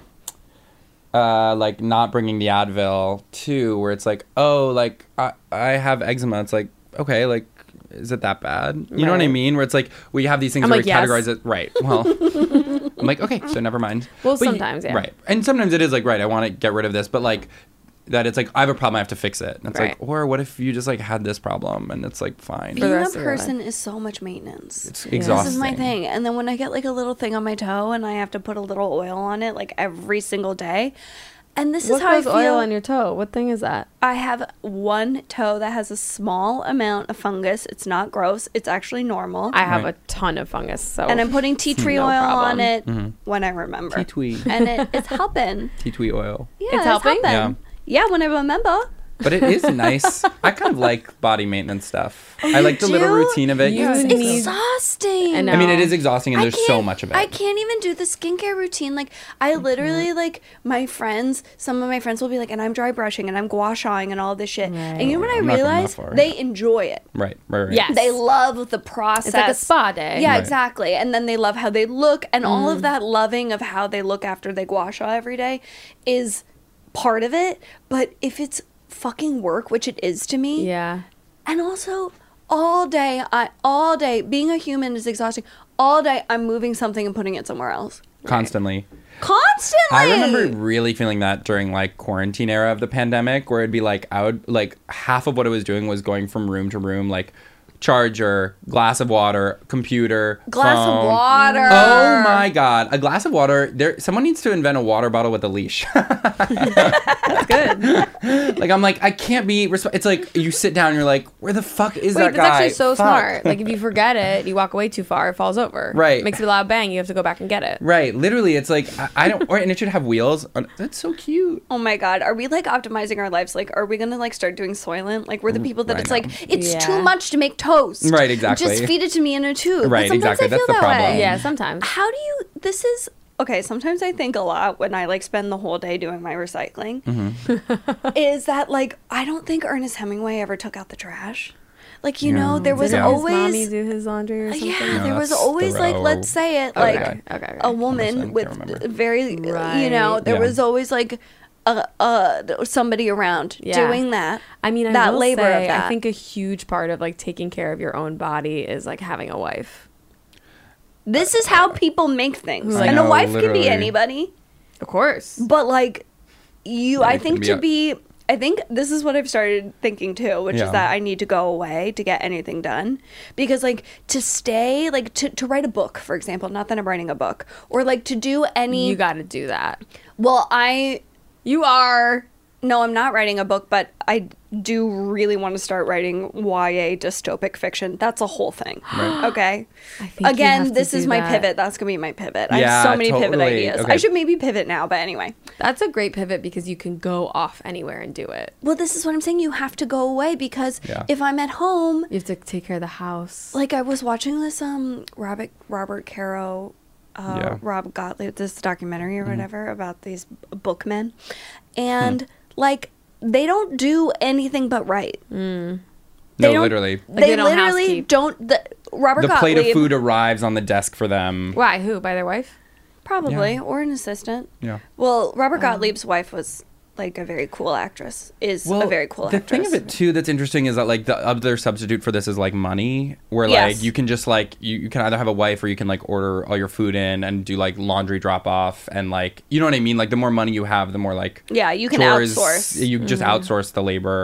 [SPEAKER 3] uh, like not bringing the Advil too, where it's like, oh, like I, I have eczema. It's like, okay, like, is it that bad? You know what I
[SPEAKER 4] Right.
[SPEAKER 3] mean? Where it's like we have these things
[SPEAKER 4] I'm
[SPEAKER 3] where
[SPEAKER 4] like,
[SPEAKER 3] we
[SPEAKER 4] yes.
[SPEAKER 3] categorize it right. Well, I'm like, okay, so never mind.
[SPEAKER 4] Well,
[SPEAKER 3] But you-
[SPEAKER 4] sometimes, yeah.
[SPEAKER 3] Right, and sometimes it is like, right, I want to get rid of this, but like. That it's like I have a problem, I have to fix it. And it's
[SPEAKER 4] Right.
[SPEAKER 3] like, or what if you just like had this problem and it's like fine.
[SPEAKER 4] the
[SPEAKER 5] Being a
[SPEAKER 4] rest of your life.
[SPEAKER 5] person is so much maintenance.
[SPEAKER 3] It's
[SPEAKER 5] This is my
[SPEAKER 3] exhausting.
[SPEAKER 5] thing. And then when I get like a little thing on my toe and I have to put a little oil on it like every single day. And this is
[SPEAKER 4] What
[SPEAKER 5] how I
[SPEAKER 4] goes
[SPEAKER 5] feel.
[SPEAKER 4] oil on your toe? What thing is that?
[SPEAKER 5] I have one toe that has a small amount of fungus. It's not gross. It's actually normal.
[SPEAKER 4] I have
[SPEAKER 3] Right.
[SPEAKER 4] a ton of fungus, so
[SPEAKER 5] and I'm putting
[SPEAKER 3] Hmm.
[SPEAKER 5] tea tree
[SPEAKER 4] No
[SPEAKER 5] oil
[SPEAKER 4] problem.
[SPEAKER 5] on it when I remember.
[SPEAKER 3] Mm-hmm. Tea twee,
[SPEAKER 5] And it, it's helping.
[SPEAKER 3] tea twee oil.
[SPEAKER 5] Yeah,
[SPEAKER 4] It's helping?
[SPEAKER 5] Yeah. yeah, when I remember.
[SPEAKER 3] But it is nice. I kind of like body maintenance stuff. I like the little
[SPEAKER 5] Oh, do?
[SPEAKER 3] routine of it.
[SPEAKER 4] You
[SPEAKER 3] Yes.
[SPEAKER 4] It's need-
[SPEAKER 5] Exhausting.
[SPEAKER 4] I know.
[SPEAKER 3] I mean, it is exhausting, and there's so
[SPEAKER 5] can't-
[SPEAKER 3] much of it.
[SPEAKER 5] I can't even do the skincare routine. Like I
[SPEAKER 4] Mm-hmm.
[SPEAKER 5] literally like my friends. Some of my friends will be like, and I'm dry brushing and I'm gua shaing and all this shit. And you know what I
[SPEAKER 3] I'm not going that
[SPEAKER 5] realize?
[SPEAKER 3] far,
[SPEAKER 5] They
[SPEAKER 3] yeah.
[SPEAKER 5] enjoy it.
[SPEAKER 3] Right, right, right.
[SPEAKER 4] Yes.
[SPEAKER 5] They love the process.
[SPEAKER 4] It's like a spa day. Mm-hmm.
[SPEAKER 5] Yeah,
[SPEAKER 3] Right.
[SPEAKER 5] exactly. And then they love how they look, and all of that loving of how they look after they gua sha every day is part of it. But if it's fucking work, which it is to me,
[SPEAKER 4] Yeah.
[SPEAKER 5] and also all day i all day being a human is exhausting all day i'm moving something and putting it somewhere else
[SPEAKER 3] Constantly.
[SPEAKER 5] constantly
[SPEAKER 3] I remember really feeling that during like quarantine era of the pandemic, where it'd be like I would like half of what I was doing was going from room to room, like charger, glass of water, computer,
[SPEAKER 5] glass of
[SPEAKER 3] phone.
[SPEAKER 5] water
[SPEAKER 3] Oh my god, a glass of water. There, someone needs to invent a water bottle with a leash.
[SPEAKER 4] Good.
[SPEAKER 3] like I'm like I can't be. Resp- it's like you sit down, and you're like, where the fuck is
[SPEAKER 4] Wait,
[SPEAKER 3] that
[SPEAKER 4] that's
[SPEAKER 3] guy?
[SPEAKER 4] actually so
[SPEAKER 3] Fuck.
[SPEAKER 4] smart. Like if you forget it, you walk away too far, it falls over.
[SPEAKER 3] Right.
[SPEAKER 4] Makes a loud bang, you have to go back and get it.
[SPEAKER 3] Right, literally, it's like I, I don't, or and it should have wheels. on- That's so cute.
[SPEAKER 5] oh my god are we like optimizing our lives like are we gonna like start doing soylent like we're the people that
[SPEAKER 3] Mm, Right now.
[SPEAKER 5] it's like it's
[SPEAKER 4] Yeah.
[SPEAKER 5] too much to make toast
[SPEAKER 3] Right, exactly.
[SPEAKER 5] just feed it to me in a tube But
[SPEAKER 3] Right,
[SPEAKER 5] sometimes
[SPEAKER 3] exactly.
[SPEAKER 5] I
[SPEAKER 3] That's
[SPEAKER 5] feel
[SPEAKER 3] the
[SPEAKER 5] that
[SPEAKER 3] problem.
[SPEAKER 5] way.
[SPEAKER 4] Yeah, sometimes.
[SPEAKER 5] how do you this is okay sometimes i think a lot when i like spend the whole day doing my recycling
[SPEAKER 3] Mm-hmm.
[SPEAKER 5] is that like i don't think ernest hemingway ever took out the trash like you know there was
[SPEAKER 3] Didn't his
[SPEAKER 5] always
[SPEAKER 4] mommy do his laundry or something.
[SPEAKER 5] yeah,
[SPEAKER 3] No,
[SPEAKER 5] there was
[SPEAKER 3] that's
[SPEAKER 5] always like
[SPEAKER 3] Thoreau.
[SPEAKER 5] let's say it like
[SPEAKER 4] Okay, okay, okay.
[SPEAKER 5] a
[SPEAKER 3] I
[SPEAKER 5] woman
[SPEAKER 3] can't
[SPEAKER 5] with
[SPEAKER 3] remember.
[SPEAKER 5] very you know
[SPEAKER 4] Right.
[SPEAKER 5] there
[SPEAKER 3] Yeah.
[SPEAKER 5] was always like uh, uh, somebody around
[SPEAKER 4] Yeah.
[SPEAKER 5] doing that.
[SPEAKER 4] I mean, I
[SPEAKER 5] that
[SPEAKER 4] will
[SPEAKER 5] labor
[SPEAKER 4] say,
[SPEAKER 5] of that.
[SPEAKER 4] I think a huge part of like taking care of your own body is like having a wife.
[SPEAKER 5] this is how people make things,
[SPEAKER 3] I
[SPEAKER 5] and a
[SPEAKER 3] know,
[SPEAKER 5] wife can
[SPEAKER 3] literally.
[SPEAKER 5] be anybody.
[SPEAKER 4] Of course.
[SPEAKER 5] but like you
[SPEAKER 3] Yeah,
[SPEAKER 5] i
[SPEAKER 3] it
[SPEAKER 5] think
[SPEAKER 3] can
[SPEAKER 5] to
[SPEAKER 3] be
[SPEAKER 5] be i think this is what i've started thinking too which
[SPEAKER 3] Yeah.
[SPEAKER 5] is that i need to go away to get anything done because like to stay like to, to write a book for example not that i'm writing a book or like to do any
[SPEAKER 4] You got to do that.
[SPEAKER 5] well i
[SPEAKER 4] You are.
[SPEAKER 5] no i'm not writing a book but i do really want to start writing ya dystopic fiction that's a whole thing okay
[SPEAKER 4] I think you have
[SPEAKER 5] again
[SPEAKER 4] to
[SPEAKER 5] this is
[SPEAKER 4] do
[SPEAKER 5] my
[SPEAKER 4] that.
[SPEAKER 5] pivot that's gonna be my pivot i
[SPEAKER 3] Yeah,
[SPEAKER 5] have so many pivot
[SPEAKER 3] totally.
[SPEAKER 5] ideas
[SPEAKER 3] Okay.
[SPEAKER 5] i should maybe pivot now but anyway
[SPEAKER 4] That's a great pivot because you can go off anywhere and do it.
[SPEAKER 5] Well, this is what I'm saying. You have to go away because
[SPEAKER 3] Yeah.
[SPEAKER 5] if I'm at home,
[SPEAKER 4] You have to take care of the house.
[SPEAKER 5] like I was watching this um Robert Robert Caro, uh,
[SPEAKER 3] Yeah. Mm-hmm.
[SPEAKER 5] Rob Gottlieb this documentary or whatever about these b- bookmen, and
[SPEAKER 3] Hmm.
[SPEAKER 5] like they don't do anything but write. They
[SPEAKER 3] No,
[SPEAKER 5] don't-
[SPEAKER 3] literally,
[SPEAKER 5] They,
[SPEAKER 4] Mm. they don't
[SPEAKER 5] literally
[SPEAKER 4] housekeep.
[SPEAKER 5] don't. The, Robert
[SPEAKER 3] the
[SPEAKER 5] Gottlieb
[SPEAKER 3] plate of food arrives on the desk for them.
[SPEAKER 4] Why? Who? By their wife?
[SPEAKER 5] probably
[SPEAKER 3] Yeah.
[SPEAKER 5] or an assistant.
[SPEAKER 3] Yeah.
[SPEAKER 5] Well,
[SPEAKER 4] Um,
[SPEAKER 5] Robert Gottlieb's wife was like a very cool actress. Is a very cool
[SPEAKER 3] the
[SPEAKER 5] actress.
[SPEAKER 3] thing of it too that's interesting is that like the other substitute for this is like money where
[SPEAKER 5] Yes.
[SPEAKER 3] like you can just like you, you can either have a wife or you can like order all your food in and do like laundry drop off and like you know what i mean like the more money you have the more like
[SPEAKER 5] Yeah, you can
[SPEAKER 3] chores-
[SPEAKER 5] outsource. Mm-hmm.
[SPEAKER 3] you just outsource the labor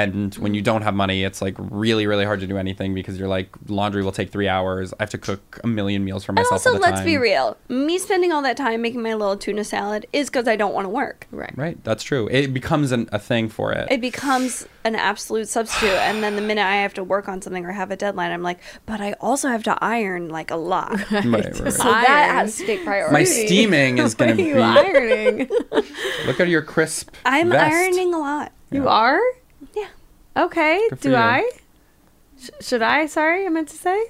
[SPEAKER 3] And when you don't have money, it's like really, really hard to do anything because you're like laundry will take three hours. I have to cook a million meals for
[SPEAKER 5] And
[SPEAKER 3] myself.
[SPEAKER 5] also,
[SPEAKER 3] all the
[SPEAKER 5] let's
[SPEAKER 3] time.
[SPEAKER 5] be real. Me spending all that time making my little tuna salad is because I don't want to work.
[SPEAKER 4] Right.
[SPEAKER 3] Right, that's true. It becomes an, a thing for it.
[SPEAKER 5] It becomes an absolute substitute. And then the minute I have to work on something or have a deadline, I'm like, but I also have to iron like a lot.
[SPEAKER 3] Right, right, right.
[SPEAKER 5] So that
[SPEAKER 4] Iron.
[SPEAKER 5] has to take priority.
[SPEAKER 3] My steaming is
[SPEAKER 4] Why
[SPEAKER 3] gonna
[SPEAKER 4] are
[SPEAKER 3] be.
[SPEAKER 4] you ironing?
[SPEAKER 3] Look at your crisp.
[SPEAKER 5] I'm
[SPEAKER 3] vest.
[SPEAKER 5] ironing a lot.
[SPEAKER 4] you are?
[SPEAKER 5] Yeah.
[SPEAKER 4] Okay.
[SPEAKER 3] Good for
[SPEAKER 4] Do
[SPEAKER 3] you.
[SPEAKER 4] I? Sh- should I? Sorry, I meant to say.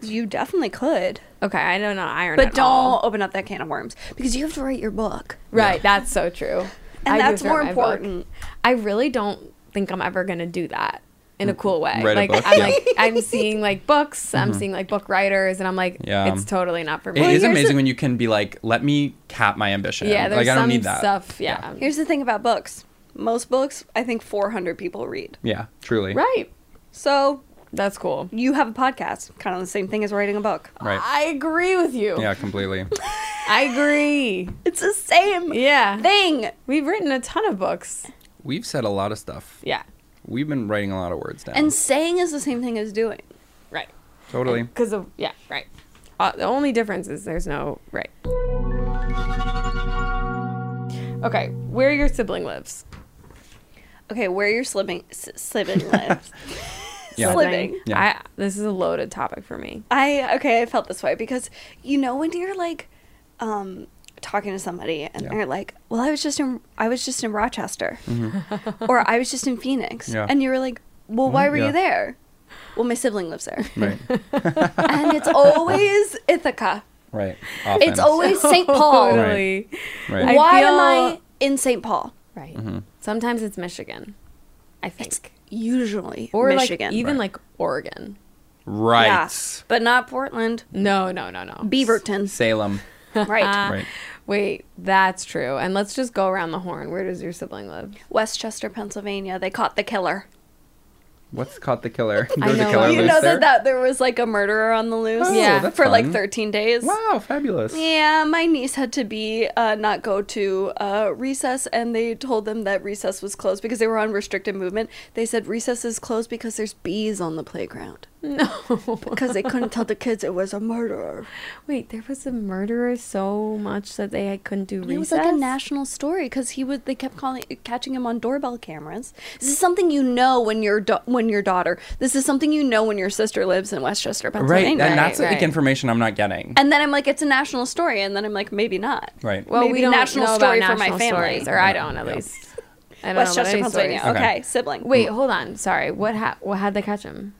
[SPEAKER 5] You definitely could.
[SPEAKER 4] Okay, I don't know iron.
[SPEAKER 5] But
[SPEAKER 4] at
[SPEAKER 5] don't
[SPEAKER 4] all.
[SPEAKER 5] open up that can of worms because you have to write your book.
[SPEAKER 4] Right, that's so true.
[SPEAKER 5] And
[SPEAKER 4] I
[SPEAKER 5] that's
[SPEAKER 4] just wrote
[SPEAKER 5] more
[SPEAKER 4] my book.
[SPEAKER 5] important.
[SPEAKER 4] I really don't think I'm ever gonna do that in a cool way.
[SPEAKER 3] Mm. Write a
[SPEAKER 4] like
[SPEAKER 3] book,
[SPEAKER 4] I'm
[SPEAKER 3] yeah. Mm-hmm.
[SPEAKER 4] like I'm seeing like books, I'm seeing like book writers, and I'm like,
[SPEAKER 3] Yeah.
[SPEAKER 4] it's totally not for me.
[SPEAKER 3] It is
[SPEAKER 5] here's
[SPEAKER 3] amazing
[SPEAKER 5] the-
[SPEAKER 3] when you can be like, let me cap my ambition.
[SPEAKER 4] yeah, there's
[SPEAKER 3] like I don't
[SPEAKER 4] some
[SPEAKER 3] need that.
[SPEAKER 4] stuff. Yeah.
[SPEAKER 5] Here's the thing about books most books, I think 400 people read.
[SPEAKER 3] Yeah, truly.
[SPEAKER 4] right.
[SPEAKER 5] So
[SPEAKER 4] That's cool.
[SPEAKER 5] you have a podcast, kind of the same thing as writing a book.
[SPEAKER 3] Right.
[SPEAKER 4] I agree with you.
[SPEAKER 3] Yeah, completely.
[SPEAKER 4] I agree.
[SPEAKER 5] It's the same
[SPEAKER 4] Yeah.
[SPEAKER 5] thing.
[SPEAKER 4] We've written a ton of books.
[SPEAKER 3] We've said a lot of stuff.
[SPEAKER 4] Yeah.
[SPEAKER 3] We've been writing a lot of words down.
[SPEAKER 5] And saying is the same thing as doing.
[SPEAKER 4] Right.
[SPEAKER 3] totally.
[SPEAKER 4] Because of yeah. Right. Uh, the only difference is there's no right. Okay, where your sibling lives.
[SPEAKER 5] Okay, where you're slipping, s- slipping lives.
[SPEAKER 3] Yeah.
[SPEAKER 5] Slipping.
[SPEAKER 3] Yeah.
[SPEAKER 4] I, this is a loaded topic for me.
[SPEAKER 5] I okay, I felt this way because you know when you're like um talking to somebody and
[SPEAKER 3] Yeah.
[SPEAKER 5] they're like, "Well, I was just in I was just in Rochester." or "I was just in Phoenix."
[SPEAKER 3] Mm-hmm. Yeah.
[SPEAKER 5] And you were like, "Well, why
[SPEAKER 3] What?
[SPEAKER 5] were
[SPEAKER 3] Yeah.
[SPEAKER 5] you there?" "Well, my sibling lives there."
[SPEAKER 3] Right.
[SPEAKER 5] and it's always Ithaca.
[SPEAKER 3] Right.
[SPEAKER 5] It's
[SPEAKER 3] Often.
[SPEAKER 5] always St.
[SPEAKER 4] Oh.
[SPEAKER 5] Paul.
[SPEAKER 4] Totally.
[SPEAKER 3] Right.
[SPEAKER 4] I
[SPEAKER 5] Why am I
[SPEAKER 4] feel-
[SPEAKER 5] in St. Paul?
[SPEAKER 4] Right. Sometimes it's Michigan, I think,
[SPEAKER 5] Usually
[SPEAKER 4] or
[SPEAKER 5] Michigan.
[SPEAKER 4] like even like Oregon.
[SPEAKER 3] right.
[SPEAKER 5] yeah, but not Portland,
[SPEAKER 4] No, no, no, no.
[SPEAKER 5] Beaverton,
[SPEAKER 3] Salem.
[SPEAKER 5] right?
[SPEAKER 3] Right.
[SPEAKER 4] uh, Wait, that's true. And let's just go around the horn. Where does your sibling live?
[SPEAKER 5] Westchester, Pennsylvania. They caught the killer.
[SPEAKER 3] What's caught the killer? There
[SPEAKER 4] I
[SPEAKER 3] was a
[SPEAKER 4] know.
[SPEAKER 3] killer
[SPEAKER 5] You
[SPEAKER 3] loose
[SPEAKER 5] know
[SPEAKER 3] Oh, there?
[SPEAKER 5] that, that there was like a murderer on the loose
[SPEAKER 3] Oh,
[SPEAKER 4] Yeah.
[SPEAKER 3] that's
[SPEAKER 5] for like
[SPEAKER 3] fun.
[SPEAKER 5] 13 days.
[SPEAKER 3] Wow, fabulous.
[SPEAKER 5] Yeah, my niece had to be uh, not go to uh, recess, and they told them that recess was closed because they were on restricted movement. They said recess is closed because there's bees on the playground
[SPEAKER 4] No.
[SPEAKER 5] because they couldn't tell the kids it was a murderer.
[SPEAKER 4] Wait, there was a murderer so much that they had- couldn't do recess.
[SPEAKER 5] It was like a national story because he was. They kept calling, catching him on doorbell cameras. This is something you know when your da- when your daughter. This is something you know when your sister lives in Westchester,
[SPEAKER 3] Right.
[SPEAKER 5] Pennsylvania.
[SPEAKER 3] And that's
[SPEAKER 4] right.
[SPEAKER 3] like information I'm not getting.
[SPEAKER 5] And then I'm like, it's a national story, and then I'm like, maybe not.
[SPEAKER 3] Right.
[SPEAKER 4] well, we
[SPEAKER 5] maybe
[SPEAKER 4] don't
[SPEAKER 5] national
[SPEAKER 4] know
[SPEAKER 5] story
[SPEAKER 4] about
[SPEAKER 5] for my
[SPEAKER 4] national
[SPEAKER 5] family.
[SPEAKER 4] stories, or I don't at
[SPEAKER 3] Yeah.
[SPEAKER 4] least. I don't know about
[SPEAKER 5] Westchester,
[SPEAKER 4] any
[SPEAKER 5] Pennsylvania.
[SPEAKER 4] stories.
[SPEAKER 5] Okay.
[SPEAKER 3] Okay.
[SPEAKER 5] sibling.
[SPEAKER 4] Wait, hold on. Sorry. What? Ha- what? How'd they catch him?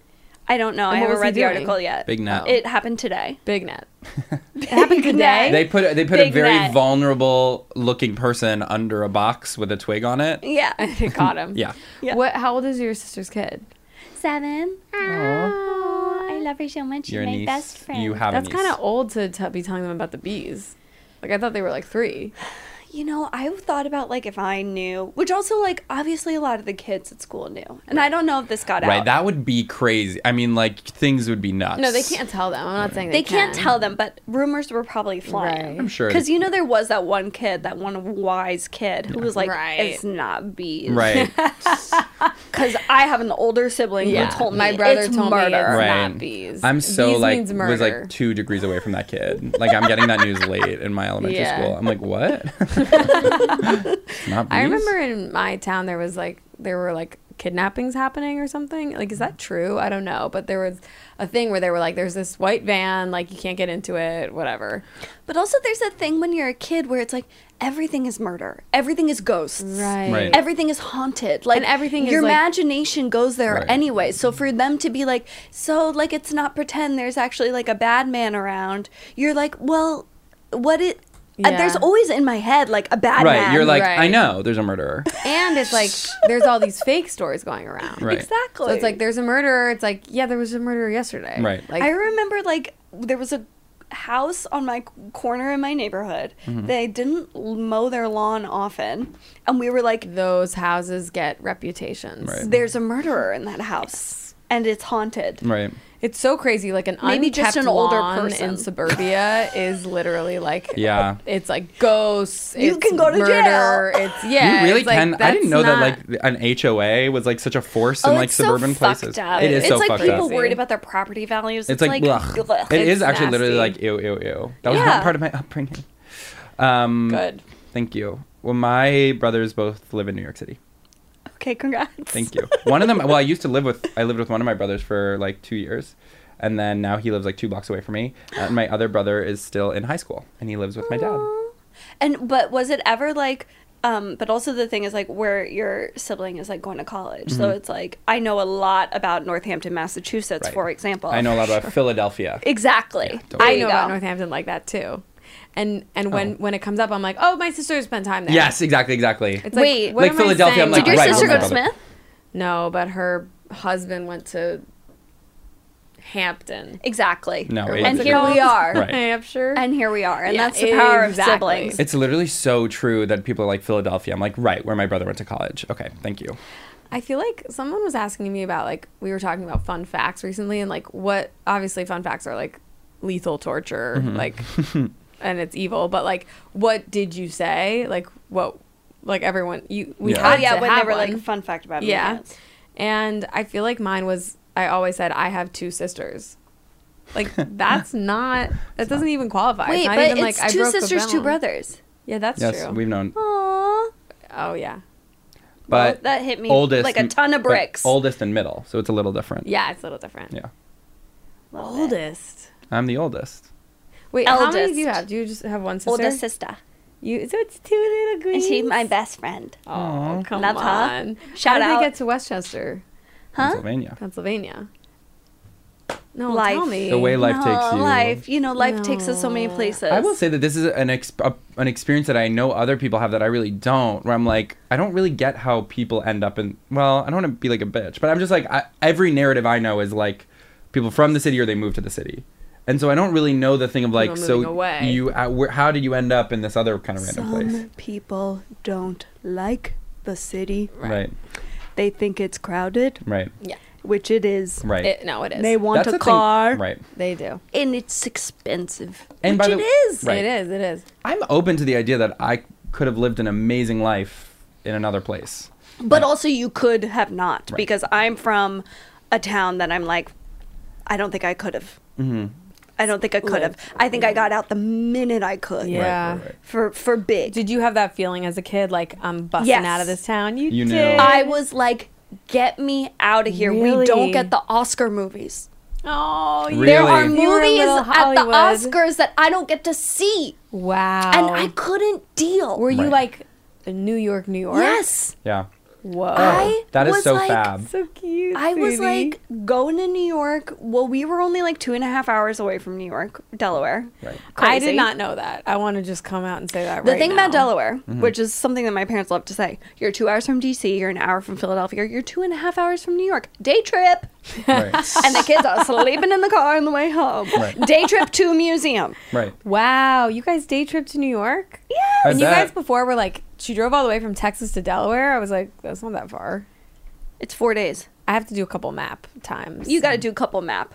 [SPEAKER 5] I don't know. I
[SPEAKER 4] And what
[SPEAKER 5] haven't
[SPEAKER 4] was he
[SPEAKER 5] read the
[SPEAKER 4] doing?
[SPEAKER 5] article yet.
[SPEAKER 3] Big net.
[SPEAKER 5] It happened today.
[SPEAKER 4] Big net. it happened today.
[SPEAKER 3] They put they put a
[SPEAKER 5] Big
[SPEAKER 3] very
[SPEAKER 5] net.
[SPEAKER 3] vulnerable looking person under a box with a twig on it.
[SPEAKER 5] Yeah.
[SPEAKER 4] They caught him.
[SPEAKER 3] Yeah.
[SPEAKER 5] Yeah.
[SPEAKER 4] What? How old is your sister's kid?
[SPEAKER 6] Seven. Aw, I love her so much. She's
[SPEAKER 3] Your
[SPEAKER 6] my
[SPEAKER 3] niece.
[SPEAKER 6] best friend.
[SPEAKER 3] You have
[SPEAKER 4] That's
[SPEAKER 3] a niece.
[SPEAKER 4] kind of old to t- be telling them about the bees. Like I thought they were like three.
[SPEAKER 5] You know, I thought about like if I knew, which also like obviously a lot of the kids at school knew, and I don't know if this got
[SPEAKER 3] Right,
[SPEAKER 5] out.
[SPEAKER 3] that would be crazy. I mean, like things would be nuts.
[SPEAKER 4] No, they can't tell them. I'm not saying they,
[SPEAKER 5] they can't tell them, but rumors were probably flying.
[SPEAKER 4] Right. I'm
[SPEAKER 3] sure.
[SPEAKER 5] Because you know there was that one kid, that one wise kid who was like,
[SPEAKER 4] Right.
[SPEAKER 5] "It's not bees."
[SPEAKER 3] Right,
[SPEAKER 5] Because I have an older sibling
[SPEAKER 4] Yeah.
[SPEAKER 5] who told me
[SPEAKER 4] My brother
[SPEAKER 5] it's
[SPEAKER 4] told me
[SPEAKER 5] murder.
[SPEAKER 4] it's-
[SPEAKER 3] right.
[SPEAKER 4] not bees.
[SPEAKER 3] I'm so
[SPEAKER 4] Bees
[SPEAKER 3] like
[SPEAKER 4] means
[SPEAKER 3] was
[SPEAKER 4] murder.
[SPEAKER 3] like two degrees away from that kid. Like I'm getting that news late in my elementary
[SPEAKER 4] Yeah.
[SPEAKER 3] school. I'm like, what? Not bees?
[SPEAKER 4] I remember in my town there was like there were like kidnappings happening or something. Like is that true? I don't know, but there was a thing where they were like there's this white van like you can't get into it, whatever.
[SPEAKER 5] But also, there's that thing when you're a kid where it's like everything is murder, everything is ghosts,
[SPEAKER 4] Right.
[SPEAKER 3] Right.
[SPEAKER 5] Everything is haunted, like
[SPEAKER 4] And everything is,
[SPEAKER 5] Your
[SPEAKER 4] like-
[SPEAKER 5] imagination goes there
[SPEAKER 3] Right.
[SPEAKER 5] anyway. So for them to be like, so like it's not pretend. There's actually like a bad man around. You're like, well, what it. uh, there's
[SPEAKER 4] Yeah.
[SPEAKER 5] always in my head like a bad
[SPEAKER 3] Right,
[SPEAKER 5] man.
[SPEAKER 3] you're like,
[SPEAKER 4] Right.
[SPEAKER 3] I know there's a murderer.
[SPEAKER 4] And it's like there's all these fake stories going around.
[SPEAKER 3] Right,
[SPEAKER 5] exactly.
[SPEAKER 4] So it's like there's a murderer. It's like yeah, there was a murderer yesterday.
[SPEAKER 3] Right.
[SPEAKER 4] Like
[SPEAKER 5] I remember like there was a house on my c- corner in my neighborhood.
[SPEAKER 3] Mm-hmm.
[SPEAKER 5] They didn't l- mow their lawn often, and we were like,
[SPEAKER 4] those houses get reputations.
[SPEAKER 3] Right.
[SPEAKER 5] there's a murderer in that house. and it's haunted.
[SPEAKER 3] Right.
[SPEAKER 4] It's so crazy. Like an
[SPEAKER 5] Maybe
[SPEAKER 4] unkept
[SPEAKER 5] just an older
[SPEAKER 4] lawn
[SPEAKER 5] person.
[SPEAKER 4] in suburbia is literally like
[SPEAKER 3] Yeah.
[SPEAKER 4] It's like ghosts.
[SPEAKER 5] You
[SPEAKER 4] it's
[SPEAKER 5] can go to
[SPEAKER 4] murder, It's yeah.
[SPEAKER 3] you really
[SPEAKER 4] it's like,
[SPEAKER 3] can. I didn't
[SPEAKER 4] that's Oh,
[SPEAKER 3] know
[SPEAKER 4] not-
[SPEAKER 3] that like an HOA was like such a force in like
[SPEAKER 5] it's
[SPEAKER 3] suburban
[SPEAKER 5] so
[SPEAKER 3] places.
[SPEAKER 5] Fucked up.
[SPEAKER 3] It is
[SPEAKER 5] it's
[SPEAKER 3] so
[SPEAKER 5] like
[SPEAKER 3] fucked
[SPEAKER 5] people
[SPEAKER 3] up.
[SPEAKER 5] worried about their property values. It's,
[SPEAKER 3] It's like, ugh.
[SPEAKER 5] ugh,
[SPEAKER 3] It
[SPEAKER 5] it's
[SPEAKER 3] is actually literally like
[SPEAKER 5] nasty.
[SPEAKER 3] ew ew ew. That was
[SPEAKER 5] Yeah.
[SPEAKER 3] not part of my upbringing. Um,
[SPEAKER 4] good.
[SPEAKER 3] Thank you. Well, my brothers both live in New York City.
[SPEAKER 5] Okay, congrats.
[SPEAKER 3] Thank you. One of them. Well, I used to live with. I lived with one of my brothers for like two years, and then now he lives like two blocks away from me. And my other brother is still in high school, and he lives with my dad.
[SPEAKER 5] And but was it ever like um but also the thing is like where your sibling is like going to college. So it's like I know a lot about Northampton, Massachusetts,
[SPEAKER 3] Mm-hmm. Right.
[SPEAKER 5] for example.
[SPEAKER 3] I know a lot about Philadelphia.
[SPEAKER 5] Exactly.
[SPEAKER 3] don't
[SPEAKER 5] I
[SPEAKER 4] I know about
[SPEAKER 5] Northampton.
[SPEAKER 4] Northampton like that too. And and when when it comes up, I'm like, oh, my sister spent time there.
[SPEAKER 3] Yes, exactly, exactly.
[SPEAKER 4] It's like,
[SPEAKER 5] Wait.
[SPEAKER 4] what
[SPEAKER 3] Like
[SPEAKER 4] am I
[SPEAKER 3] Philadelphia,
[SPEAKER 4] saying?
[SPEAKER 3] I'm like,
[SPEAKER 5] Did your
[SPEAKER 3] right,
[SPEAKER 5] sister
[SPEAKER 3] with my
[SPEAKER 5] go to
[SPEAKER 3] brother.
[SPEAKER 5] Smith?
[SPEAKER 4] No, but her husband went to Hampton.
[SPEAKER 5] Exactly.
[SPEAKER 3] No, it-
[SPEAKER 5] and
[SPEAKER 3] it-
[SPEAKER 5] here we are.
[SPEAKER 3] Right.
[SPEAKER 4] Hampshire.
[SPEAKER 5] And here we are. And
[SPEAKER 4] Yeah,
[SPEAKER 5] that's the power
[SPEAKER 4] exactly.
[SPEAKER 5] of siblings.
[SPEAKER 3] It's literally so true that people are like Philadelphia. I'm like, right, where my brother went to college. Okay, thank you.
[SPEAKER 4] I feel like someone was asking me about like we were talking about fun facts recently and like what obviously fun facts are like lethal torture
[SPEAKER 3] Mm-hmm.
[SPEAKER 4] like and it's evil but like what did you say like what like everyone you we
[SPEAKER 3] Yeah.
[SPEAKER 4] had
[SPEAKER 5] Oh yeah,
[SPEAKER 4] to
[SPEAKER 5] when
[SPEAKER 4] have
[SPEAKER 5] they were
[SPEAKER 4] one.
[SPEAKER 5] like fun fact about me.
[SPEAKER 4] yeah
[SPEAKER 5] yes.
[SPEAKER 4] and I feel like mine was I always said I have two sisters like that's not that doesn't even qualify
[SPEAKER 5] Wait,
[SPEAKER 4] it's not
[SPEAKER 5] but
[SPEAKER 4] even
[SPEAKER 5] it's
[SPEAKER 4] like I
[SPEAKER 5] two
[SPEAKER 4] broke a
[SPEAKER 5] sisters, two
[SPEAKER 4] bone.
[SPEAKER 5] brothers.
[SPEAKER 4] yeah that's
[SPEAKER 3] Yes,
[SPEAKER 4] true
[SPEAKER 3] we've known,
[SPEAKER 5] Aww.
[SPEAKER 4] oh yeah
[SPEAKER 3] but
[SPEAKER 5] Oh, that hit me
[SPEAKER 3] oldest,
[SPEAKER 5] like a ton of
[SPEAKER 3] but
[SPEAKER 5] bricks.
[SPEAKER 3] Oldest and middle, so it's a little different.
[SPEAKER 4] yeah it's a little different
[SPEAKER 3] Yeah.
[SPEAKER 5] Love it.
[SPEAKER 4] oldest
[SPEAKER 3] I'm the oldest.
[SPEAKER 4] wait how many do you
[SPEAKER 5] Eldest.
[SPEAKER 4] have do you just have one sister
[SPEAKER 5] Oldest sister.
[SPEAKER 4] You so it's two little
[SPEAKER 5] And
[SPEAKER 4] greens.
[SPEAKER 5] she's my best friend.
[SPEAKER 4] oh, come
[SPEAKER 5] Love her.
[SPEAKER 4] on.
[SPEAKER 5] Shout
[SPEAKER 4] How did
[SPEAKER 5] out.
[SPEAKER 4] they get to Westchester,
[SPEAKER 3] Pennsylvania.
[SPEAKER 4] Pennsylvania? No,
[SPEAKER 5] Life.
[SPEAKER 4] tell me.
[SPEAKER 3] The way life takes
[SPEAKER 5] Oh,
[SPEAKER 3] you.
[SPEAKER 5] life. You know, life takes us so many places.
[SPEAKER 3] I will say that this is an ex- a, an experience that I know other people have that I really don't. Where I'm like, I don't really get how people end up in. Well, I don't want to be like a bitch, but I'm just like, I, every narrative I know is like people from the city or they move to the city, and so I don't really know the thing of like,
[SPEAKER 4] People
[SPEAKER 3] so
[SPEAKER 4] moving away.
[SPEAKER 3] you, uh, where, how did you end up in this other kind of random place?
[SPEAKER 5] people don't like the city.
[SPEAKER 3] Right,
[SPEAKER 5] They think it's crowded,
[SPEAKER 3] right,
[SPEAKER 5] which it is.
[SPEAKER 3] right.
[SPEAKER 4] It, no, it is.
[SPEAKER 5] They want
[SPEAKER 3] That's
[SPEAKER 5] a
[SPEAKER 3] the thing-
[SPEAKER 5] car,
[SPEAKER 3] right?
[SPEAKER 4] they do.
[SPEAKER 5] and it's expensive.
[SPEAKER 3] And
[SPEAKER 5] which
[SPEAKER 3] by
[SPEAKER 5] it
[SPEAKER 3] the-
[SPEAKER 5] is.
[SPEAKER 3] Right.
[SPEAKER 4] It is. It is.
[SPEAKER 3] I'm open to the idea that I could have lived an amazing life in another place.
[SPEAKER 5] But also, you could have not
[SPEAKER 3] Right.
[SPEAKER 5] because I'm from a town that I'm like, I don't think I could have. Mm-hmm. I don't think I could have. I think I got out the minute I could.
[SPEAKER 4] Yeah.
[SPEAKER 3] right, right.
[SPEAKER 5] For for big.
[SPEAKER 4] Did you have that feeling as a kid, like I'm busting
[SPEAKER 5] Yes.
[SPEAKER 4] out of this town? You,
[SPEAKER 3] You
[SPEAKER 4] did.
[SPEAKER 3] know.
[SPEAKER 5] I was like, get me out of here. We don't
[SPEAKER 4] Really?
[SPEAKER 5] get the Oscar movies.
[SPEAKER 4] Oh, you
[SPEAKER 3] Really?
[SPEAKER 5] There are
[SPEAKER 4] You were a
[SPEAKER 5] movies
[SPEAKER 4] little
[SPEAKER 5] at the
[SPEAKER 4] Hollywood.
[SPEAKER 5] Oscars that I don't get to see,
[SPEAKER 4] wow.
[SPEAKER 5] and I couldn't deal.
[SPEAKER 4] were you
[SPEAKER 3] Right.
[SPEAKER 4] like New York, New York?
[SPEAKER 5] yes,
[SPEAKER 3] Yeah,
[SPEAKER 4] Whoa.
[SPEAKER 5] I
[SPEAKER 3] Oh, that is
[SPEAKER 5] was
[SPEAKER 3] so
[SPEAKER 5] like-
[SPEAKER 3] fab.
[SPEAKER 4] so cute.
[SPEAKER 5] I was
[SPEAKER 4] sweetie.
[SPEAKER 5] like going to New York. Well, we were only like two and a half hours away from New York, Delaware.
[SPEAKER 3] Right.
[SPEAKER 4] I
[SPEAKER 5] Crazy.
[SPEAKER 4] did not know that. I want to just come out and say that.
[SPEAKER 5] The
[SPEAKER 4] right
[SPEAKER 5] thing about
[SPEAKER 4] now.
[SPEAKER 5] Delaware,
[SPEAKER 3] Mm-hmm.
[SPEAKER 5] which is something that my parents love to say, you're two hours from DC, you're an hour from Philadelphia, you're two and a half hours from New York. Day trip.
[SPEAKER 3] right,
[SPEAKER 5] And the kids are sleeping in the car on the way home.
[SPEAKER 3] Right.
[SPEAKER 5] Day trip to a museum.
[SPEAKER 3] right.
[SPEAKER 4] Wow, you guys day trip to New York? Yeah.
[SPEAKER 3] I
[SPEAKER 4] And you guys
[SPEAKER 3] bet.
[SPEAKER 4] before were like, she drove all the way from Texas to Delaware. I was like, that's not that far.
[SPEAKER 5] It's four days.
[SPEAKER 4] I have to do a couple map times.
[SPEAKER 5] You got to do couple map.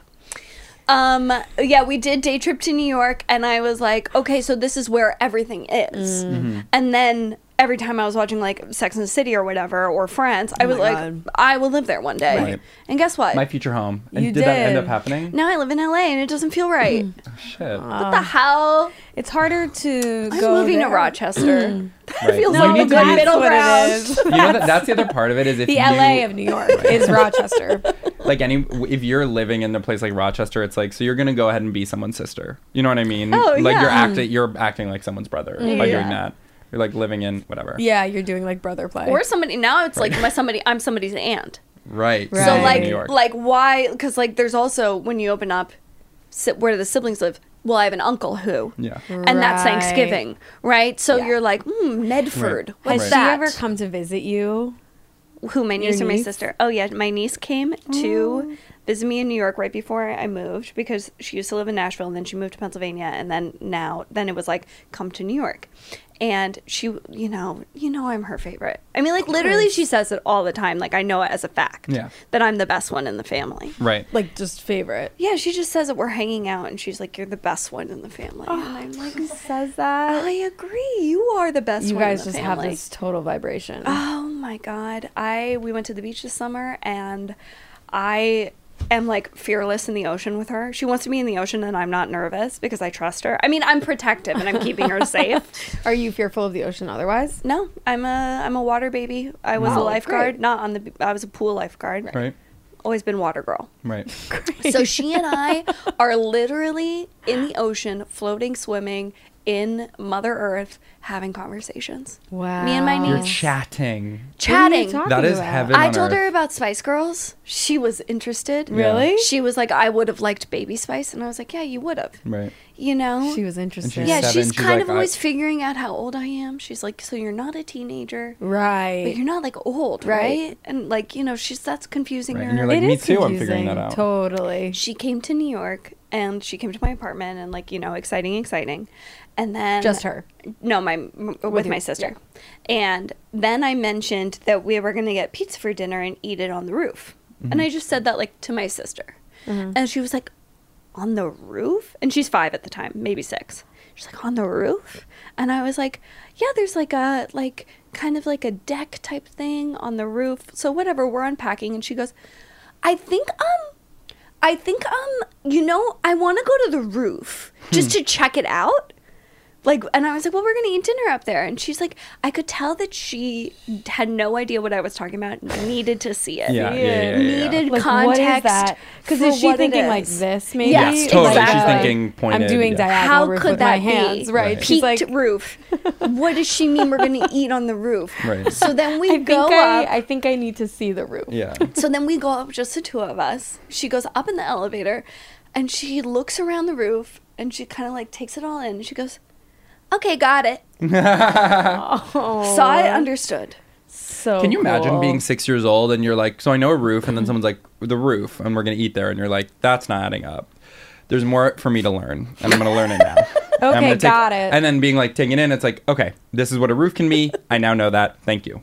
[SPEAKER 5] Um, yeah, we did day trip to New York, and I was like, okay, so this is where everything is.
[SPEAKER 3] Mm-hmm.
[SPEAKER 5] And then every time I was watching like Sex and the City or whatever or Friends, I was like, I will live there one day.
[SPEAKER 3] Right.
[SPEAKER 5] And guess what?
[SPEAKER 3] My future home. And
[SPEAKER 4] You
[SPEAKER 3] did, that end
[SPEAKER 4] did.
[SPEAKER 3] up happening?
[SPEAKER 5] now I live in LA, and it doesn't feel right.
[SPEAKER 3] Shit.
[SPEAKER 5] what the hell?
[SPEAKER 4] It's harder to
[SPEAKER 5] I'm
[SPEAKER 4] go
[SPEAKER 5] moving
[SPEAKER 4] there.
[SPEAKER 5] to Rochester. that
[SPEAKER 3] Right.
[SPEAKER 5] feels
[SPEAKER 3] No,
[SPEAKER 5] like
[SPEAKER 3] you
[SPEAKER 5] the
[SPEAKER 3] need to
[SPEAKER 5] good
[SPEAKER 3] be-
[SPEAKER 5] middle
[SPEAKER 4] That's what it
[SPEAKER 5] ground.
[SPEAKER 4] is.
[SPEAKER 3] you know that that's the other part of it is if
[SPEAKER 4] The
[SPEAKER 3] you,
[SPEAKER 4] LA of New York is Rochester.
[SPEAKER 3] like any if you're living in a place like Rochester, it's like so you're gonna go ahead and be someone's sister. You know what I mean?
[SPEAKER 5] Oh,
[SPEAKER 3] like you're
[SPEAKER 5] yeah.
[SPEAKER 3] acting you're acting like someone's brother by
[SPEAKER 5] Yeah.
[SPEAKER 3] doing that. You're like living in whatever.
[SPEAKER 4] Yeah, you're doing like brother play.
[SPEAKER 5] Or somebody now it's like my somebody I'm somebody's aunt.
[SPEAKER 3] Right.
[SPEAKER 4] So,
[SPEAKER 5] So
[SPEAKER 4] Right.
[SPEAKER 5] like
[SPEAKER 3] New York.
[SPEAKER 5] like why? Because like there's also when you open up, si- where do the siblings live? Well, I have an uncle who.
[SPEAKER 3] yeah.
[SPEAKER 5] And that's
[SPEAKER 4] Right.
[SPEAKER 5] Thanksgiving, right? So you're like, mm, Medford.
[SPEAKER 3] Right.
[SPEAKER 4] Has
[SPEAKER 5] What's
[SPEAKER 4] she
[SPEAKER 5] that?
[SPEAKER 4] ever come to visit you?
[SPEAKER 5] Who, my niece or my
[SPEAKER 4] niece? Oh.
[SPEAKER 5] sister? Oh, yeah. My niece came to visit me in New York right before I moved because she used to live in Nashville and then she moved to Pennsylvania. And then now, then it was like, come to New York. and she, you know, you know, I'm her favorite. I mean, like literally, she says it all the time. Like I know it as a fact.
[SPEAKER 3] Yeah.
[SPEAKER 5] That I'm the best one in the family.
[SPEAKER 3] Right.
[SPEAKER 4] Like just favorite.
[SPEAKER 5] Yeah, she just says that we're hanging out, and she's like, "You're the best one in the family." and I'm like,
[SPEAKER 4] Oh, Says that.
[SPEAKER 5] "I agree. You are the best."
[SPEAKER 4] You
[SPEAKER 5] one in
[SPEAKER 4] guys
[SPEAKER 5] the
[SPEAKER 4] just have
[SPEAKER 5] family."
[SPEAKER 4] this total vibration.
[SPEAKER 5] Oh my god. I we went to the beach this summer and I am like fearless in the ocean with her. She wants to be in the ocean and I'm not nervous because I trust her. I mean, I'm protective and I'm keeping her safe.
[SPEAKER 4] Are you fearful of the ocean otherwise?
[SPEAKER 5] No, I'm a I'm a water baby. I was a
[SPEAKER 4] Wow,
[SPEAKER 5] lifeguard,
[SPEAKER 4] Oh, great.
[SPEAKER 5] not on the b- I was a pool lifeguard.
[SPEAKER 3] Right.
[SPEAKER 5] Always been water girl.
[SPEAKER 3] Right.
[SPEAKER 5] So she and I are literally in the ocean, floating, swimming in Mother Earth, having conversations.
[SPEAKER 4] Wow.
[SPEAKER 5] Me and my
[SPEAKER 3] You're
[SPEAKER 5] niece
[SPEAKER 3] chatting.
[SPEAKER 5] chatting.
[SPEAKER 3] That is heaven.
[SPEAKER 5] I
[SPEAKER 3] on
[SPEAKER 5] told
[SPEAKER 3] earth.
[SPEAKER 5] her about Spice Girls. She was interested.
[SPEAKER 3] Really?
[SPEAKER 5] She was like, I would have liked Baby Spice. And I was like, yeah, you would have.
[SPEAKER 3] Right.
[SPEAKER 5] You know?
[SPEAKER 4] She was interested.
[SPEAKER 3] was Mm.
[SPEAKER 5] yeah,
[SPEAKER 3] seven,
[SPEAKER 5] she's
[SPEAKER 3] she's
[SPEAKER 5] kind
[SPEAKER 3] like,
[SPEAKER 5] of
[SPEAKER 3] I-
[SPEAKER 5] always figuring out how old I am. She's like, so you're not a teenager, but
[SPEAKER 4] Right.
[SPEAKER 5] you're not like old, right? And like, you know, she's that's confusing
[SPEAKER 3] Right.
[SPEAKER 5] to
[SPEAKER 3] And
[SPEAKER 5] her.
[SPEAKER 3] you're like,
[SPEAKER 4] It
[SPEAKER 3] me
[SPEAKER 4] is
[SPEAKER 3] too, I'm figuring that
[SPEAKER 4] confusing.
[SPEAKER 3] out.
[SPEAKER 4] Totally.
[SPEAKER 5] she came to New York and she came to my apartment and like, you know, exciting, exciting. And then
[SPEAKER 4] Just her.
[SPEAKER 5] No, my m- with,
[SPEAKER 4] With
[SPEAKER 5] my
[SPEAKER 4] your-
[SPEAKER 5] sister. And then I mentioned that we were going to get pizza for dinner and eat it on the roof.
[SPEAKER 4] Mm-hmm.
[SPEAKER 5] And I just said that like to my sister. And she was like, "On the roof?" And she's 5 at the time, maybe 6. She's like, "On the roof?" And I was like, "Yeah, there's like a like kind of like a deck type thing on the roof." So whatever, we're unpacking and she goes, "I think um I think um you know, I want to go to the roof just
[SPEAKER 3] Hmm.
[SPEAKER 5] to check it out." like and i was like well we're gonna eat dinner up there and she's like i could tell that she had no idea what i was talking about needed to see it
[SPEAKER 3] Yeah. Yeah. Yeah. yeah, yeah.
[SPEAKER 5] needed
[SPEAKER 4] Like, what is
[SPEAKER 5] context
[SPEAKER 4] that? Because
[SPEAKER 5] for
[SPEAKER 4] is she
[SPEAKER 5] what it
[SPEAKER 4] thinking like
[SPEAKER 5] is.
[SPEAKER 4] this? Maybe.
[SPEAKER 5] Yes,
[SPEAKER 3] Yes, totally.
[SPEAKER 5] exactly.
[SPEAKER 3] She's thinking
[SPEAKER 4] I'm
[SPEAKER 3] pointed.
[SPEAKER 4] doing
[SPEAKER 3] yeah.
[SPEAKER 4] diagonal
[SPEAKER 5] how
[SPEAKER 4] roof
[SPEAKER 5] could
[SPEAKER 4] with
[SPEAKER 5] that
[SPEAKER 4] my hands,
[SPEAKER 5] be
[SPEAKER 4] right?
[SPEAKER 3] Right.
[SPEAKER 4] She's
[SPEAKER 5] peaked
[SPEAKER 4] like,
[SPEAKER 5] roof what does she mean we're gonna eat on the roof
[SPEAKER 3] Right.
[SPEAKER 5] so then we
[SPEAKER 4] I think
[SPEAKER 5] go
[SPEAKER 4] I,
[SPEAKER 5] up
[SPEAKER 4] I think I need to see the roof.
[SPEAKER 3] Yeah.
[SPEAKER 5] so then we go up just the two of us she goes up in the elevator and she looks around the roof and she kind of like takes it all in and she goes okay got it saw it understood
[SPEAKER 4] So
[SPEAKER 3] Can you imagine
[SPEAKER 4] cool.
[SPEAKER 3] being six years old and you're like, so I know a roof, and then someone's like, the roof, and we're gonna eat there, and you're like, that's not adding up. There's more for me to learn, and I'm gonna learn it now. And I'm
[SPEAKER 4] Okay,
[SPEAKER 3] gonna take-
[SPEAKER 4] got it.
[SPEAKER 3] And then being like, taking it in, it's like, okay, this is what a roof can be. I now know that. Thank you.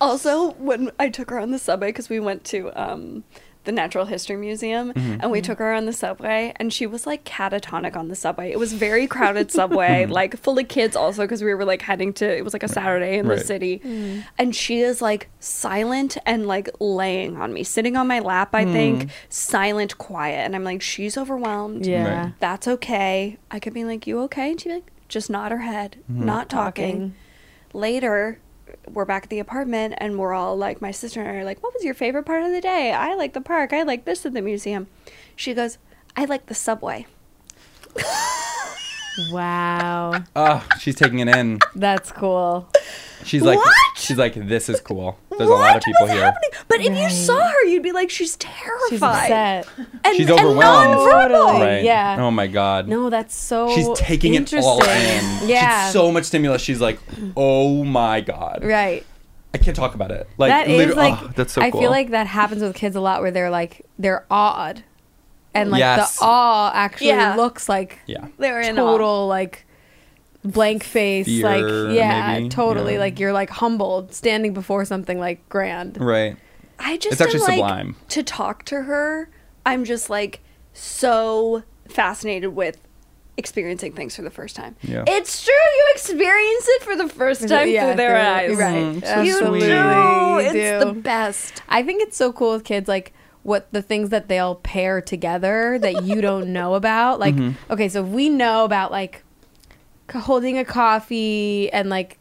[SPEAKER 5] Also, when I took her on the subway, because we went to um, the Natural History Museum, and we took her on the subway, and she was like catatonic on the subway. It was very crowded subway, like full of kids, also because we were like heading to. It was like a Saturday in
[SPEAKER 3] Right.
[SPEAKER 5] the city, and she is like silent and like laying on me, sitting on my lap. I think silent, quiet, and I'm like, she's overwhelmed.
[SPEAKER 4] Yeah.
[SPEAKER 3] Right.
[SPEAKER 5] That's okay. I could be like, you okay? And she'd be like, just nod her head,
[SPEAKER 3] Mm-hmm.
[SPEAKER 5] not talking. Later, we're back at the apartment and we're all like, my sister and I are like, what was your favorite part of the day? I like the park. I like this at the museum. She goes, I like the subway.
[SPEAKER 4] Wow,
[SPEAKER 3] Oh, she's taking it in.
[SPEAKER 4] that's cool.
[SPEAKER 3] She's like,
[SPEAKER 5] What?
[SPEAKER 3] she's like, this is cool. There's a lot of people
[SPEAKER 5] was
[SPEAKER 3] here.
[SPEAKER 5] happening? But if you saw her, you'd be like, she's terrified.
[SPEAKER 4] She's upset.
[SPEAKER 5] And,
[SPEAKER 3] She's
[SPEAKER 5] and
[SPEAKER 3] overwhelmed.
[SPEAKER 5] nonverbal.
[SPEAKER 3] Right.
[SPEAKER 4] Yeah.
[SPEAKER 3] Oh my god.
[SPEAKER 4] No, that's so.
[SPEAKER 3] She's taking it all
[SPEAKER 4] Oh, interesting.
[SPEAKER 3] in.
[SPEAKER 4] Yeah.
[SPEAKER 3] She's so much stimulus. She's like, oh my god.
[SPEAKER 4] right.
[SPEAKER 3] I can't talk about it. Like,
[SPEAKER 4] That is
[SPEAKER 3] literally-
[SPEAKER 4] like
[SPEAKER 3] oh, that's so
[SPEAKER 4] I
[SPEAKER 3] cool.
[SPEAKER 4] feel like that happens with kids a lot where they're like they're awed. And like
[SPEAKER 3] Yes.
[SPEAKER 4] the awe actually
[SPEAKER 5] Yeah.
[SPEAKER 4] looks like
[SPEAKER 3] yeah.
[SPEAKER 5] They were in awe.
[SPEAKER 4] total like blank face
[SPEAKER 3] Fear,
[SPEAKER 4] like yeah
[SPEAKER 3] maybe?
[SPEAKER 4] totally
[SPEAKER 3] Yeah.
[SPEAKER 4] like you're like humbled standing before something like grand
[SPEAKER 3] Right.
[SPEAKER 5] I just
[SPEAKER 3] It's actually
[SPEAKER 5] am, like,
[SPEAKER 3] sublime.
[SPEAKER 5] to talk to her. I'm just like so fascinated with experiencing things for the first time.
[SPEAKER 3] Yeah.
[SPEAKER 5] It's true you experience it for the first time
[SPEAKER 4] Yeah,
[SPEAKER 5] through their
[SPEAKER 4] through-
[SPEAKER 5] eyes.
[SPEAKER 4] right.
[SPEAKER 3] Mm, so
[SPEAKER 5] You
[SPEAKER 3] sweet.
[SPEAKER 5] do.
[SPEAKER 4] You
[SPEAKER 5] it's
[SPEAKER 4] do.
[SPEAKER 5] the best.
[SPEAKER 4] I think it's so cool with kids, like what the things that they'll pair together that you don't know about. Like,
[SPEAKER 3] Mm-hmm.
[SPEAKER 4] okay, so if we know about like c- holding a coffee and like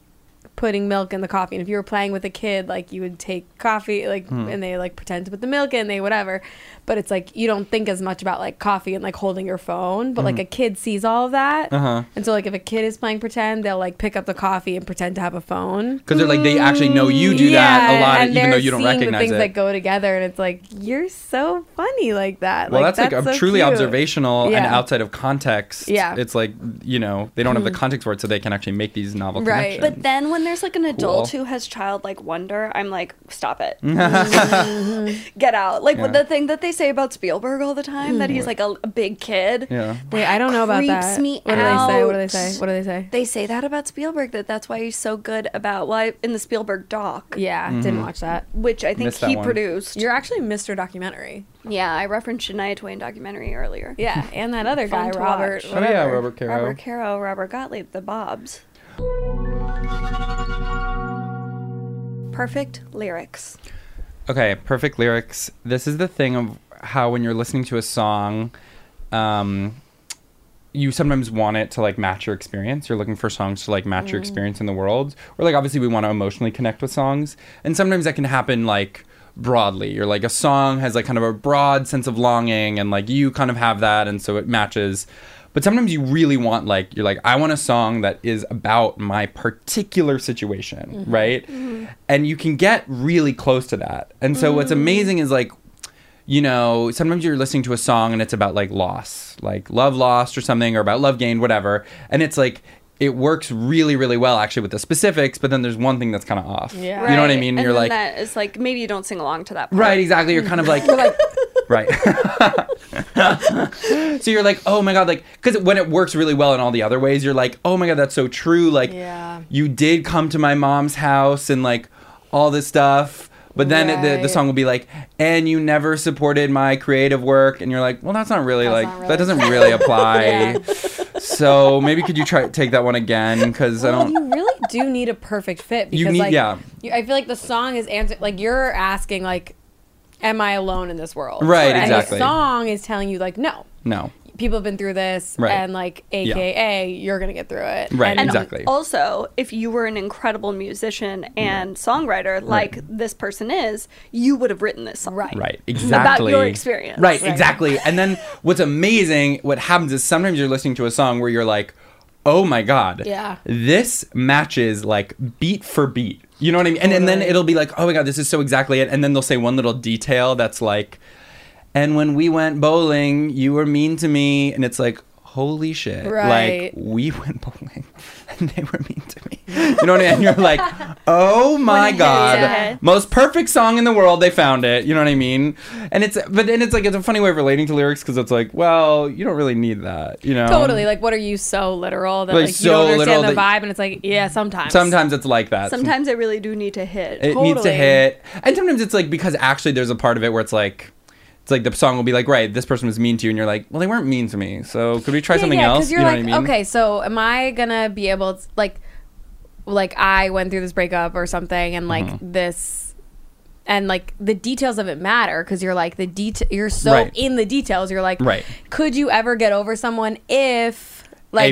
[SPEAKER 4] putting milk in the coffee. And if you were playing with a kid, like you would take coffee, like,
[SPEAKER 3] Hmm.
[SPEAKER 4] and they like pretend to put the milk in, they whatever. But it's like you don't think as much about like coffee and like holding your phone. But like a kid sees all of that.
[SPEAKER 3] Hmm. Uh-huh.
[SPEAKER 4] And so, like, if a kid is playing pretend, they'll like pick up the coffee and pretend to have a phone
[SPEAKER 3] Because they're like, they actually know you do that a lot,
[SPEAKER 4] and
[SPEAKER 3] even though
[SPEAKER 4] they're
[SPEAKER 3] you don't
[SPEAKER 4] seeing the
[SPEAKER 3] recognize
[SPEAKER 4] things
[SPEAKER 3] it.
[SPEAKER 4] that go together, and it's like you're so funny like that.
[SPEAKER 3] well, that's, like
[SPEAKER 4] so
[SPEAKER 3] truly
[SPEAKER 4] cute.
[SPEAKER 3] observational and
[SPEAKER 4] Yeah.
[SPEAKER 3] outside of context.
[SPEAKER 4] Yeah. Mm.
[SPEAKER 3] It's like, you know, they don't have the context for it, so they can actually make these novel
[SPEAKER 4] Right.
[SPEAKER 3] connections.
[SPEAKER 5] But then when they're there's like an adult
[SPEAKER 3] Cool.
[SPEAKER 5] who has childlike wonder, I'm like, stop it. Get out. Like with
[SPEAKER 3] Yeah. Mm.
[SPEAKER 5] the thing that they say about Spielberg all the time that he's like a, a big kid.
[SPEAKER 3] Yeah.
[SPEAKER 4] Wait, I don't know about
[SPEAKER 5] Creeps
[SPEAKER 4] that.
[SPEAKER 5] me
[SPEAKER 4] what do they say? What do they
[SPEAKER 5] out.
[SPEAKER 4] say? What do they say?
[SPEAKER 5] They say that about Spielberg that that's why he's so good about well I- in the Spielberg doc,
[SPEAKER 4] Yeah,
[SPEAKER 3] Mm-hmm.
[SPEAKER 4] didn't watch that.
[SPEAKER 5] which I think
[SPEAKER 3] Missed that
[SPEAKER 5] he
[SPEAKER 3] one.
[SPEAKER 5] produced.
[SPEAKER 4] You're actually Mr. Documentary.
[SPEAKER 5] yeah, I referenced Shania Twain documentary earlier.
[SPEAKER 4] Yeah, and that other
[SPEAKER 5] Fun
[SPEAKER 4] guy,
[SPEAKER 5] to
[SPEAKER 4] Robert.
[SPEAKER 5] watch.
[SPEAKER 3] Oh, yeah, Robert Caro.
[SPEAKER 5] Robert Caro, Robert Gottlieb, the Bobs. Perfect lyrics.
[SPEAKER 3] Okay, perfect lyrics. This is the thing of how when you're listening to a song, um, you sometimes want it to like match your experience. You're looking for songs to like match your experience in the world, or like obviously we want to emotionally connect with songs, and sometimes that can happen like broadly. You're like a song has like kind of a broad sense of longing, and like you kind of have that, and so it matches. But sometimes you really want like you're like I want a song that is about my particular situation, right? And you can get really close to that. And so what's amazing is like you know, sometimes you're listening to a song and it's about like loss, like love lost or something, or about love gained, whatever. And it's like, it works really, really well actually with the specifics, but then there's one thing that's kind of off.
[SPEAKER 4] Yeah.
[SPEAKER 3] You know what I
[SPEAKER 5] Right.
[SPEAKER 3] mean?
[SPEAKER 5] And
[SPEAKER 3] you're
[SPEAKER 5] then
[SPEAKER 3] like,
[SPEAKER 5] that is like maybe you don't sing along to that. Part.
[SPEAKER 3] right, exactly. You're kind of like, right. so you're like, oh my God, like, because when it works really well in all the other ways, you're like, oh my God, that's so true. Like,
[SPEAKER 4] Yeah.
[SPEAKER 3] you did come to my mom's house and like all this stuff. But then it, the, the
[SPEAKER 4] Right.
[SPEAKER 3] song will be like, and you never supported my creative work. And you're like, well, that's not really like,
[SPEAKER 4] not
[SPEAKER 3] that
[SPEAKER 4] really.
[SPEAKER 3] doesn't really apply. So maybe could you try take that one again? Because I don't.
[SPEAKER 4] you really do need a perfect fit because
[SPEAKER 3] You need-
[SPEAKER 4] like
[SPEAKER 3] yeah.
[SPEAKER 4] you, I feel like the song is answer like you're asking like am I alone in this world?
[SPEAKER 3] Right,
[SPEAKER 4] And
[SPEAKER 3] exactly.
[SPEAKER 4] the song is telling you like no.
[SPEAKER 3] No.
[SPEAKER 4] People have been through this
[SPEAKER 3] Right.
[SPEAKER 4] and like aka you're going to get through it.
[SPEAKER 3] Right,
[SPEAKER 4] And
[SPEAKER 3] exactly.
[SPEAKER 5] Also, if you were an incredible musician and songwriter like this person is, you would have written this song.
[SPEAKER 4] Right.
[SPEAKER 3] Right, exactly.
[SPEAKER 5] your experience.
[SPEAKER 3] Right,
[SPEAKER 5] Right.
[SPEAKER 3] exactly. And then what's amazing, what happens is sometimes you're listening to a song where you're like, oh my God,
[SPEAKER 4] Yeah.
[SPEAKER 3] this matches like beat for beat. You know what I mean? And, and then it'll be like, oh my God, this is so exactly it. And then they'll say one little detail that's like, and when we went bowling, you were mean to me. And it's like, holy shit. Like,
[SPEAKER 4] Right.
[SPEAKER 3] we went bowling and they were mean to me. You know what I mean? And you're like, oh my God.
[SPEAKER 5] Yeah.
[SPEAKER 3] Most perfect song in the world. They found it. You know what I mean? And it's, but then it's like, it's a funny way of relating to lyrics because it's like, well, you don't really need that, you know?
[SPEAKER 4] Totally. Like what are you so literal that
[SPEAKER 3] Um, Like,
[SPEAKER 4] like, you
[SPEAKER 3] so
[SPEAKER 4] don't understand
[SPEAKER 3] literal
[SPEAKER 4] the
[SPEAKER 3] that-
[SPEAKER 4] vibe and it's like yeah, sometimes.
[SPEAKER 3] Sometimes it's like that.
[SPEAKER 5] Sometimes I really do need to hit.
[SPEAKER 3] it needs to
[SPEAKER 4] Totally.
[SPEAKER 3] hit and sometimes it's like because actually there's a part of it where it's like it's like the song will be like right this person was mean to you and you're like well they weren't mean to me so could we try something else
[SPEAKER 4] Because you're
[SPEAKER 3] you know
[SPEAKER 4] like,
[SPEAKER 3] what i mean
[SPEAKER 4] okay, so am I gonna be able to like, like I went through this breakup or something, and like
[SPEAKER 3] Mm-hmm.
[SPEAKER 4] this, and like the details of it matter because you're like the detail. You're so
[SPEAKER 3] Right.
[SPEAKER 4] in the details. You're like,
[SPEAKER 3] Right.
[SPEAKER 4] Could you ever get over someone if? Like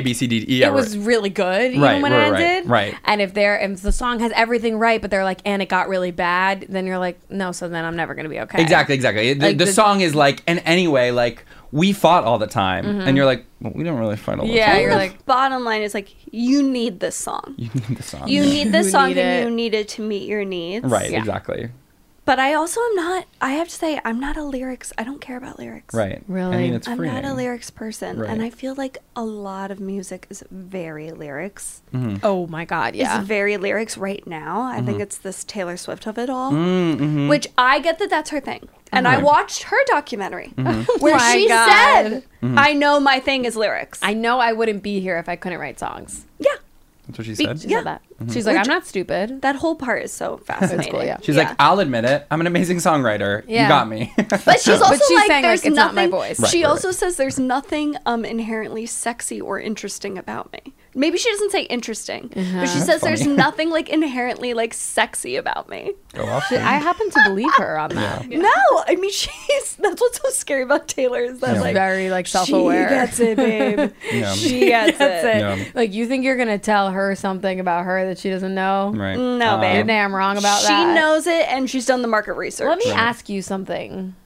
[SPEAKER 3] A, B, C, D, E, yeah,
[SPEAKER 4] it was
[SPEAKER 3] right.
[SPEAKER 4] really good even
[SPEAKER 3] Right,
[SPEAKER 4] when
[SPEAKER 3] right,
[SPEAKER 4] it
[SPEAKER 3] right,
[SPEAKER 4] ended.
[SPEAKER 3] right.
[SPEAKER 4] And if they're if the song has everything right, but they're like, and it got really bad, then you're like, no, so then I'm never gonna be okay.
[SPEAKER 3] exactly exactly the,
[SPEAKER 4] Like
[SPEAKER 3] the
[SPEAKER 4] the-
[SPEAKER 3] song is like and anyway like we fought all the time and you're like well, we don't really fight all the
[SPEAKER 4] Mm-hmm. Yeah,
[SPEAKER 3] time
[SPEAKER 4] you're
[SPEAKER 5] the
[SPEAKER 4] like,
[SPEAKER 5] bottom line is like you need this song. You,
[SPEAKER 3] the song
[SPEAKER 5] need this
[SPEAKER 4] You
[SPEAKER 5] song
[SPEAKER 4] need
[SPEAKER 5] and
[SPEAKER 4] it.
[SPEAKER 5] you need it to meet your needs.
[SPEAKER 3] right exactly
[SPEAKER 5] But I also am not I have to say I'm not a lyrics I don't care about lyrics.
[SPEAKER 3] right i
[SPEAKER 4] Really?
[SPEAKER 3] mean it's
[SPEAKER 5] I'm
[SPEAKER 3] freeing.
[SPEAKER 5] not a lyrics person
[SPEAKER 3] Right.
[SPEAKER 5] and I feel like a lot of music is very lyrics.
[SPEAKER 4] Oh my god, yeah.
[SPEAKER 5] It's very lyrics right now. I
[SPEAKER 3] Mm-hmm.
[SPEAKER 5] think it's this Taylor Swift of it all, which I get that that's her thing. And
[SPEAKER 3] Uh-huh.
[SPEAKER 5] I watched her documentary
[SPEAKER 3] Mm-hmm.
[SPEAKER 5] where
[SPEAKER 4] Oh my
[SPEAKER 5] she
[SPEAKER 4] God.
[SPEAKER 5] said, "I know my thing is lyrics."
[SPEAKER 4] I know I wouldn't be here if I couldn't write songs.
[SPEAKER 5] yeah,
[SPEAKER 3] that's Mm-hmm. what she
[SPEAKER 4] Be-
[SPEAKER 3] said
[SPEAKER 4] She said that. She's like, I'm not stupid.
[SPEAKER 5] that whole part is so fascinating.
[SPEAKER 4] yeah.
[SPEAKER 3] she's
[SPEAKER 5] Yeah.
[SPEAKER 3] like i'll admit it i'm an amazing songwriter you
[SPEAKER 4] Yeah.
[SPEAKER 3] got me
[SPEAKER 5] But she's also
[SPEAKER 4] she's saying,
[SPEAKER 5] like,
[SPEAKER 4] like,
[SPEAKER 5] there's
[SPEAKER 4] it's not
[SPEAKER 5] nothing.
[SPEAKER 4] my voice. Right,
[SPEAKER 5] she
[SPEAKER 3] right,
[SPEAKER 5] also
[SPEAKER 3] right.
[SPEAKER 5] says there's nothing um, inherently sexy or interesting about me. Maybe she doesn't say interesting,
[SPEAKER 4] Uh-huh.
[SPEAKER 5] but she says there's nothing like inherently like sexy about me.
[SPEAKER 3] Go off, babe.
[SPEAKER 4] I happen to believe her on that.
[SPEAKER 5] No, I mean she's that's what's so scary about Taylor is that
[SPEAKER 3] Yeah.
[SPEAKER 5] like
[SPEAKER 4] Very like self-aware.
[SPEAKER 5] She gets it, babe.
[SPEAKER 3] Yeah.
[SPEAKER 5] She gets,
[SPEAKER 4] That's
[SPEAKER 5] it.
[SPEAKER 4] it.
[SPEAKER 3] Yeah.
[SPEAKER 4] Like you think you're gonna tell her something about her that she doesn't know?
[SPEAKER 3] right
[SPEAKER 5] No,
[SPEAKER 3] Um,
[SPEAKER 4] You're
[SPEAKER 5] babe.
[SPEAKER 4] damn wrong about
[SPEAKER 5] she
[SPEAKER 4] that.
[SPEAKER 5] knows it, and she's done the market research.
[SPEAKER 4] Let me ask you something.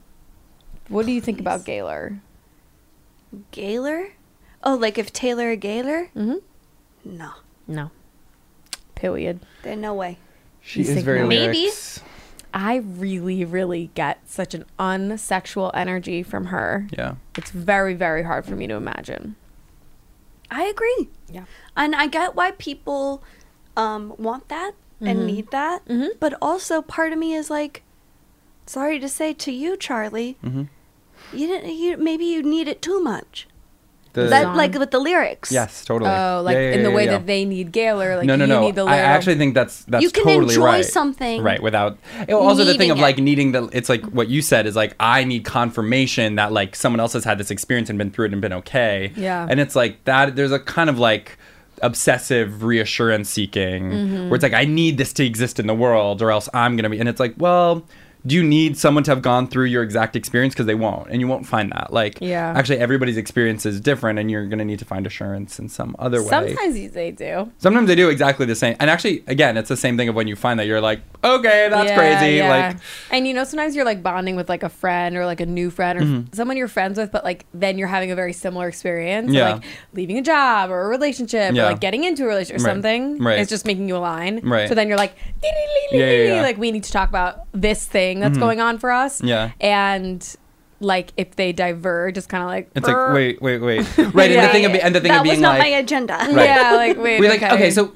[SPEAKER 4] What do you think about Gaylor?
[SPEAKER 5] Gaylor. Oh, like if Taylor a Gaylor? Mm-hmm. No,
[SPEAKER 4] No. Period.
[SPEAKER 5] there's no way.
[SPEAKER 3] she
[SPEAKER 4] You
[SPEAKER 3] is
[SPEAKER 4] think
[SPEAKER 3] very
[SPEAKER 4] no.
[SPEAKER 5] Maybe.
[SPEAKER 3] lyrics
[SPEAKER 4] I really, really get such an unsexual energy from her.
[SPEAKER 3] yeah
[SPEAKER 4] It's very, very hard for me to imagine.
[SPEAKER 5] I agree.
[SPEAKER 4] Yeah.
[SPEAKER 5] And I get why people um, want that and need that. But also, part of me is like, sorry to say to you, Charlie,
[SPEAKER 3] Mm-hmm.
[SPEAKER 5] you didn't. You maybe you need it too much.
[SPEAKER 3] The-
[SPEAKER 5] That, like with the lyrics.
[SPEAKER 3] yes, totally.
[SPEAKER 4] Oh, like
[SPEAKER 3] Yeah, yeah,
[SPEAKER 4] in the
[SPEAKER 3] yeah,
[SPEAKER 4] way
[SPEAKER 3] yeah.
[SPEAKER 4] that they need Gail or like
[SPEAKER 3] no, no,
[SPEAKER 4] you
[SPEAKER 3] no.
[SPEAKER 4] need the
[SPEAKER 3] I
[SPEAKER 4] lyric.
[SPEAKER 3] actually think that's that's
[SPEAKER 5] You can
[SPEAKER 3] totally
[SPEAKER 5] enjoy
[SPEAKER 3] right.
[SPEAKER 5] something
[SPEAKER 3] right? Without also the thing
[SPEAKER 5] needing
[SPEAKER 3] of
[SPEAKER 5] it.
[SPEAKER 3] like needing the. It's like what you said is like I need confirmation that like someone else has had this experience and been through it and been okay.
[SPEAKER 4] Yeah.
[SPEAKER 3] and it's like that. There's a kind of like obsessive reassurance seeking where it's like I need this to exist in the world or else I'm gonna be. And it's like well. Do you need someone to have gone through your exact experience? Because they won't, and you won't find that. Like,
[SPEAKER 4] Yeah.
[SPEAKER 3] actually, everybody's experience is different, and you're going to need to find assurance in some other way.
[SPEAKER 4] sometimes they do.
[SPEAKER 3] Sometimes they do exactly the same. And actually, again, it's the same thing of when you find that you're like, okay, that's
[SPEAKER 4] Yeah,
[SPEAKER 3] crazy.
[SPEAKER 4] yeah.
[SPEAKER 3] Like,
[SPEAKER 4] and you know, sometimes you're like bonding with like a friend or like a new friend or
[SPEAKER 3] Mm-hmm.
[SPEAKER 4] someone you're friends with, but like then you're having a very similar experience,
[SPEAKER 3] Yeah.
[SPEAKER 4] like leaving a job or a relationship
[SPEAKER 3] Yeah.
[SPEAKER 4] or like getting into a relationship or
[SPEAKER 3] Right.
[SPEAKER 4] something.
[SPEAKER 3] Right.
[SPEAKER 4] It's just making you align.
[SPEAKER 3] Right.
[SPEAKER 4] So then you're like,
[SPEAKER 3] Yeah, yeah, yeah.
[SPEAKER 4] like we need to talk about this thing that's going on for us.
[SPEAKER 3] Yeah.
[SPEAKER 4] And like if they diverge, it's kind of like
[SPEAKER 3] it's like,
[SPEAKER 4] "Brr."
[SPEAKER 3] wait, wait, wait. Right. and the thing of be- and the thing
[SPEAKER 5] that
[SPEAKER 3] of
[SPEAKER 5] was
[SPEAKER 3] being
[SPEAKER 5] not
[SPEAKER 3] like,
[SPEAKER 5] my agenda.
[SPEAKER 3] Right.
[SPEAKER 4] yeah, like wait,
[SPEAKER 3] we like, okay, so,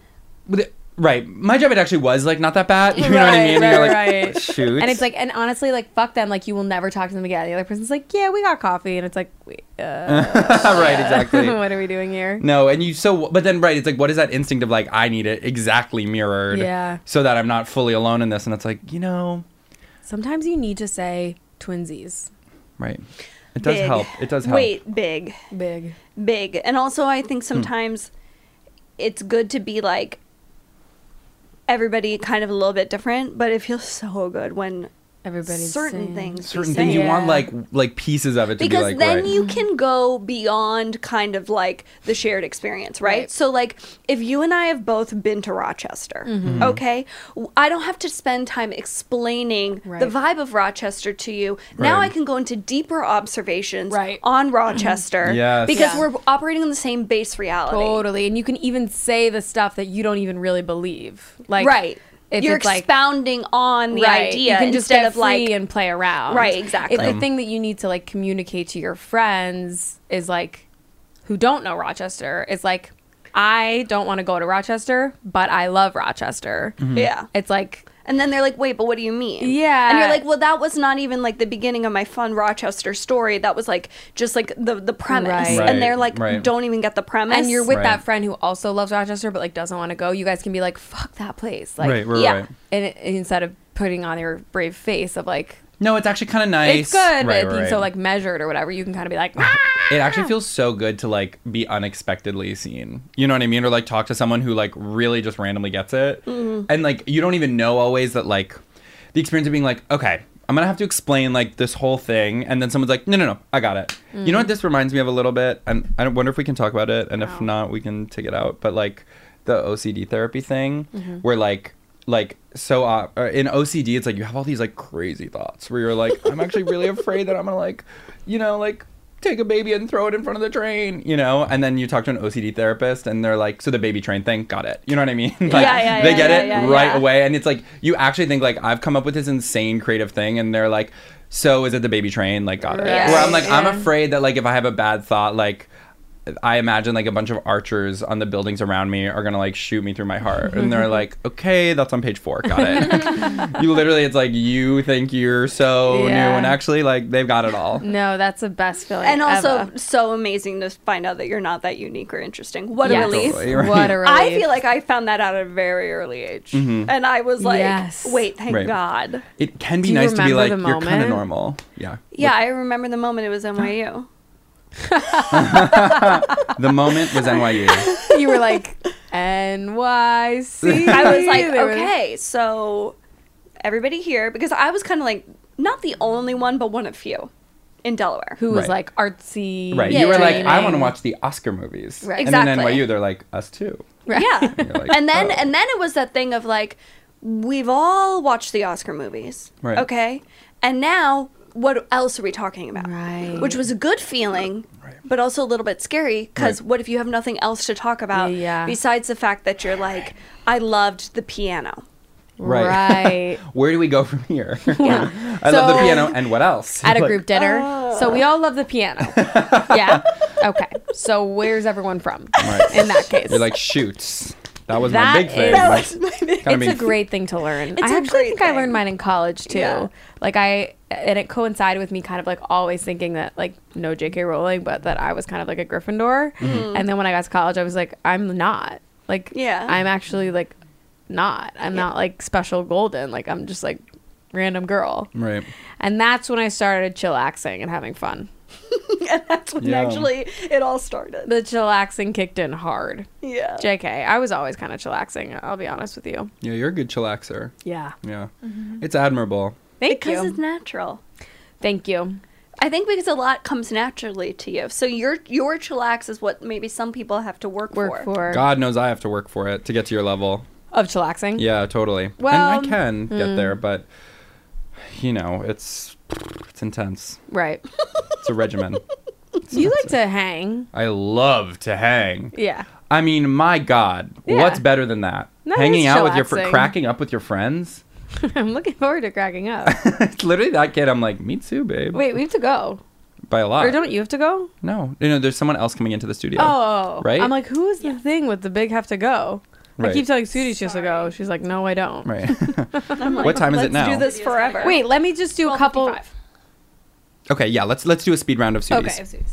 [SPEAKER 3] with it- right, my job it actually was like not that bad. You know what I
[SPEAKER 4] Right,
[SPEAKER 3] mean? And you're
[SPEAKER 4] right,
[SPEAKER 3] like,
[SPEAKER 4] right.
[SPEAKER 3] shoot.
[SPEAKER 4] And it's like, and honestly, like, fuck them. Like, you will never talk to them again. The other person's like, yeah, we got coffee. And it's like, wait, uh,
[SPEAKER 3] right, exactly.
[SPEAKER 4] what are we doing here?
[SPEAKER 3] No, and you so, but then right, it's like, what is that instinct of like, I need it exactly mirrored,
[SPEAKER 4] Yeah.
[SPEAKER 3] so that I'm not fully alone in this, and it's like, you know,
[SPEAKER 4] Sometimes you need to say twinsies.
[SPEAKER 3] right, it does
[SPEAKER 5] Big.
[SPEAKER 3] help, it does help, Hmm.
[SPEAKER 5] Wait, big.
[SPEAKER 4] Big.
[SPEAKER 5] big. And also, I think sometimes it's good to be like everybody kind of a little bit different, but it feels so good when
[SPEAKER 4] Everybody's
[SPEAKER 5] certain
[SPEAKER 4] saying-
[SPEAKER 5] things
[SPEAKER 3] certain
[SPEAKER 5] be said.
[SPEAKER 3] things you want
[SPEAKER 4] Yeah.
[SPEAKER 3] like like pieces of it to
[SPEAKER 5] Because
[SPEAKER 3] be like
[SPEAKER 5] then
[SPEAKER 3] right.
[SPEAKER 5] you can go beyond kind of like the shared experience, right?
[SPEAKER 4] Right.
[SPEAKER 5] So, like, if you and I have both been to Rochester,
[SPEAKER 4] Mm-hmm.
[SPEAKER 3] Mm-hmm.
[SPEAKER 5] okay, w- I don't have to spend time explaining
[SPEAKER 4] Right.
[SPEAKER 5] the vibe of Rochester to you. Now
[SPEAKER 3] Right.
[SPEAKER 5] I can go into deeper observations
[SPEAKER 4] Right.
[SPEAKER 5] on Rochester
[SPEAKER 3] Mm-hmm. Yes.
[SPEAKER 5] because
[SPEAKER 4] Yeah.
[SPEAKER 5] we're operating on the same base reality.
[SPEAKER 4] Totally. And you can even say the stuff that you don't even really believe. Like,
[SPEAKER 5] right.
[SPEAKER 4] If
[SPEAKER 5] You're
[SPEAKER 4] it's like,
[SPEAKER 5] expounding on the
[SPEAKER 4] right,
[SPEAKER 5] idea
[SPEAKER 4] you can just
[SPEAKER 5] instead
[SPEAKER 4] get
[SPEAKER 5] of like
[SPEAKER 4] free and play around.
[SPEAKER 5] Right, exactly.
[SPEAKER 4] If
[SPEAKER 3] Um,
[SPEAKER 4] the thing that you need to like communicate to your friends is like, who don't know Rochester, is like, I don't want to go to Rochester, but I love Rochester.
[SPEAKER 3] Mm-hmm.
[SPEAKER 5] yeah.
[SPEAKER 4] It's like,
[SPEAKER 5] And then they're like, "Wait, but what do you mean?"
[SPEAKER 4] Yeah.
[SPEAKER 5] And you're like, "Well, that was not even like the beginning of my fun Rochester story. That was like just like the the premise."
[SPEAKER 4] Right.
[SPEAKER 3] Right,
[SPEAKER 5] And they're like,
[SPEAKER 3] right.
[SPEAKER 5] "Don't even get the premise."
[SPEAKER 4] and you're with
[SPEAKER 3] Right.
[SPEAKER 4] that friend who also loves Rochester but like doesn't want to go. You guys can be like, fuck that place. Like,
[SPEAKER 3] right, right,
[SPEAKER 5] yeah.
[SPEAKER 3] right.
[SPEAKER 4] and it, instead of putting on your brave face of like,
[SPEAKER 3] No, it's actually kind of nice.
[SPEAKER 4] it's good,
[SPEAKER 3] Right,
[SPEAKER 4] but
[SPEAKER 3] right,
[SPEAKER 4] being
[SPEAKER 3] right.
[SPEAKER 4] so like measured or whatever, you can kind of be like, "Ah!"
[SPEAKER 3] it actually feels so good to like be unexpectedly seen. You know what I mean? Or like talk to someone who like really just randomly gets it,
[SPEAKER 4] Mm-hmm.
[SPEAKER 3] and like you don't even know always that like the experience of being like, okay, I'm gonna have to explain like this whole thing, and then someone's like, no, no, no, I got it. You know
[SPEAKER 4] Mm-hmm.
[SPEAKER 3] what this reminds me of a little bit, and I don't- wonder if we can talk about it, and if not, we can take it out. But like the OCD therapy thing,
[SPEAKER 4] Mm-hmm.
[SPEAKER 3] where like like so uh, uh, in OCD, it's like you have all these like crazy thoughts where you're like, I'm actually really afraid that I'm gonna like, you know, like take a baby and throw it in front of the train, you know, and then you talk to an OCD therapist and they're like, so the baby train thing, got it. You know what I mean? like,
[SPEAKER 5] Yeah, yeah,
[SPEAKER 3] they
[SPEAKER 5] yeah,
[SPEAKER 3] get
[SPEAKER 5] yeah,
[SPEAKER 3] it
[SPEAKER 5] yeah,
[SPEAKER 3] right
[SPEAKER 5] yeah.
[SPEAKER 3] away, and it's like you actually think like I've come up with this insane creative thing, and they're like, so is it the baby train? Like, got it.
[SPEAKER 4] Right,
[SPEAKER 3] Where I'm like, I'm
[SPEAKER 4] yeah.
[SPEAKER 3] afraid that like if I have a bad thought, like. I imagine like a bunch of archers on the buildings around me are gonna like shoot me through my heart, and they're like, "Okay, that's on page four, got it." you literally, it's like you think you're so new,
[SPEAKER 4] Yeah.
[SPEAKER 3] and actually, like they've got it all.
[SPEAKER 4] no, that's the best feeling.
[SPEAKER 5] and also
[SPEAKER 4] ever.
[SPEAKER 5] so amazing to find out that you're not that unique or interesting. What
[SPEAKER 4] Yes.
[SPEAKER 5] a relief.
[SPEAKER 3] Totally, right?
[SPEAKER 4] What a relief.
[SPEAKER 5] I feel like I found that out at a very early age, and I was like,
[SPEAKER 4] Yes.
[SPEAKER 5] "Wait, thank
[SPEAKER 3] Mm-hmm. Right.
[SPEAKER 5] God."
[SPEAKER 3] It can be
[SPEAKER 4] Do you
[SPEAKER 3] nice to be
[SPEAKER 4] remember
[SPEAKER 3] like
[SPEAKER 4] the
[SPEAKER 3] you're kind of
[SPEAKER 4] moment?
[SPEAKER 3] normal. Yeah.
[SPEAKER 5] Yeah, I remember the moment it was NYU.
[SPEAKER 3] The moment was NYU.
[SPEAKER 4] you were like NYC.
[SPEAKER 5] I was like,
[SPEAKER 4] They were-
[SPEAKER 5] okay, so everybody here, because I was kind of like not the only one, but one of few in Delaware.
[SPEAKER 4] who was
[SPEAKER 3] Right.
[SPEAKER 4] like artsy.
[SPEAKER 3] Right.
[SPEAKER 5] Yeah,
[SPEAKER 3] you were
[SPEAKER 5] yeah,
[SPEAKER 3] like,
[SPEAKER 5] yeah,
[SPEAKER 3] I
[SPEAKER 4] yeah.
[SPEAKER 3] want to watch the Oscar movies.
[SPEAKER 5] Right.
[SPEAKER 3] And then
[SPEAKER 5] Exactly.
[SPEAKER 3] NYU, they're like, us too.
[SPEAKER 5] Yeah.
[SPEAKER 3] You're like,
[SPEAKER 5] and then
[SPEAKER 3] oh.
[SPEAKER 5] and then it was that thing of like we've all watched the Oscar movies.
[SPEAKER 3] Right.
[SPEAKER 5] Okay? And now what else are we talking about?
[SPEAKER 4] Right.
[SPEAKER 5] Which was a good feeling. But also a little bit scary because
[SPEAKER 3] Right.
[SPEAKER 5] what if you have nothing else to talk about
[SPEAKER 4] Yeah.
[SPEAKER 5] besides the fact that you're like, I loved the piano.
[SPEAKER 3] Right.
[SPEAKER 4] Right.
[SPEAKER 3] Where do we go from here?
[SPEAKER 4] Yeah.
[SPEAKER 3] I love the
[SPEAKER 4] So-
[SPEAKER 3] piano. And what else?
[SPEAKER 4] At a
[SPEAKER 3] Like,
[SPEAKER 4] group dinner. So we all love the piano. yeah. Okay. So where's everyone from?
[SPEAKER 3] Right.
[SPEAKER 4] In that case.
[SPEAKER 3] You're like, shoots. That was
[SPEAKER 4] That
[SPEAKER 3] my big thing.
[SPEAKER 4] is- That was
[SPEAKER 3] Kinda
[SPEAKER 4] it's
[SPEAKER 3] being-
[SPEAKER 4] a great thing to learn.
[SPEAKER 5] a
[SPEAKER 4] I actually
[SPEAKER 5] great
[SPEAKER 4] think I
[SPEAKER 5] thing.
[SPEAKER 4] learned mine in college too.
[SPEAKER 5] Yeah.
[SPEAKER 4] Like I, and it coincided with me kind of like always thinking that like no J.K. Rowling, but that I was kind of like a Gryffindor. And then when I got to college, I was like, I'm not. Like
[SPEAKER 5] Yeah.
[SPEAKER 4] I'm actually like not. I'm not like special golden. Like I'm just like random girl.
[SPEAKER 3] Right.
[SPEAKER 4] And that's when I started chillaxing and having fun.
[SPEAKER 5] That's when
[SPEAKER 3] Yeah.
[SPEAKER 5] actually it all started.
[SPEAKER 4] The chillaxing kicked in hard.
[SPEAKER 5] Yeah.
[SPEAKER 4] J.K. I was always kind of chillaxing. I'll be honest with you.
[SPEAKER 3] Yeah, you're a good chillaxer.
[SPEAKER 4] Yeah.
[SPEAKER 3] Yeah.
[SPEAKER 4] Mm-hmm.
[SPEAKER 3] It's admirable.
[SPEAKER 4] Thank
[SPEAKER 5] because
[SPEAKER 4] you.
[SPEAKER 5] it's natural.
[SPEAKER 4] Thank you.
[SPEAKER 5] I think because a lot comes naturally to you. So your your chillax is what maybe some people have to work,
[SPEAKER 4] Work
[SPEAKER 5] for.
[SPEAKER 4] for
[SPEAKER 3] God knows I have to work for it to get to your level.
[SPEAKER 4] of chillaxing.
[SPEAKER 3] Yeah, totally.
[SPEAKER 4] Well, mm.
[SPEAKER 3] and I can get there, but you know, it's it's intense.
[SPEAKER 4] Right.
[SPEAKER 3] It's a regimen.
[SPEAKER 4] you like to hang.
[SPEAKER 3] I love to hang.
[SPEAKER 4] Yeah.
[SPEAKER 3] I mean, my God,
[SPEAKER 4] Yeah.
[SPEAKER 3] what's better than that?
[SPEAKER 4] That
[SPEAKER 3] Hanging
[SPEAKER 4] is
[SPEAKER 3] out with your fr-
[SPEAKER 4] chillaxing.
[SPEAKER 3] cracking up with your friends.
[SPEAKER 4] I'm looking forward to cracking up.
[SPEAKER 3] It's literally that kid. I'm like, me too, babe.
[SPEAKER 4] Wait, we have to go.
[SPEAKER 3] By a lot.
[SPEAKER 4] Or don't you have to go?
[SPEAKER 3] no, you know, there's someone else coming into the studio.
[SPEAKER 4] Oh.
[SPEAKER 3] Right?
[SPEAKER 4] I'm like, who is the thing with the big have to go? I
[SPEAKER 3] Right.
[SPEAKER 4] keep telling Sudie she has to go. She's like, no, I don't.
[SPEAKER 3] Right. what time is it now?
[SPEAKER 5] Let's do this forever.
[SPEAKER 4] Wait, let me just do a couple.
[SPEAKER 3] Okay, yeah. Let's let's do a speed round of CDs.
[SPEAKER 4] Okay.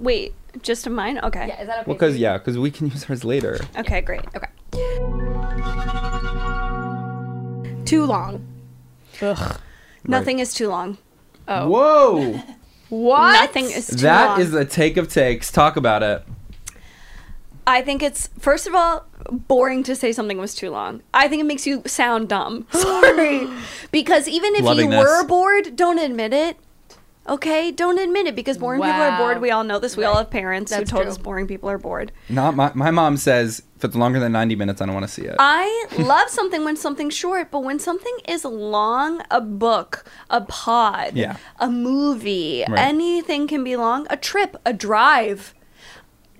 [SPEAKER 5] wait, just a mine. Okay.
[SPEAKER 6] Yeah, is that okay?
[SPEAKER 3] Well, cause yeah, cause we can use ours later.
[SPEAKER 5] Okay, great. Okay.
[SPEAKER 4] Too long. Ugh.
[SPEAKER 5] Nothing is too long.
[SPEAKER 3] Whoa,
[SPEAKER 4] What?
[SPEAKER 5] Nothing is Oh. too
[SPEAKER 3] that
[SPEAKER 5] long.
[SPEAKER 3] is a take of takes. Talk about it.
[SPEAKER 5] I think it's first of all boring to say something was too long. I think it makes you sound dumb. Sorry, because even if
[SPEAKER 3] Loving
[SPEAKER 5] you
[SPEAKER 3] this.
[SPEAKER 5] were bored, don't admit it. Okay, don't admit it because boring people are
[SPEAKER 4] Wow.
[SPEAKER 5] bored. We all know this. We all have parents
[SPEAKER 4] That's
[SPEAKER 5] who told
[SPEAKER 4] true.
[SPEAKER 5] us boring people are bored.
[SPEAKER 3] Not my my mom says if it's longer than 90 minutes, I don't want to see it.
[SPEAKER 5] I love something when something's short, but when something is long, a book, a pod,
[SPEAKER 3] Yeah.
[SPEAKER 5] a movie,
[SPEAKER 3] Right.
[SPEAKER 5] anything can be long. A trip, a drive,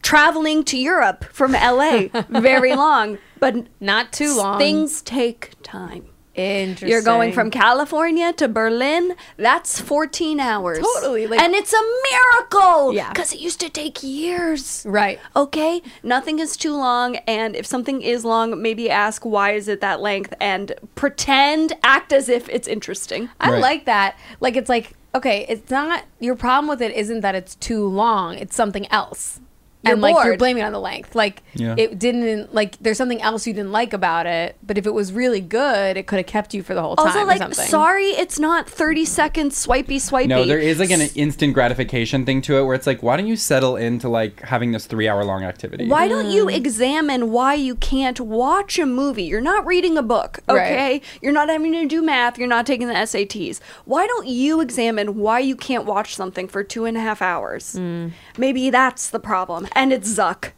[SPEAKER 5] traveling to Europe from LA, very long, but
[SPEAKER 4] Not too long.
[SPEAKER 5] Things take time.
[SPEAKER 4] Interesting.
[SPEAKER 5] You're going from California to Berlin. That's 14 hours.
[SPEAKER 4] Totally, like-
[SPEAKER 5] and it's a miracle.
[SPEAKER 4] Yeah.
[SPEAKER 5] Because it used to take years.
[SPEAKER 4] Right.
[SPEAKER 5] Okay. Nothing is too long. And if something is long, maybe ask why is it that length and pretend, act as if it's interesting.
[SPEAKER 4] I
[SPEAKER 3] Right.
[SPEAKER 4] like that. Like it's like okay, it's not your problem with it. Isn't that it's too long? It's something else.
[SPEAKER 5] You're
[SPEAKER 4] and like you're
[SPEAKER 5] bored.
[SPEAKER 4] blaming it on the length. Like
[SPEAKER 3] Yeah.
[SPEAKER 4] it didn't like there's something else you didn't like about it. But if it was really good, it could have kept you for the whole time.
[SPEAKER 5] Also,
[SPEAKER 4] or
[SPEAKER 5] like,
[SPEAKER 4] something.
[SPEAKER 5] sorry, it's not 30 seconds swipey, swipey.
[SPEAKER 3] no, there is like an instant gratification thing to it where it's like, why don't you settle into like having this three hour long activity?
[SPEAKER 5] Why
[SPEAKER 4] Mm.
[SPEAKER 5] don't you examine why you can't watch a movie? You're not reading a book,
[SPEAKER 4] Right.
[SPEAKER 5] okay? You're not having to do math. You're not taking the SATs. Why don't you examine why you can't watch something for two and a half hours?
[SPEAKER 4] Mm.
[SPEAKER 5] Maybe that's the problem. And it's Zuck.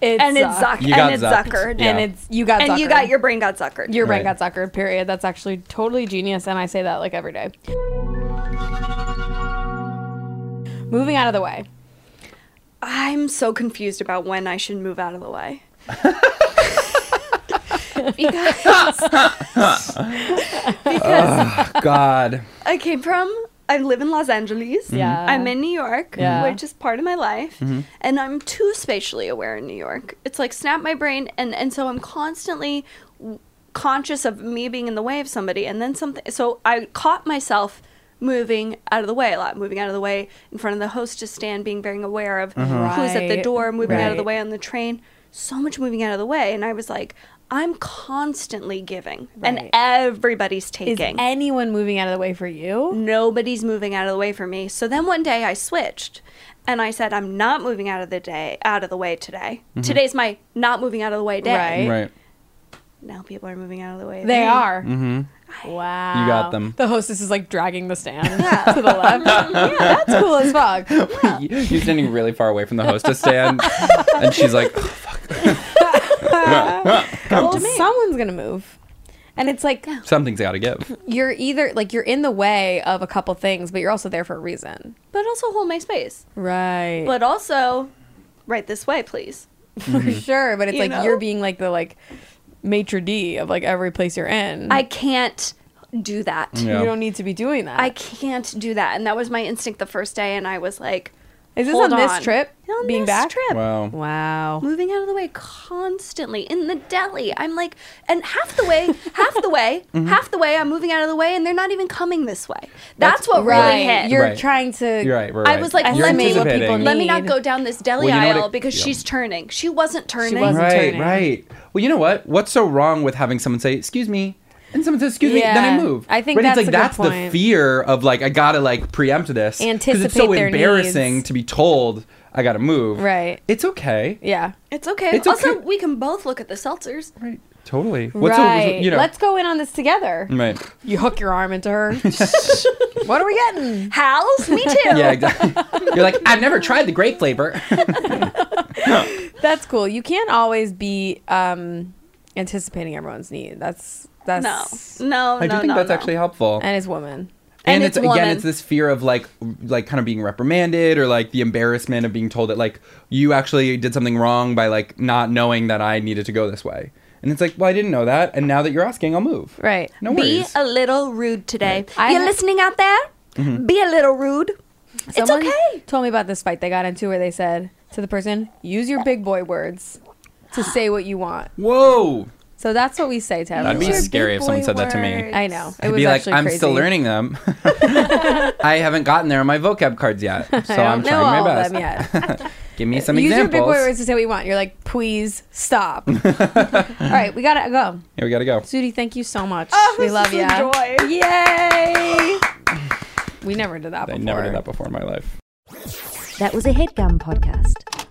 [SPEAKER 4] It's
[SPEAKER 5] and it's
[SPEAKER 4] sucked.
[SPEAKER 5] Zuck.
[SPEAKER 3] You got
[SPEAKER 5] and it's
[SPEAKER 3] zucked.
[SPEAKER 5] Zuckered.
[SPEAKER 3] Yeah.
[SPEAKER 4] And it's you got
[SPEAKER 5] And you
[SPEAKER 4] suckered.
[SPEAKER 5] got your brain got Zuckered.
[SPEAKER 4] your brain
[SPEAKER 3] Right.
[SPEAKER 4] got suckered. Period. That's actually totally genius, and I say that like every day. Moving out of the way.
[SPEAKER 5] I'm so confused about when I should move out of the way. because
[SPEAKER 3] God.
[SPEAKER 5] I came from. I live in Los Angeles.
[SPEAKER 4] Yeah.
[SPEAKER 5] I'm in New York,
[SPEAKER 4] Mm-hmm. Yeah. Mm-hmm.
[SPEAKER 5] which is part of my life, and I'm too spatially aware in New York. It's like snap my brain, and and so I'm constantly w- conscious of me being in the way of somebody, and then something. So I caught myself moving out of the way a lot, moving out of the way in front of the hostess stand, being very aware of who's at the
[SPEAKER 4] Right,
[SPEAKER 5] door, moving out of the
[SPEAKER 4] Mm-hmm. right.
[SPEAKER 5] way on the train. So much moving out of the way, and I was like. I'm constantly giving, and
[SPEAKER 4] Right.
[SPEAKER 5] everybody's
[SPEAKER 4] Is
[SPEAKER 5] taking
[SPEAKER 4] anyone moving out of the way for you?
[SPEAKER 5] nobody's moving out of the way for me. So then one day I switched and I said, I'm not moving out of the day out of the way today. Today's my not moving out of the way day.
[SPEAKER 4] Mm-hmm. Right.
[SPEAKER 3] Right.
[SPEAKER 5] Now people are moving out of the way. of
[SPEAKER 4] They
[SPEAKER 5] me.
[SPEAKER 4] are. Mm-hmm. Wow.
[SPEAKER 3] You got them.
[SPEAKER 4] The hostess is like dragging the stand to the left. yeah, that's cool as fuck.
[SPEAKER 3] You're standing really far away from the hostess stand, and she's like, "Oh, fuck."
[SPEAKER 4] Well, someone's gonna move. And it's like
[SPEAKER 3] something's got to give.
[SPEAKER 4] you're either like you're in the way of a couple things, but you're also there for a reason.
[SPEAKER 5] But also hold my space.
[SPEAKER 4] Right.
[SPEAKER 5] But also right this way, please.
[SPEAKER 4] for
[SPEAKER 3] Mm-hmm.
[SPEAKER 4] sure. But it's
[SPEAKER 5] You
[SPEAKER 4] like
[SPEAKER 5] know?
[SPEAKER 4] you're being like the like maitre d of like every place you're in.
[SPEAKER 5] I can't do that.
[SPEAKER 3] Yeah.
[SPEAKER 4] You don't need to be doing that.
[SPEAKER 5] I can't do that. And that was my instinct the first day and I was like
[SPEAKER 4] Is this
[SPEAKER 5] Hold
[SPEAKER 4] on, this
[SPEAKER 5] on.
[SPEAKER 4] trip?
[SPEAKER 5] On
[SPEAKER 4] being
[SPEAKER 5] this
[SPEAKER 4] back?
[SPEAKER 5] trip.
[SPEAKER 3] Wow.
[SPEAKER 4] Wow.
[SPEAKER 5] moving out of the way constantly in the deli. I'm like, and half the way, half the way,
[SPEAKER 3] Mm-hmm.
[SPEAKER 5] half the way, I'm moving out of the way, and they're not even coming this way. That's, what really hit.
[SPEAKER 4] You're
[SPEAKER 3] Right.
[SPEAKER 4] trying to.
[SPEAKER 3] You're right. We're
[SPEAKER 5] I
[SPEAKER 3] right.
[SPEAKER 5] was like,
[SPEAKER 3] You're
[SPEAKER 5] let me- what
[SPEAKER 4] people
[SPEAKER 3] anticipating.
[SPEAKER 5] Let me not
[SPEAKER 4] need.
[SPEAKER 5] go down this deli
[SPEAKER 3] Well, you know what
[SPEAKER 5] aisle
[SPEAKER 3] it-
[SPEAKER 5] because
[SPEAKER 3] yeah.
[SPEAKER 5] she's turning. She wasn't turning.
[SPEAKER 4] wasn't.
[SPEAKER 3] right,
[SPEAKER 4] turning.
[SPEAKER 3] right. Well, you know what? What's so wrong with having someone say, "Excuse me," and someone says, "Excuse me," then
[SPEAKER 4] Yeah.
[SPEAKER 3] I move.
[SPEAKER 4] I think
[SPEAKER 3] right?
[SPEAKER 4] that's
[SPEAKER 3] it's
[SPEAKER 4] a
[SPEAKER 3] like
[SPEAKER 4] good
[SPEAKER 3] that's the
[SPEAKER 4] point.
[SPEAKER 3] fear of like I gotta like preempt this because it's so
[SPEAKER 4] Anticipate their
[SPEAKER 3] embarrassing
[SPEAKER 4] needs.
[SPEAKER 3] to be told I gotta move.
[SPEAKER 4] Right.
[SPEAKER 3] It's okay.
[SPEAKER 4] Yeah.
[SPEAKER 5] It's okay.
[SPEAKER 3] It's
[SPEAKER 5] also,
[SPEAKER 3] okay.
[SPEAKER 5] we can both look at the seltzers.
[SPEAKER 3] Right. Totally. What's so-
[SPEAKER 4] right.
[SPEAKER 3] you know?
[SPEAKER 4] Let's go in on this together.
[SPEAKER 3] Right.
[SPEAKER 4] You hook your arm into her. what are we getting?
[SPEAKER 5] Hal's, me too.
[SPEAKER 3] Yeah. Exactly. You're like, I've never tried the grape flavor.
[SPEAKER 4] That's cool. You can't always be um, anticipating everyone's need. That's that's
[SPEAKER 5] No,
[SPEAKER 4] Oh,
[SPEAKER 5] no,
[SPEAKER 3] I do
[SPEAKER 5] no,
[SPEAKER 3] think
[SPEAKER 5] no,
[SPEAKER 3] that's
[SPEAKER 5] no.
[SPEAKER 3] actually helpful.
[SPEAKER 4] and it's woman.
[SPEAKER 3] and,
[SPEAKER 5] And
[SPEAKER 3] it's,
[SPEAKER 5] it's
[SPEAKER 3] again
[SPEAKER 5] woman.
[SPEAKER 3] it's this fear of like like kind of being reprimanded or like the embarrassment of being told that like you actually did something wrong by like not knowing that i needed to go this way and it's like well i didn't know that and now that you're asking i'll move
[SPEAKER 4] Right.
[SPEAKER 3] no
[SPEAKER 5] Be
[SPEAKER 3] worries
[SPEAKER 5] a little rude today.
[SPEAKER 4] I
[SPEAKER 5] You're
[SPEAKER 4] ha-
[SPEAKER 5] listening out there.
[SPEAKER 3] Mm-hmm.
[SPEAKER 5] Be a little rude.
[SPEAKER 4] Someone
[SPEAKER 5] it's okay.
[SPEAKER 4] Told me about this fight they got into where they said to the person, "Use your big boy words to say what you want."
[SPEAKER 3] whoa
[SPEAKER 4] So that's what we say to everyone.
[SPEAKER 3] that'd be scary if someone said that to me
[SPEAKER 4] I know. It
[SPEAKER 3] I'd
[SPEAKER 4] was
[SPEAKER 3] be like,
[SPEAKER 4] actually
[SPEAKER 3] I'm
[SPEAKER 4] crazy.
[SPEAKER 3] still learning them. I haven't gotten there on my vocab cards yet, so
[SPEAKER 4] I don't
[SPEAKER 3] I'm
[SPEAKER 4] know
[SPEAKER 3] trying
[SPEAKER 4] all
[SPEAKER 3] my best.
[SPEAKER 4] of them yet.
[SPEAKER 3] Give me some
[SPEAKER 4] Use
[SPEAKER 3] examples.
[SPEAKER 4] your big boy words to say what you want. You're like, please stop. All right, we gotta go.
[SPEAKER 3] Here we gotta go.
[SPEAKER 4] Judy, thank you so much.
[SPEAKER 5] Oh,
[SPEAKER 4] we
[SPEAKER 5] this
[SPEAKER 4] love
[SPEAKER 5] is
[SPEAKER 4] you.
[SPEAKER 5] a joy.
[SPEAKER 4] Yay! we never did that
[SPEAKER 3] I
[SPEAKER 4] before.
[SPEAKER 3] never did that before in my life.
[SPEAKER 7] That was a headgum podcast.